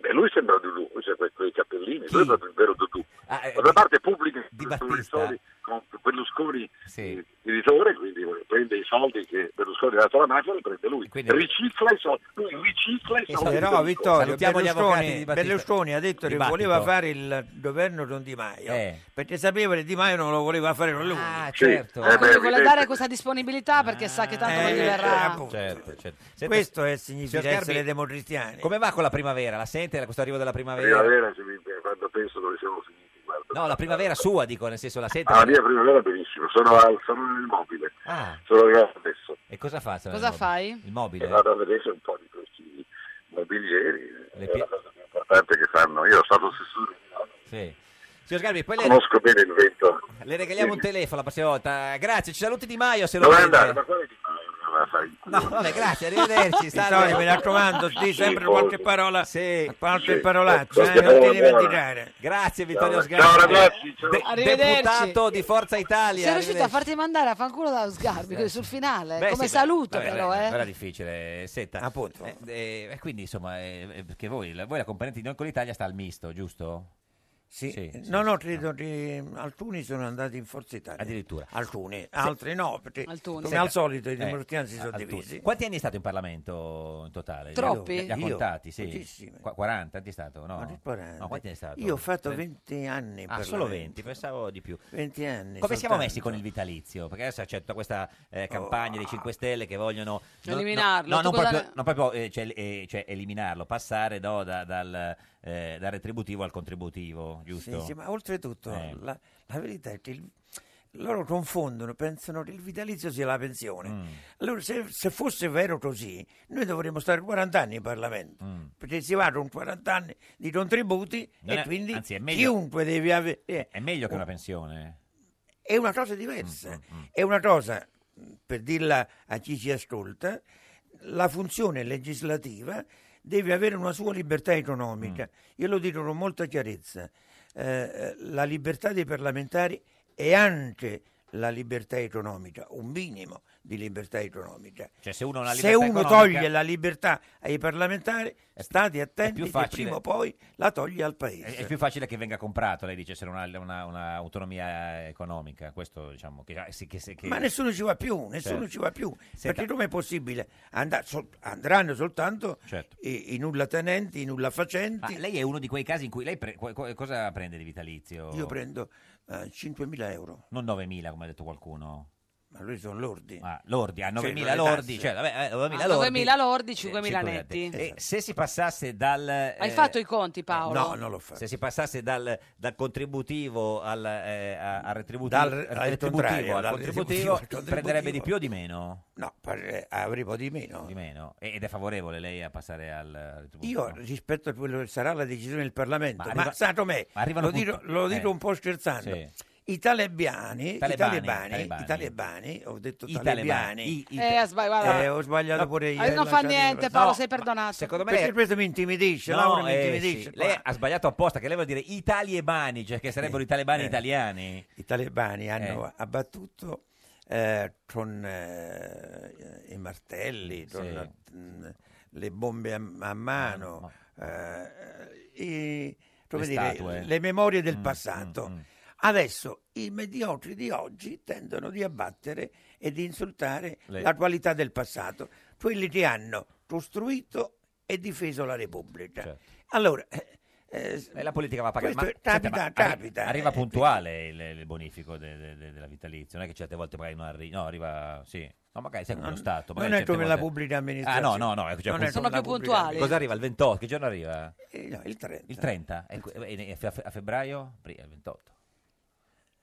Speaker 9: E lui sembra Dudu, lui sembra quei capellini, lui è proprio il vero Dudu.
Speaker 2: Ah, eh,
Speaker 9: Ma da parte pubblica
Speaker 2: Di Battista.
Speaker 9: Berlusconi, con Berlusconi eh, editore, quindi eh, prende i soldi che Berlusconi ha dato alla mafia e li prende lui.
Speaker 2: Quindi-
Speaker 9: Ricicla i soldi, lui ricicla i soldi. di
Speaker 25: Eh, Però
Speaker 9: Berlusconi.
Speaker 25: Vittorio
Speaker 2: Salutiamo gli avvocati
Speaker 25: Berlusconi,
Speaker 2: di Battista.
Speaker 25: Berlusconi ha detto
Speaker 2: Dibattito.
Speaker 25: che voleva fare il governo con Di Maio
Speaker 2: Eh.
Speaker 25: perché sapeva che Di Maio non lo voleva fare con lui.
Speaker 2: Ah, Sì, certo. eh
Speaker 3: Ah, quindi vuole dare questa disponibilità perché sa che tanto non gli verrà.
Speaker 2: Certo, certo.
Speaker 25: Eh, Questo è- significa
Speaker 2: signor Sgarbi,
Speaker 25: essere democristiani.
Speaker 2: Come va con la primavera? La sente questo arrivo della primavera?
Speaker 9: Primavera, se mi- quando penso dove siamo finiti. guarda.
Speaker 2: No, la primavera sua, dico, nel senso la sente?
Speaker 9: Ah, la mia primavera benissimo, sono, al, sono nel mobile,
Speaker 2: Ah,
Speaker 9: sono arrivato adesso.
Speaker 2: e cosa fa? signor
Speaker 3: Cosa
Speaker 2: Sgarbi?
Speaker 3: fai?
Speaker 2: Il mobile?
Speaker 9: E vado a vedere un po' di questi mobilieri,
Speaker 2: Le
Speaker 9: è
Speaker 2: pie-
Speaker 9: la cosa più importante che fanno. Io sono stato assessore,
Speaker 2: Sì. Signor Sgarbi, poi le,
Speaker 9: conosco bene il vento.
Speaker 2: le regaliamo un telefono la prossima volta. Grazie, ci saluti Di Maio se lo
Speaker 9: Dove
Speaker 2: vede.
Speaker 9: andare? Ma quale di Maio?
Speaker 2: No, vabbè, grazie, arrivederci. salve.
Speaker 25: Vittorio, mi raccomando, di sempre qualche parola, qualche
Speaker 2: Sì.
Speaker 25: parolaccia, eh,
Speaker 2: Qualche
Speaker 25: non ti
Speaker 2: parola buona.
Speaker 25: dimenticare.
Speaker 2: Grazie Vittorio Sgarbi.
Speaker 9: Ciao, ragazzi, ciao.
Speaker 2: De-
Speaker 3: Arrivederci.
Speaker 2: deputato di Forza Italia.
Speaker 3: Sei riuscito a
Speaker 2: arrivederci.
Speaker 3: farti mandare a fanculo dallo Sgarbi così, sul finale,
Speaker 2: Beh,
Speaker 3: come
Speaker 2: sì, beh,
Speaker 3: saluto
Speaker 2: vabbè,
Speaker 3: però,
Speaker 2: vabbè,
Speaker 3: eh.
Speaker 2: Era difficile, eh, setta. Appunto. eh, E quindi, insomma, eh, eh, perché voi, la- voi la componente di Noi con l'Italia sta al misto, giusto?
Speaker 25: Sì.
Speaker 2: Sì, sì,
Speaker 25: no, no, credo che alcuni sono andati in Forza Italia.
Speaker 2: Addirittura. Eh.
Speaker 25: Alcuni, altri no, perché come al solito i demortiani si sono divisi.
Speaker 2: Quanti anni è stato in Parlamento in totale?
Speaker 25: Troppi?
Speaker 2: Li ha
Speaker 25: Io?
Speaker 2: contati, sì.
Speaker 25: Pochissimi.
Speaker 2: Qua- 40 ti è stato? No,
Speaker 25: Ma che 40?
Speaker 2: no quanti ne è stato?
Speaker 25: Io ho fatto
Speaker 2: Tre-
Speaker 25: 20 anni in
Speaker 2: Ah, solo
Speaker 25: Parlamento.
Speaker 2: 20, pensavo di più.
Speaker 25: 20 anni.
Speaker 2: Come siamo
Speaker 25: soltanto. Oh,
Speaker 2: messi con il vitalizio? Perché adesso c'è tutta questa eh, campagna dei 5 Stelle che vogliono... no- no-
Speaker 3: Eliminarlo,
Speaker 2: No,
Speaker 3: tu
Speaker 2: non
Speaker 3: cosa
Speaker 2: proprio,
Speaker 3: ne-
Speaker 2: non proprio, eh, cioè, eh, cioè, eliminarlo, passare no, da- dal, eh, dal retributivo al contributivo, giusto?
Speaker 25: Sì, sì, ma oltretutto
Speaker 2: Eh.
Speaker 25: la, la verità è che il- loro confondono, pensano che il vitalizio sia la pensione.
Speaker 2: Mm.
Speaker 25: Allora, se, se fosse vero così, noi dovremmo stare 40 anni in Parlamento, perché si va con 40 anni di contributi
Speaker 2: Mm. Non
Speaker 25: e
Speaker 2: è-
Speaker 25: quindi
Speaker 2: anzi, è meglio-
Speaker 25: chiunque deve eh, avere...
Speaker 2: È meglio che una pensione.
Speaker 25: è una cosa diversa.
Speaker 2: Mm,
Speaker 25: È una cosa, per dirla a chi ci ascolta, la funzione legislativa deve avere una sua libertà economica.
Speaker 2: Mm.
Speaker 25: Io lo dico con molta chiarezza. Eh, la libertà dei parlamentari è anche la libertà economica, un minimo di libertà economica.
Speaker 2: Cioè, se uno ha una
Speaker 25: Se
Speaker 2: libertà
Speaker 25: uno
Speaker 2: economica-
Speaker 25: toglie la libertà ai parlamentari, state attenti
Speaker 2: più
Speaker 25: che
Speaker 2: facile-
Speaker 25: prima o poi la toglie al
Speaker 2: È,
Speaker 25: paese.
Speaker 2: è più facile che venga comprato, lei dice, se non ha una, una autonomia economica. Questo, diciamo, che, ah, sì, che- se- che-
Speaker 25: Ma nessuno ci va più, nessuno
Speaker 2: Certo.
Speaker 25: ci va più.
Speaker 2: Senta-
Speaker 25: Perché com'è possibile? Andà- sol- andranno soltanto
Speaker 2: Certo.
Speaker 25: i, i nullatenenti, i nullafacenti.
Speaker 2: Ma lei è uno di quei casi in cui lei pre- co- co- cosa prende di vitalizio?
Speaker 25: Io prendo eh, 5.000 euro.
Speaker 2: Non 9.000, come ha detto qualcuno.
Speaker 25: Ma lui sono lordi.
Speaker 2: Ah, lordi, a
Speaker 25: Cioè,
Speaker 2: 9.000
Speaker 25: con le
Speaker 2: lordi.
Speaker 25: tasse.
Speaker 2: Cioè, vabbè, eh, 9.000
Speaker 3: Ah,
Speaker 2: lordi.
Speaker 3: 9.000 lordi,
Speaker 2: Eh,
Speaker 3: 5.000
Speaker 2: netti.
Speaker 3: netti.
Speaker 25: Esatto.
Speaker 2: E se si passasse dal...
Speaker 3: Hai
Speaker 2: eh,
Speaker 3: fatto i conti, Paolo?
Speaker 25: l'ho fatto.
Speaker 2: Se si passasse dal, dal contributivo al, eh, a- al retributivo,
Speaker 25: Dal-
Speaker 2: al
Speaker 25: al
Speaker 2: retributivo,
Speaker 25: contrario,
Speaker 2: al
Speaker 25: dal
Speaker 2: contributivo,
Speaker 25: retributivo al contributivo.
Speaker 2: prenderebbe di più o di meno?
Speaker 25: No, avremo di meno.
Speaker 2: Di meno. E- Ed è favorevole lei a passare al eh, retributivo?
Speaker 25: Io rispetto a quello che sarà la decisione del Parlamento,
Speaker 2: Ma
Speaker 25: ma,
Speaker 2: arriva-
Speaker 25: sa com'è?
Speaker 2: ma arrivano
Speaker 25: lo dico,
Speaker 2: punti-
Speaker 25: lo dico
Speaker 2: eh.
Speaker 25: un po' scherzando.
Speaker 2: Sì.
Speaker 25: I talibiani, i
Speaker 2: Talebani,
Speaker 25: talebani,
Speaker 2: talebani.
Speaker 25: i talebani, ho detto
Speaker 2: I
Speaker 25: talebani,
Speaker 2: talebani, i-
Speaker 3: Eh, ha sbagliato, guarda.
Speaker 25: Eh, ho sbagliato pure io.
Speaker 3: Eh,
Speaker 25: eh,
Speaker 3: non fa
Speaker 25: lasciate-
Speaker 3: niente, Paolo,
Speaker 25: No,
Speaker 3: sei perdonato.
Speaker 2: secondo me-
Speaker 25: Perché questo mi intimidisce, Laura mi
Speaker 2: eh,
Speaker 25: intimidisce.
Speaker 2: sì. Lei ha sbagliato apposta, che lei vuol dire i talebani, cioè che sarebbero i talebani
Speaker 25: Eh.
Speaker 2: italiani.
Speaker 25: I talebani hanno
Speaker 2: Eh.
Speaker 25: abbattuto eh, con eh, i martelli, con
Speaker 2: Sì. Ah,
Speaker 25: la- mh, le bombe a, a mano, eh, i- come
Speaker 2: Le
Speaker 25: dire,
Speaker 2: statue. Mm,
Speaker 25: le memorie del passato. Adesso i mediocri di oggi tendono di abbattere e di insultare
Speaker 2: Le-
Speaker 25: la qualità del passato, quelli che hanno costruito e difeso la Repubblica. Allora, eh, eh,
Speaker 2: Eh, Certo. la politica va pagata.
Speaker 25: questo capita,
Speaker 2: ma- senta, ma arri-
Speaker 25: capita.
Speaker 2: Arriva
Speaker 25: eh,
Speaker 2: puntuale il, il bonifico de- de- de- della vitalizia, non è che certe volte magari non arriva. No, arriva. Sì. No, magari sai come lo
Speaker 25: Non-
Speaker 2: Stato.
Speaker 25: non
Speaker 2: magari
Speaker 25: è
Speaker 2: certe
Speaker 25: come la
Speaker 2: volte-
Speaker 25: pubblica
Speaker 2: Ah,
Speaker 25: amministrazione.
Speaker 2: no, no, no.
Speaker 25: Non è
Speaker 2: ecco, cioè, appunto-
Speaker 25: come Sono la più pubblica puntuali.
Speaker 2: Cosa arriva? Il 28? Che giorno arriva?
Speaker 25: eh, no, il 30.
Speaker 2: Il 30? E que- e- e a fe- a febbraio? Pri- Il 28.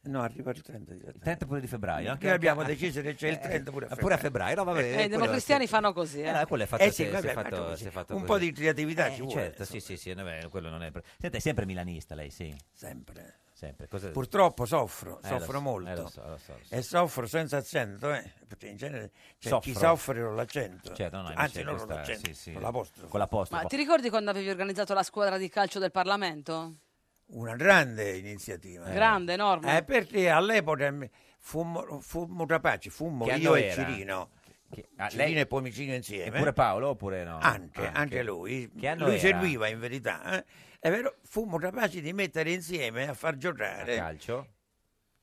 Speaker 25: No, arriva il 30 di
Speaker 2: Il 30 pure di febbraio. anche-
Speaker 25: Noi abbiamo
Speaker 2: anche-
Speaker 25: deciso che c'è il 30 pure a
Speaker 2: Eh, Pure a febbraio, no, vabbè.
Speaker 3: Eh, I
Speaker 2: quello-
Speaker 3: democristiani fanno così, eh.
Speaker 2: Eh, no, quello è fatto,
Speaker 25: Eh sì,
Speaker 2: se- se
Speaker 25: vabbè,
Speaker 2: è fatto-
Speaker 25: ma così.
Speaker 2: se è fatto
Speaker 25: Un
Speaker 2: così.
Speaker 25: po' di creatività
Speaker 2: Eh,
Speaker 25: ci vuole,
Speaker 2: Certo, sì, sì, sì, no, beh, quello non è... pre- Senta, è sempre milanista lei, sì?
Speaker 25: Sempre.
Speaker 2: Sempre. Cosa-
Speaker 25: Purtroppo soffro,
Speaker 2: Eh, lo
Speaker 25: soffro
Speaker 2: so,
Speaker 25: molto.
Speaker 2: eh, lo so, lo so, lo so.
Speaker 25: E soffro senza accento, eh, perché in genere c'è
Speaker 2: Soffro.
Speaker 25: chi soffre con l'accento.
Speaker 2: Certo, no, invece
Speaker 25: Anzi, non
Speaker 2: questa-
Speaker 25: con l'accento,
Speaker 2: sì, sì.
Speaker 25: con l'apostrofo.
Speaker 2: Con l'apostrofo.
Speaker 3: Ma ti ricordi quando avevi organizzato la squadra di calcio del Parlamento?
Speaker 25: Una grande iniziativa.
Speaker 3: Grande, enorme.
Speaker 25: Eh, perché all'epoca mi- fummo, fummo capaci, fummo
Speaker 2: Che anno
Speaker 25: io e
Speaker 2: era?
Speaker 25: Cirino.
Speaker 2: Che- ah,
Speaker 25: Cirino
Speaker 2: lei-
Speaker 25: e Pomicino insieme.
Speaker 2: E pure Paolo oppure no? Ah,
Speaker 25: Anche, anche, lui.
Speaker 2: Che anno
Speaker 25: lui
Speaker 2: era?
Speaker 25: serviva in verità. eh. È vero, fummo capaci di mettere insieme a far
Speaker 2: A
Speaker 25: giocare
Speaker 2: calcio?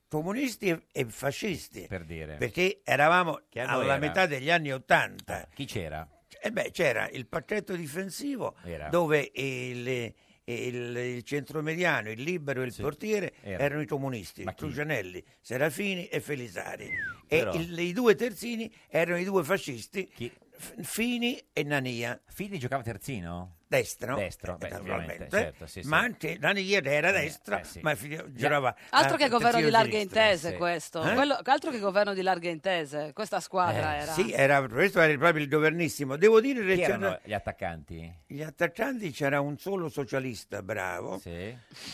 Speaker 25: comunisti e, e fascisti.
Speaker 2: Per dire.
Speaker 25: Perché eravamo
Speaker 2: Che anno
Speaker 25: alla
Speaker 2: era?
Speaker 25: metà degli anni Ottanta.
Speaker 2: Chi c'era?
Speaker 25: E Eh beh, c'era il pacchetto difensivo
Speaker 2: Era.
Speaker 25: dove il, il, il centromediano, il libero e il portiere
Speaker 2: era.
Speaker 25: erano i comunisti, Crucianelli, Serafini e Felisari.
Speaker 2: Però-
Speaker 25: E il- i due terzini erano i due fascisti, F- Fini e Nania.
Speaker 2: Fini giocava terzino?
Speaker 25: Destro,
Speaker 2: Destro, beh,
Speaker 25: naturalmente,
Speaker 2: ovviamente, certo, sì, sì.
Speaker 25: ma anche Nania era
Speaker 2: Eh,
Speaker 25: destra,
Speaker 2: eh, sì.
Speaker 25: ma fi- girava
Speaker 3: Altro
Speaker 25: a-
Speaker 3: che governo di
Speaker 25: terzino
Speaker 3: larghe
Speaker 25: Eh, sinistro.
Speaker 3: intese questo.
Speaker 25: Eh?
Speaker 3: Quello- altro che governo di larghe intese. Questa squadra era.
Speaker 25: Sì, era, questo era proprio il governissimo. Devo dire che
Speaker 2: Chi
Speaker 25: c'era-
Speaker 2: erano gli attaccanti?
Speaker 25: Gli attaccanti c'era un solo socialista bravo
Speaker 2: Sì.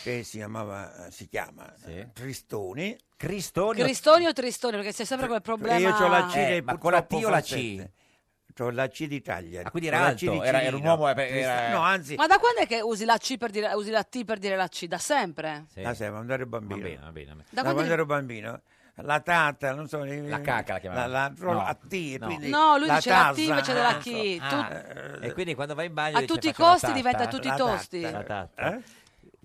Speaker 25: che si chiamava si chiama eh, Cristoni.
Speaker 2: Cristoni?
Speaker 3: Cristoni o Tristoni? Perché c'è sempre quel problema.
Speaker 25: Io ho la C
Speaker 2: Eh, ma con la T o la C?
Speaker 25: Ho la C di Cagliari.
Speaker 2: Ah, quindi
Speaker 25: ho
Speaker 2: era
Speaker 25: la C di
Speaker 2: alto, era- era un
Speaker 25: Cirino.
Speaker 2: uomo, eh, era-
Speaker 25: No, anzi,
Speaker 3: Ma da quando è che usi la C per dire, usi la T per dire la C? Da sempre?
Speaker 25: ah, sai, quando ero bambino.
Speaker 3: Da
Speaker 25: Da
Speaker 3: quando
Speaker 25: quando
Speaker 3: eri-
Speaker 25: ero bambino. La tata, non so, eh,
Speaker 2: La caca la chiamavano.
Speaker 25: La, la,
Speaker 2: No.
Speaker 25: a T,
Speaker 2: No.
Speaker 25: quindi
Speaker 3: No, lui
Speaker 25: la
Speaker 3: dice la T
Speaker 25: tasa,
Speaker 3: invece
Speaker 25: eh,
Speaker 3: della
Speaker 25: non
Speaker 3: Chi.
Speaker 25: so.
Speaker 3: Tu-
Speaker 25: Eh,
Speaker 2: Ah, e quindi quando va in bagno
Speaker 3: A
Speaker 2: dice,
Speaker 3: tutti i
Speaker 2: "Faccio la
Speaker 3: costi
Speaker 2: tatta".
Speaker 3: diventa a tutti i
Speaker 2: La
Speaker 3: tosti.
Speaker 2: tatta, la tatta.
Speaker 25: Eh?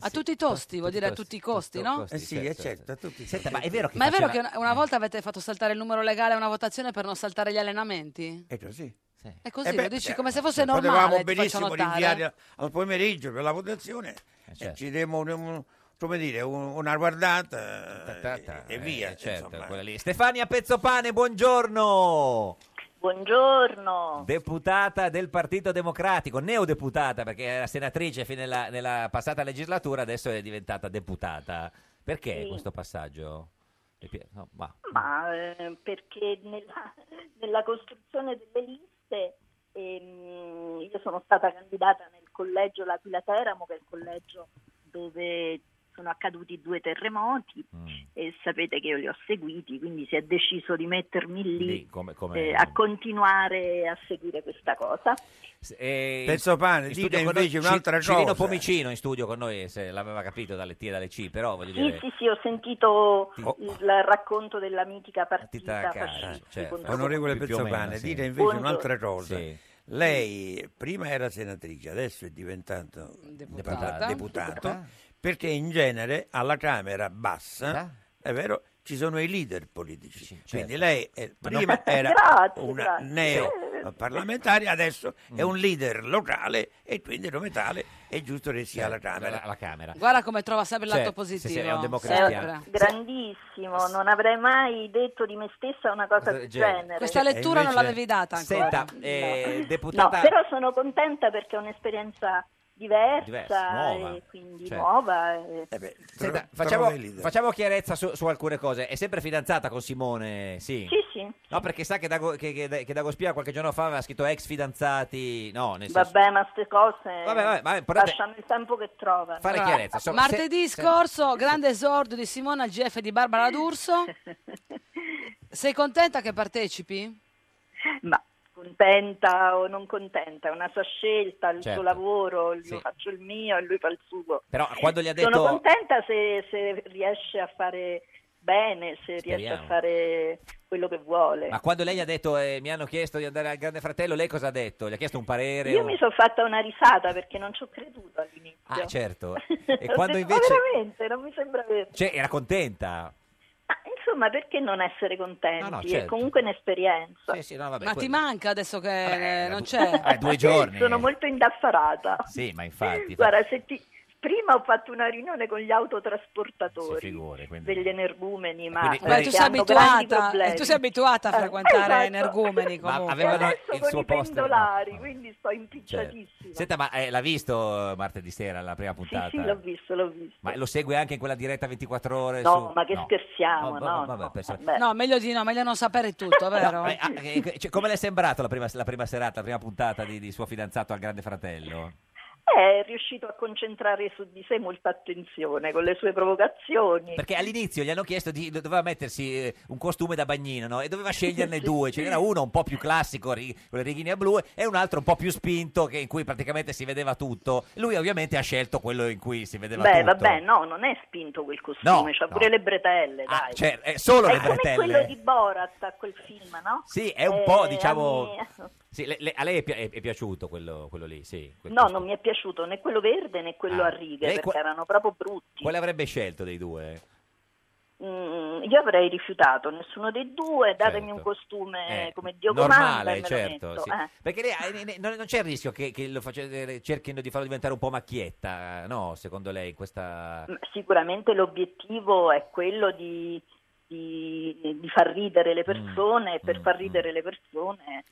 Speaker 3: A tutti i tosti, vuol dire a tutti i costi, no?
Speaker 25: Eh sì, eh. è certo, a tutti i
Speaker 2: Senta, ma è vero che
Speaker 3: Ma è vero
Speaker 2: faceva-
Speaker 3: che una, una volta avete fatto saltare il numero legale a una votazione per non saltare gli allenamenti?
Speaker 25: È così.
Speaker 3: È così,
Speaker 25: Eh beh,
Speaker 3: lo dici
Speaker 25: cioè,
Speaker 3: come se fosse
Speaker 25: Potevamo
Speaker 3: normale, ti faccio
Speaker 25: benissimo
Speaker 3: notare.
Speaker 25: rinviare al pomeriggio per la votazione e ci diamo un- un- come dire, un- una guardata eh, e via.
Speaker 2: Eh, certo,
Speaker 25: insomma.
Speaker 2: quella lì. Stefania Pezzopane, buongiorno.
Speaker 10: Buongiorno.
Speaker 2: Deputata del Partito Democratico, neodeputata perché era senatrice fino alla- nella passata legislatura, adesso è diventata deputata. Perché
Speaker 10: Sì.
Speaker 2: questo passaggio? Le pi- no, ma-
Speaker 10: Ma eh, perché nella, nella costruzione delle liste ehm, io sono stata candidata nel collegio L'Aquila Teramo, che è il collegio dove sono accaduti due terremoti
Speaker 2: Mm.
Speaker 10: e sapete che io li ho seguiti, quindi si è deciso di mettermi lì,
Speaker 2: Lì, come- come-
Speaker 10: eh, a continuare a seguire questa cosa.
Speaker 2: Eh,
Speaker 25: Pezzopane,
Speaker 2: in
Speaker 25: dite
Speaker 2: studio con noi
Speaker 25: invece
Speaker 2: Ci-
Speaker 25: un'altra
Speaker 2: Cirino
Speaker 25: cosa.
Speaker 2: Pomicino in studio con noi, se l'aveva capito dalle T e dalle C, però voglio
Speaker 10: Sì,
Speaker 2: dire...
Speaker 10: sì, sì, ho sentito
Speaker 2: Oh.
Speaker 10: il racconto della mitica partita,
Speaker 2: Tita Cari,
Speaker 10: fascista
Speaker 2: certo.
Speaker 10: contro-
Speaker 25: Onorevole
Speaker 2: Più o meno,
Speaker 25: Pezzopane,
Speaker 2: sì.
Speaker 25: dire invece
Speaker 10: Buongiorno.
Speaker 25: un'altra cosa.
Speaker 2: Sì.
Speaker 25: Lei prima era senatrice, adesso è diventata
Speaker 3: Deputata.
Speaker 25: deputato perché in genere alla Camera bassa, è vero, ci sono i leader politici.
Speaker 2: certo.
Speaker 25: Quindi lei eh, prima era
Speaker 10: Grazie,
Speaker 25: una
Speaker 10: grazie.
Speaker 25: neo parlamentare, adesso è
Speaker 2: Mm.
Speaker 25: un leader locale e quindi come tale è giusto che sia alla Camera.
Speaker 2: Alla Camera.
Speaker 3: Guarda come trova sempre il lato
Speaker 25: Cioè,
Speaker 3: positivo.
Speaker 25: se sei un
Speaker 10: Eh,
Speaker 25: democratico.
Speaker 3: Sempre.
Speaker 10: grandissimo, non avrei mai detto di me stessa una cosa del genere.
Speaker 3: Questa lettura non l'avevi data ancora.
Speaker 2: eh, Senta, eh,
Speaker 10: No,
Speaker 2: deputata...
Speaker 10: però sono contenta perché è un'esperienza diversa,
Speaker 2: Diversa, nuova.
Speaker 10: e quindi
Speaker 2: Certo.
Speaker 10: nuova. e-
Speaker 2: Senta, facciamo, facciamo chiarezza su, su alcune cose. È sempre fidanzata con Simone, sì.
Speaker 10: Sì, sì.
Speaker 2: No, perché sa che Dago, che, che- che Dago Spia qualche giorno fa aveva scritto ex fidanzati. No, nel senso.
Speaker 10: Vabbè, ma queste cose
Speaker 2: Vabbè, vabbè, ma importante-
Speaker 10: lasciano il tempo che trovano.
Speaker 2: Fare
Speaker 3: Allora,
Speaker 2: chiarezza, insomma,
Speaker 3: martedì
Speaker 2: se- se-
Speaker 3: scorso, grande esordio di Simona al GF di Barbara D'Urso. Sei contenta che partecipi?
Speaker 10: Ma contenta o non contenta, è una sua scelta, il
Speaker 2: Certo.
Speaker 10: suo lavoro, io
Speaker 2: Sì.
Speaker 10: faccio il mio e lui fa il suo.
Speaker 2: Però quando gli ha detto.
Speaker 10: eh, Sono contenta se, se riesce a fare bene, se riesce
Speaker 2: Speriamo.
Speaker 10: a fare quello che vuole.
Speaker 2: Ma quando lei gli ha detto eh, mi hanno chiesto di andare al Grande Fratello, lei cosa ha detto? Gli ha chiesto un parere?
Speaker 10: Io
Speaker 2: un-
Speaker 10: mi sono fatta una risata perché non ci ho creduto all'inizio.
Speaker 2: Ah, certo.
Speaker 10: Ho
Speaker 2: E quando
Speaker 10: detto,
Speaker 2: invece.
Speaker 10: Ma veramente, non mi sembra vero.
Speaker 2: Cioè, era contenta.
Speaker 10: Ma, insomma, perché non essere contenti?
Speaker 2: No, no,
Speaker 10: È
Speaker 2: certo.
Speaker 10: comunque un'esperienza.
Speaker 2: vabbè,
Speaker 3: Ma ti manca adesso che eh, non c'è?
Speaker 2: eh, due giorni.
Speaker 10: Sono molto indaffarata.
Speaker 2: Sì, ma infatti. fa-
Speaker 10: Guarda, se ti- prima ho fatto una riunione con gli autotrasportatori
Speaker 2: Si figuri, quindi-
Speaker 10: degli energumeni, ma
Speaker 2: Quindi-
Speaker 10: eh,
Speaker 3: Beh, tu
Speaker 10: che
Speaker 3: sei
Speaker 10: hanno grandi
Speaker 3: abituata,
Speaker 10: problemi.
Speaker 3: eh, tu sei abituata a
Speaker 10: Eh,
Speaker 3: frequentare
Speaker 10: esatto.
Speaker 3: energumeni
Speaker 2: Ma
Speaker 3: comunque.
Speaker 2: avevano
Speaker 10: Adesso
Speaker 2: il
Speaker 10: con
Speaker 2: suo
Speaker 10: i
Speaker 2: posto. Ah.
Speaker 10: pendolari, quindi sto impicciatissima.
Speaker 2: Cioè, Senta, ma eh, l'ha visto eh, martedì sera la prima
Speaker 10: Sì,
Speaker 2: puntata?
Speaker 10: sì, l'ho visto, l'ho visto.
Speaker 2: Ma lo segue anche in quella diretta 24 ore?
Speaker 10: No,
Speaker 2: su-
Speaker 10: ma che scherziamo,
Speaker 2: Oh,
Speaker 10: no?
Speaker 2: va- vabbè, pensa-
Speaker 3: No, meglio di no, meglio non sapere tutto, vero?
Speaker 2: No, eh, ah, eh, cioè, come le è sembrato la prima, la prima serata, la prima puntata di, di suo fidanzato al Grande Fratello?
Speaker 10: Eh, È riuscito a concentrare su di sé molta attenzione con le sue provocazioni.
Speaker 2: Perché all'inizio gli hanno chiesto di do- doveva mettersi eh, un costume da bagnino no? e doveva sceglierne due, ce n'era uno un po' più classico ri- con le righine a blu e un altro un po' più spinto che- in cui praticamente si vedeva tutto. Lui ovviamente ha scelto quello in cui si vedeva
Speaker 10: Beh,
Speaker 2: tutto.
Speaker 10: vabbè, no, non è spinto quel costume,
Speaker 2: No,
Speaker 10: c'ha
Speaker 2: no.
Speaker 10: pure le bretelle, dai.
Speaker 2: Cioè, è solo
Speaker 10: è
Speaker 2: le
Speaker 10: come quello di
Speaker 2: bretelle.
Speaker 10: Borat a quel film, no?
Speaker 2: Sì, è un po',
Speaker 10: Eh,
Speaker 2: diciamo-
Speaker 10: a me-
Speaker 2: Sì, le- le- a lei è, pi- è- è piaciuto quello, quello lì, sì. quel
Speaker 10: No,
Speaker 2: costume.
Speaker 10: non mi è piaciuto né quello verde né quello
Speaker 2: Ah,
Speaker 10: a righe,
Speaker 2: lei
Speaker 10: perché
Speaker 2: qua-
Speaker 10: erano proprio brutti.
Speaker 2: Quale avrebbe scelto dei due?
Speaker 10: Mm, io avrei rifiutato nessuno dei due, datemi un costume
Speaker 2: Eh,
Speaker 10: come Dio comanda e
Speaker 2: normale,
Speaker 10: me
Speaker 2: certo.
Speaker 10: lo metto.
Speaker 2: sì.
Speaker 10: eh.
Speaker 2: Perché lei ha- ne- ne- non, non c'è il rischio che, che lo face- eh, cerchino di farlo diventare un po' macchietta, no? Secondo lei questa...
Speaker 10: Ma Sicuramente l'obiettivo è quello di, di- di far ridere le
Speaker 2: Mm,
Speaker 10: persone, e per far ridere le persone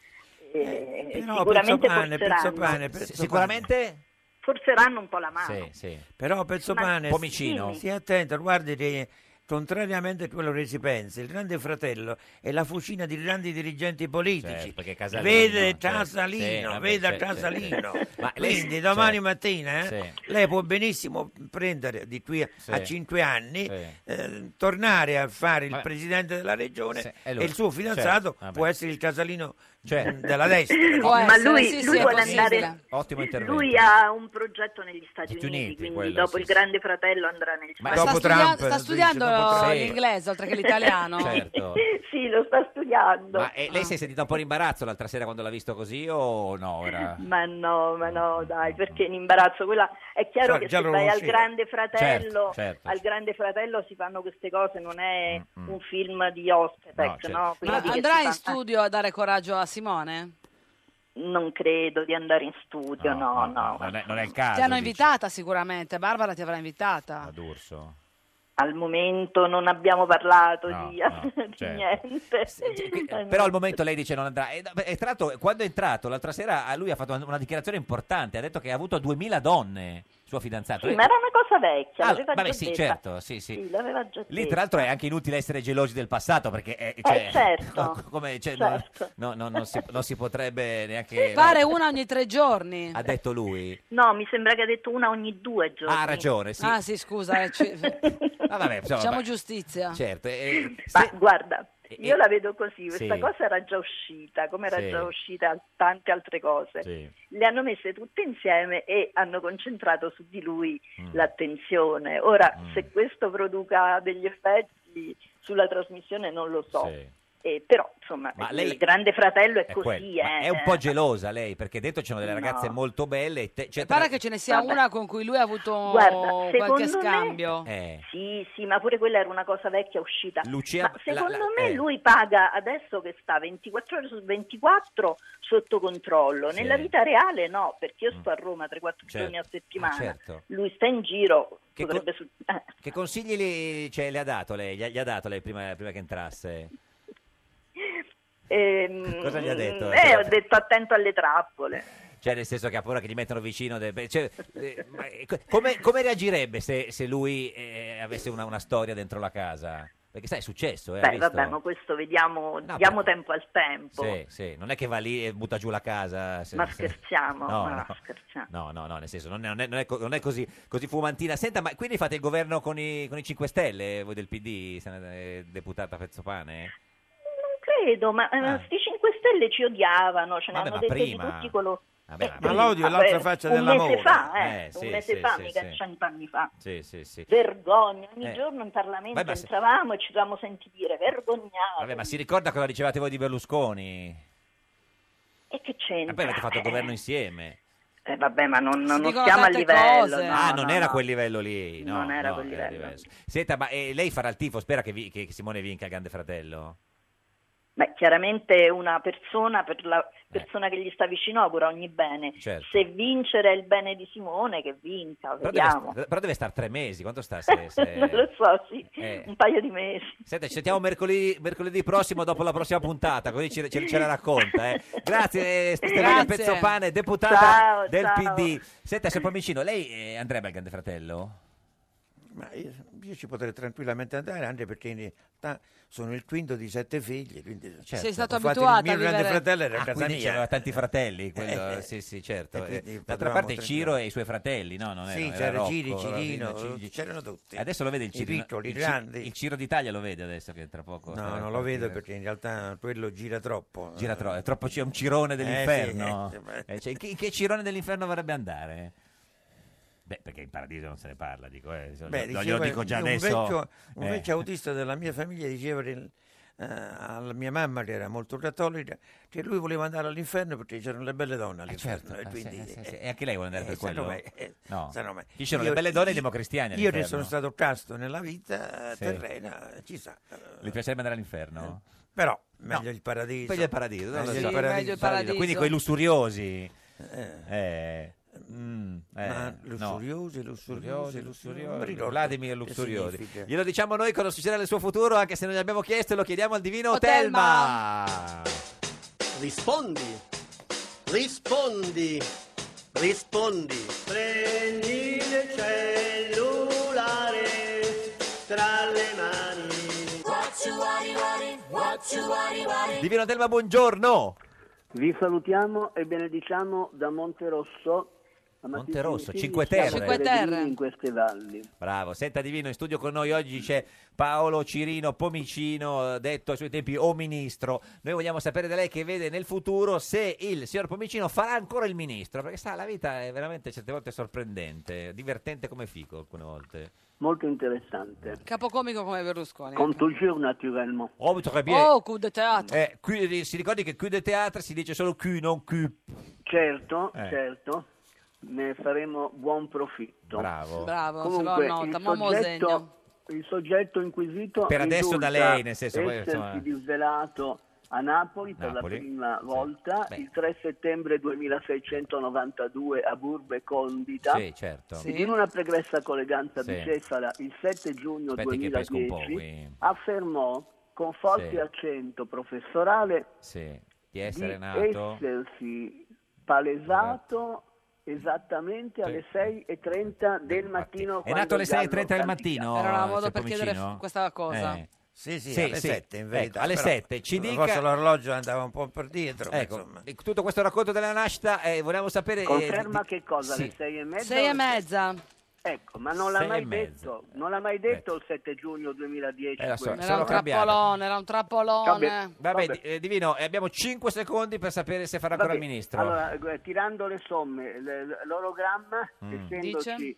Speaker 10: eh,
Speaker 25: però,
Speaker 10: sicuramente
Speaker 25: Pezzopane,
Speaker 10: forzeranno,
Speaker 25: Pezzopane, Pezzopane.
Speaker 2: Sicuramente?
Speaker 10: forzeranno un po' la mano.
Speaker 25: Però Pezzopane,
Speaker 10: Ma- Pomicino.
Speaker 25: stia attento, guardi che contrariamente a quello che si pensa, il Grande Fratello è la fucina di grandi dirigenti politici.
Speaker 2: Certo, perché Casalino,
Speaker 25: vede
Speaker 2: certo.
Speaker 25: Casalino,
Speaker 2: Sì, vabbè,
Speaker 25: veda
Speaker 2: certo,
Speaker 25: Casalino.
Speaker 2: certo. Ma lei-
Speaker 25: Quindi domani
Speaker 2: certo.
Speaker 25: mattina eh,
Speaker 2: Sì.
Speaker 25: lei può benissimo prendere di qui a,
Speaker 2: Sì.
Speaker 25: a cinque anni,
Speaker 2: Sì.
Speaker 25: eh, tornare a fare il
Speaker 2: Vabbè.
Speaker 25: presidente della regione
Speaker 2: Sì, è
Speaker 25: e
Speaker 2: lui.
Speaker 25: il suo fidanzato
Speaker 2: Certo, vabbè.
Speaker 25: può essere il Casalino
Speaker 2: Cioè,
Speaker 25: della destra.
Speaker 2: Può
Speaker 10: Ma
Speaker 2: essere,
Speaker 10: lui,
Speaker 2: sì,
Speaker 10: lui
Speaker 2: sì, è
Speaker 10: vuole
Speaker 2: possibile.
Speaker 10: andare.
Speaker 2: Ottimo intervento.
Speaker 10: Lui ha un progetto negli Stati
Speaker 2: Stati
Speaker 10: Uniti,
Speaker 2: Uniti,
Speaker 10: quindi
Speaker 2: quello,
Speaker 10: dopo
Speaker 2: sì,
Speaker 10: il Grande Fratello andrà nel
Speaker 2: Ma
Speaker 10: Stati
Speaker 2: dopo
Speaker 10: Uniti.
Speaker 2: Sta studia- Trump,
Speaker 3: sta studiando
Speaker 2: dopo-
Speaker 3: l'inglese oltre che l'italiano.
Speaker 2: Certo.
Speaker 10: sì, lo sta studiando.
Speaker 2: Ma eh, lei si è sentita un po' in imbarazzo l'altra sera quando l'ha visto così o no? Era...
Speaker 10: Ma no, ma no, dai, perché in imbarazzo? Quella è chiaro
Speaker 2: Già-
Speaker 10: che
Speaker 2: Cioè, già
Speaker 10: se
Speaker 2: lo
Speaker 10: vai al
Speaker 2: conosceva.
Speaker 10: Grande Fratello,
Speaker 2: Certo, certo. Mm,
Speaker 10: al Grande Fratello si fanno queste cose, non è un film di Ostetex, no?
Speaker 2: No, certo.
Speaker 3: Ma
Speaker 10: Quindi che
Speaker 3: andrà
Speaker 10: si
Speaker 3: in
Speaker 10: fa-
Speaker 3: studio a dare coraggio a Simone?
Speaker 10: Non credo di andare in studio, no, no.
Speaker 2: Non, è, non è il caso.
Speaker 3: Ti hanno
Speaker 2: dici,
Speaker 3: invitata sicuramente, Barbara ti avrà invitata.
Speaker 2: ad Urso.
Speaker 10: Al momento non abbiamo parlato
Speaker 2: No,
Speaker 10: di,
Speaker 2: no,
Speaker 10: di
Speaker 2: certo.
Speaker 10: niente.
Speaker 2: Però al momento lei dice non andrà. E, e tra l'altro, quando è entrato l'altra sera, a lui ha fatto una dichiarazione importante. Ha detto che ha avuto 2000 donne, suo fidanzato.
Speaker 10: Sì,
Speaker 2: Lei-
Speaker 10: ma era una cosa vecchia,
Speaker 2: Ah,
Speaker 10: l'aveva
Speaker 2: vabbè,
Speaker 10: già
Speaker 2: sì,
Speaker 10: detta.
Speaker 2: certo, sì, sì.
Speaker 10: Sì, l'aveva già
Speaker 2: Lì,
Speaker 10: detta.
Speaker 2: tra l'altro, è anche inutile essere gelosi del passato perché eh,
Speaker 10: Eh,
Speaker 2: cioè,
Speaker 10: certo,
Speaker 2: come, cioè,
Speaker 10: certo.
Speaker 2: no- no- no- non, si, non si potrebbe neanche.
Speaker 3: Fare
Speaker 2: no,
Speaker 3: una ogni tre giorni.
Speaker 2: Ha detto lui.
Speaker 10: No, mi sembra che ha detto una ogni due giorni.
Speaker 2: Ha ragione, sì.
Speaker 3: Ah sì, scusa, eh, ci-
Speaker 2: Ah, vabbè, insomma,
Speaker 3: facciamo
Speaker 2: beh,
Speaker 3: giustizia.
Speaker 2: Certo, eh,
Speaker 10: Ma guarda, io
Speaker 2: eh,
Speaker 10: la vedo così, questa
Speaker 2: sì.
Speaker 10: cosa era già uscita, come era
Speaker 2: Sì.
Speaker 10: già uscita al- tante altre cose. Le hanno messe tutte insieme e hanno concentrato su di lui
Speaker 2: Mm.
Speaker 10: l'attenzione. Ora, se questo produca degli effetti sulla trasmissione non lo so. Eh, però, insomma,
Speaker 2: Ma
Speaker 10: il
Speaker 2: lei-
Speaker 10: grande fratello è,
Speaker 2: è
Speaker 10: così.
Speaker 2: quello. Ma
Speaker 10: eh.
Speaker 2: è un po' gelosa lei perché dentro ci sono delle
Speaker 10: No.
Speaker 2: ragazze molto belle. e Te, cioè,
Speaker 3: Pare che ce ne sia
Speaker 10: Vabbè.
Speaker 3: una con cui lui ha avuto
Speaker 10: Guarda,
Speaker 3: qualche
Speaker 10: secondo me-
Speaker 3: scambio.
Speaker 2: Eh.
Speaker 10: Sì, sì, ma pure quella era una cosa vecchia uscita.
Speaker 2: Lucia-
Speaker 10: ma secondo
Speaker 2: la- la-
Speaker 10: me
Speaker 2: eh.
Speaker 10: lui paga adesso che sta 24 ore su 24 sotto controllo.
Speaker 2: Sì.
Speaker 10: Nella vita reale no, perché io sto a Roma 3-4 giorni a settimana.
Speaker 2: Ah, certo.
Speaker 10: Lui sta in giro,
Speaker 2: Che
Speaker 10: potrebbe su- eh,
Speaker 2: Che consigli le, cioè, le ha dato lei? Gli ha, gli ha dato lei prima, prima che entrasse?
Speaker 10: ehm,
Speaker 2: Cosa gli ha detto?
Speaker 10: Eh, ho detto attento alle trappole.
Speaker 2: Cioè, nel senso che ha paura che gli mettano vicino. del- beh, cioè, eh, ma, eh, co- come, come reagirebbe se, se lui eh, avesse una, una storia dentro la casa? Perché sai, è successo, eh, ha
Speaker 10: Beh,
Speaker 2: visto?
Speaker 10: vabbè, ma questo vediamo, diamo tempo al tempo.
Speaker 2: Sì, sì, non è che va lì e butta giù la casa. se-
Speaker 10: Ma
Speaker 2: se-
Speaker 10: scherziamo,
Speaker 2: No,
Speaker 10: ma
Speaker 2: no.
Speaker 10: scherziamo.
Speaker 2: No, no, no, nel senso, non è, non è- non è co- non è così, così fumantina. Senta, ma quindi fate il governo con i, con i 5 Stelle, voi del PD, sen- eh, deputata Pezzopane?
Speaker 10: Non credo, ma
Speaker 2: Ah.
Speaker 10: questi 5 Stelle ci odiavano, ce ne
Speaker 2: Vabbè,
Speaker 10: hanno
Speaker 2: ma
Speaker 10: dette
Speaker 2: prima-
Speaker 10: di tutti coloro.
Speaker 2: Vabbè,
Speaker 25: ma l'odio è l'altra faccia
Speaker 10: un
Speaker 25: dell'amore.
Speaker 10: mese fa, eh,
Speaker 2: Eh,
Speaker 10: un
Speaker 2: sì,
Speaker 10: mese
Speaker 2: sì,
Speaker 10: fa,
Speaker 2: sì,
Speaker 10: mica
Speaker 2: sì.
Speaker 10: cent'anni fa.
Speaker 2: Sì, sì, sì.
Speaker 10: Vergogna, ogni
Speaker 2: Eh.
Speaker 10: giorno in Parlamento
Speaker 2: Vabbè, ma se-
Speaker 10: entravamo e ci dovevamo sentire dire vergognato.
Speaker 2: Vabbè, ma si ricorda cosa dicevate voi di Berlusconi?
Speaker 10: E che c'entra?
Speaker 2: E poi avete fatto il governo insieme.
Speaker 10: Eh, vabbè, ma non, non
Speaker 3: Si dicono
Speaker 10: stiamo al
Speaker 3: tante
Speaker 10: livello.
Speaker 3: cose.
Speaker 10: no,
Speaker 2: ah, non
Speaker 10: no,
Speaker 2: era
Speaker 10: no.
Speaker 2: quel livello lì. No,
Speaker 10: Non era
Speaker 2: no,
Speaker 10: quel livello.
Speaker 2: diverso. Senta, ma eh, lei farà il tifo, spera che, vi- che Simone vinca il Grande Fratello?
Speaker 10: Beh, chiaramente una persona, per la persona che gli sta vicino, augura ogni bene.
Speaker 2: Eh. Certo.
Speaker 10: Se vincere è il bene di Simone, che vinca,
Speaker 2: Però deve,
Speaker 10: vediamo.
Speaker 2: però deve stare tre mesi, quanto sta? Se, se-
Speaker 10: non lo so, sì,
Speaker 2: Eh.
Speaker 10: un paio di mesi.
Speaker 2: Senta, ci sentiamo mercoledì, mercoledì prossimo dopo la prossima puntata, così ce, ce- ce la racconta. eh. Grazie, eh, Stefania
Speaker 10: Grazie.
Speaker 2: Pezzopane, deputata
Speaker 10: Ciao,
Speaker 2: del
Speaker 10: ciao.
Speaker 2: PD. Senta, se poi vicino, lei eh, andrebbe al Grande Fratello?
Speaker 25: Ma io, io ci potrei tranquillamente andare anche perché in realtà sono il quinto di sette figli. Quindi,
Speaker 3: Sei stato
Speaker 25: Infatti
Speaker 3: abituato
Speaker 25: Il mio
Speaker 3: a
Speaker 25: grande
Speaker 3: vivere-
Speaker 25: fratello era a
Speaker 2: Certo. Ah,
Speaker 25: casa
Speaker 2: quindi
Speaker 25: mia.
Speaker 2: c'aveva tanti fratelli, quello,
Speaker 25: Eh, eh.
Speaker 2: sì, sì, certo.
Speaker 25: E quindi
Speaker 2: Eh, D'altra
Speaker 25: parlavamo
Speaker 2: parte
Speaker 25: tre
Speaker 2: Ciro e i suoi fratelli, no? Non
Speaker 25: Sì,
Speaker 2: erano, era
Speaker 25: c'era
Speaker 2: Rocco,
Speaker 25: Ciri,
Speaker 2: Ravino,
Speaker 25: Cirino,
Speaker 2: Cigi.
Speaker 25: c'erano tutti.
Speaker 2: Adesso lo vede il
Speaker 25: I
Speaker 2: Ciro.
Speaker 25: piccoli, i
Speaker 2: il, Ci-
Speaker 25: grandi.
Speaker 2: il Ciro d'Italia lo vede adesso che tra poco...
Speaker 25: No, non lo vedo perché in realtà quello gira troppo.
Speaker 2: Gira troppo, è troppo, c'è un cirone dell'inferno.
Speaker 25: Eh, sì, eh,
Speaker 2: Eh, cioè, in, che, in che cirone dell'inferno vorrebbe andare? Beh, perché in paradiso non se ne parla, dico, eh, se-
Speaker 25: Beh,
Speaker 2: lo- lo,
Speaker 25: diceva-
Speaker 2: dico già
Speaker 25: un
Speaker 2: adesso.
Speaker 25: Vecchio, un
Speaker 2: eh.
Speaker 25: vecchio autista della mia famiglia diceva del- eh, alla mia mamma, che era molto cattolica, che lui voleva andare all'inferno perché c'erano le belle donne all'inferno.
Speaker 2: certo,
Speaker 25: e,
Speaker 2: ah,
Speaker 25: quindi,
Speaker 2: sì, sì, sì. E anche lei vuole andare per quello?
Speaker 25: sanno me, eh,
Speaker 2: No.
Speaker 25: sanno me.
Speaker 2: Ci sono le belle donne e i democristiani
Speaker 25: Io che
Speaker 2: all'inferno.
Speaker 25: sono stato casto nella vita eh,
Speaker 2: Sì.
Speaker 25: terrena, eh, ci sa.
Speaker 2: Le piacerebbe andare all'inferno?
Speaker 25: Però meglio il paradiso.
Speaker 2: Meglio il paradiso, non lo
Speaker 25: Eh, Meglio
Speaker 2: so.
Speaker 25: il paradiso.
Speaker 2: Quindi quei lussuriosi.
Speaker 25: Eh.
Speaker 2: Eh, mm, eh,
Speaker 25: Ma
Speaker 2: no.
Speaker 25: lussuriosi, lussuriosi, lussuriosi, non mi ricordo
Speaker 2: Vladimir
Speaker 25: che
Speaker 2: Lussuriosi.
Speaker 25: significa.
Speaker 2: Glielo diciamo noi cosa succederà nel suo futuro, anche se non gli abbiamo chiesto, e lo chiediamo al divino
Speaker 14: Oh,
Speaker 2: Telma.
Speaker 14: Telma. Rispondi, rispondi, rispondi. Prendi il cellulare tra le mani.
Speaker 5: What you worry, worry, what you worry, worry.
Speaker 2: Divino Telma, buongiorno.
Speaker 14: Vi salutiamo e benediciamo da Monterosso
Speaker 2: Monte Rosso,
Speaker 14: sì,
Speaker 2: Cinque
Speaker 14: siamo
Speaker 2: Terre.
Speaker 14: peregrini In queste valli.
Speaker 2: Bravo, senta Divino, in studio con noi oggi c'è Paolo Cirino Pomicino, eh, detto ai suoi tempi o ministro. Noi vogliamo sapere da lei che vede nel futuro se il signor Pomicino farà ancora il ministro, perché sa, la vita è veramente certe volte sorprendente, divertente come fico alcune volte.
Speaker 14: Molto interessante.
Speaker 9: Capocomico come Berlusconi.
Speaker 14: Con toujours naturellement.
Speaker 2: Oh, très bien.
Speaker 9: Oh, coup de théâtre.
Speaker 2: Eh, qui- si ricordi che qui del teatro si dice solo qui, non qui.
Speaker 14: Certo,
Speaker 2: Eh.
Speaker 14: certo. Ne faremo buon profitto.
Speaker 2: Bravo.
Speaker 9: Bravo, se
Speaker 14: Comunque,
Speaker 9: lo annota,
Speaker 14: il,
Speaker 9: mo' me lo segno.
Speaker 14: soggetto, il soggetto inquisito
Speaker 2: Per adesso
Speaker 14: risulta
Speaker 2: da lei, nel senso, poi,
Speaker 14: essersi
Speaker 2: insomma- eh.
Speaker 14: disvelato a Napoli, per
Speaker 2: Napoli,
Speaker 14: la prima volta
Speaker 2: Beh.
Speaker 14: il 3 settembre 2692 a Burbe Condita.
Speaker 2: Sì, certo.
Speaker 14: Ed in una pregressa colleganza
Speaker 2: Sì.
Speaker 14: bicefala il 7 giugno
Speaker 2: Aspetti che pesco un po'
Speaker 14: 2010
Speaker 2: qui.
Speaker 14: affermò con forte
Speaker 2: Sì.
Speaker 14: accento professorale
Speaker 2: Sì, di essere
Speaker 14: di
Speaker 2: nato. Esatto.
Speaker 14: essersi palesato esattamente alle 6.30 del mattino.
Speaker 2: È nato alle 6.30 del mattino.
Speaker 9: Era una modo
Speaker 2: signor
Speaker 9: per chiedere
Speaker 2: Pomicino? Eh.
Speaker 9: f- questa cosa.
Speaker 25: Sì, sì, alle 7 in
Speaker 2: Ecco,
Speaker 25: verità.
Speaker 2: alle
Speaker 25: però
Speaker 2: 7, ci dica...
Speaker 25: Forse l'orologio andava un po' per dietro. ma
Speaker 2: Ecco,
Speaker 25: insomma.
Speaker 2: e tutto questo racconto della nascita, eh, volevamo sapere... eh,
Speaker 14: Conferma
Speaker 2: di-
Speaker 14: che cosa?
Speaker 2: sì.
Speaker 14: Alle 6 e mezza?
Speaker 9: Sei e mezza.
Speaker 14: Ecco, ma non l'ha
Speaker 2: Sei e
Speaker 14: mai
Speaker 2: mezza.
Speaker 14: detto, non l'ha mai detto il 7 giugno 2010.
Speaker 2: Eh, lo so,
Speaker 14: quello.
Speaker 2: sono cambiato.
Speaker 9: Trappolone, era un trappolone.
Speaker 2: Vabbè, di- eh, Divino, eh, abbiamo 5 secondi per sapere se farà ancora il ministro.
Speaker 14: Allora, gu- tirando le somme, l- l- l'orogramma,
Speaker 2: Mm.
Speaker 14: essendoci
Speaker 9: Dice?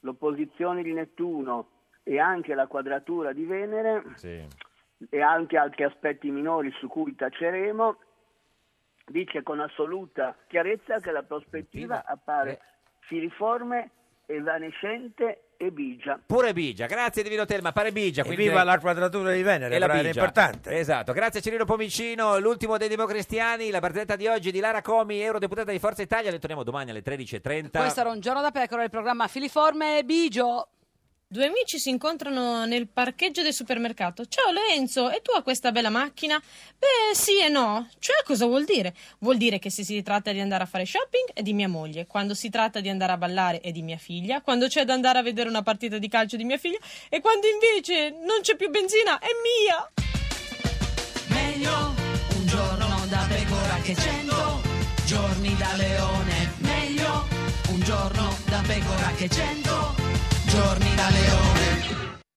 Speaker 14: l'opposizione di Nettuno e anche la quadratura di Venere
Speaker 2: Sì.
Speaker 14: e anche altri aspetti minori su cui taceremo, dice con assoluta chiarezza che la prospettiva appare filiforme, evanescente e bigia.
Speaker 2: Pure Bigia, grazie Divino Telma, pare Bigia. Quindi...
Speaker 25: Viva la quadratura di Venere,
Speaker 2: E la
Speaker 25: però era
Speaker 2: pigia.
Speaker 25: importante.
Speaker 2: Esatto, grazie Cirino Pomicino, l'ultimo dei democristiani, la partita di oggi di Lara Comi, eurodeputata di Forza Italia, le torniamo domani alle 13.30.
Speaker 9: Questo era un giorno da pecora, il programma Filiforme e Bigio.
Speaker 8: Due amici si incontrano nel parcheggio del supermercato. Ciao Lorenzo, e tu hai questa bella macchina? Beh, Eh, sì e no. Cioè, cosa vuol dire? Vuol dire che se si tratta di andare a fare shopping è di mia moglie, quando si tratta di andare a ballare è di mia figlia, quando c'è da andare a vedere una partita di calcio è di mia figlia, e quando invece non c'è più benzina è mia.
Speaker 3: Meglio un giorno da pecora che cento giorni da leone. Meglio un giorno da pecora che cento giorni da leone.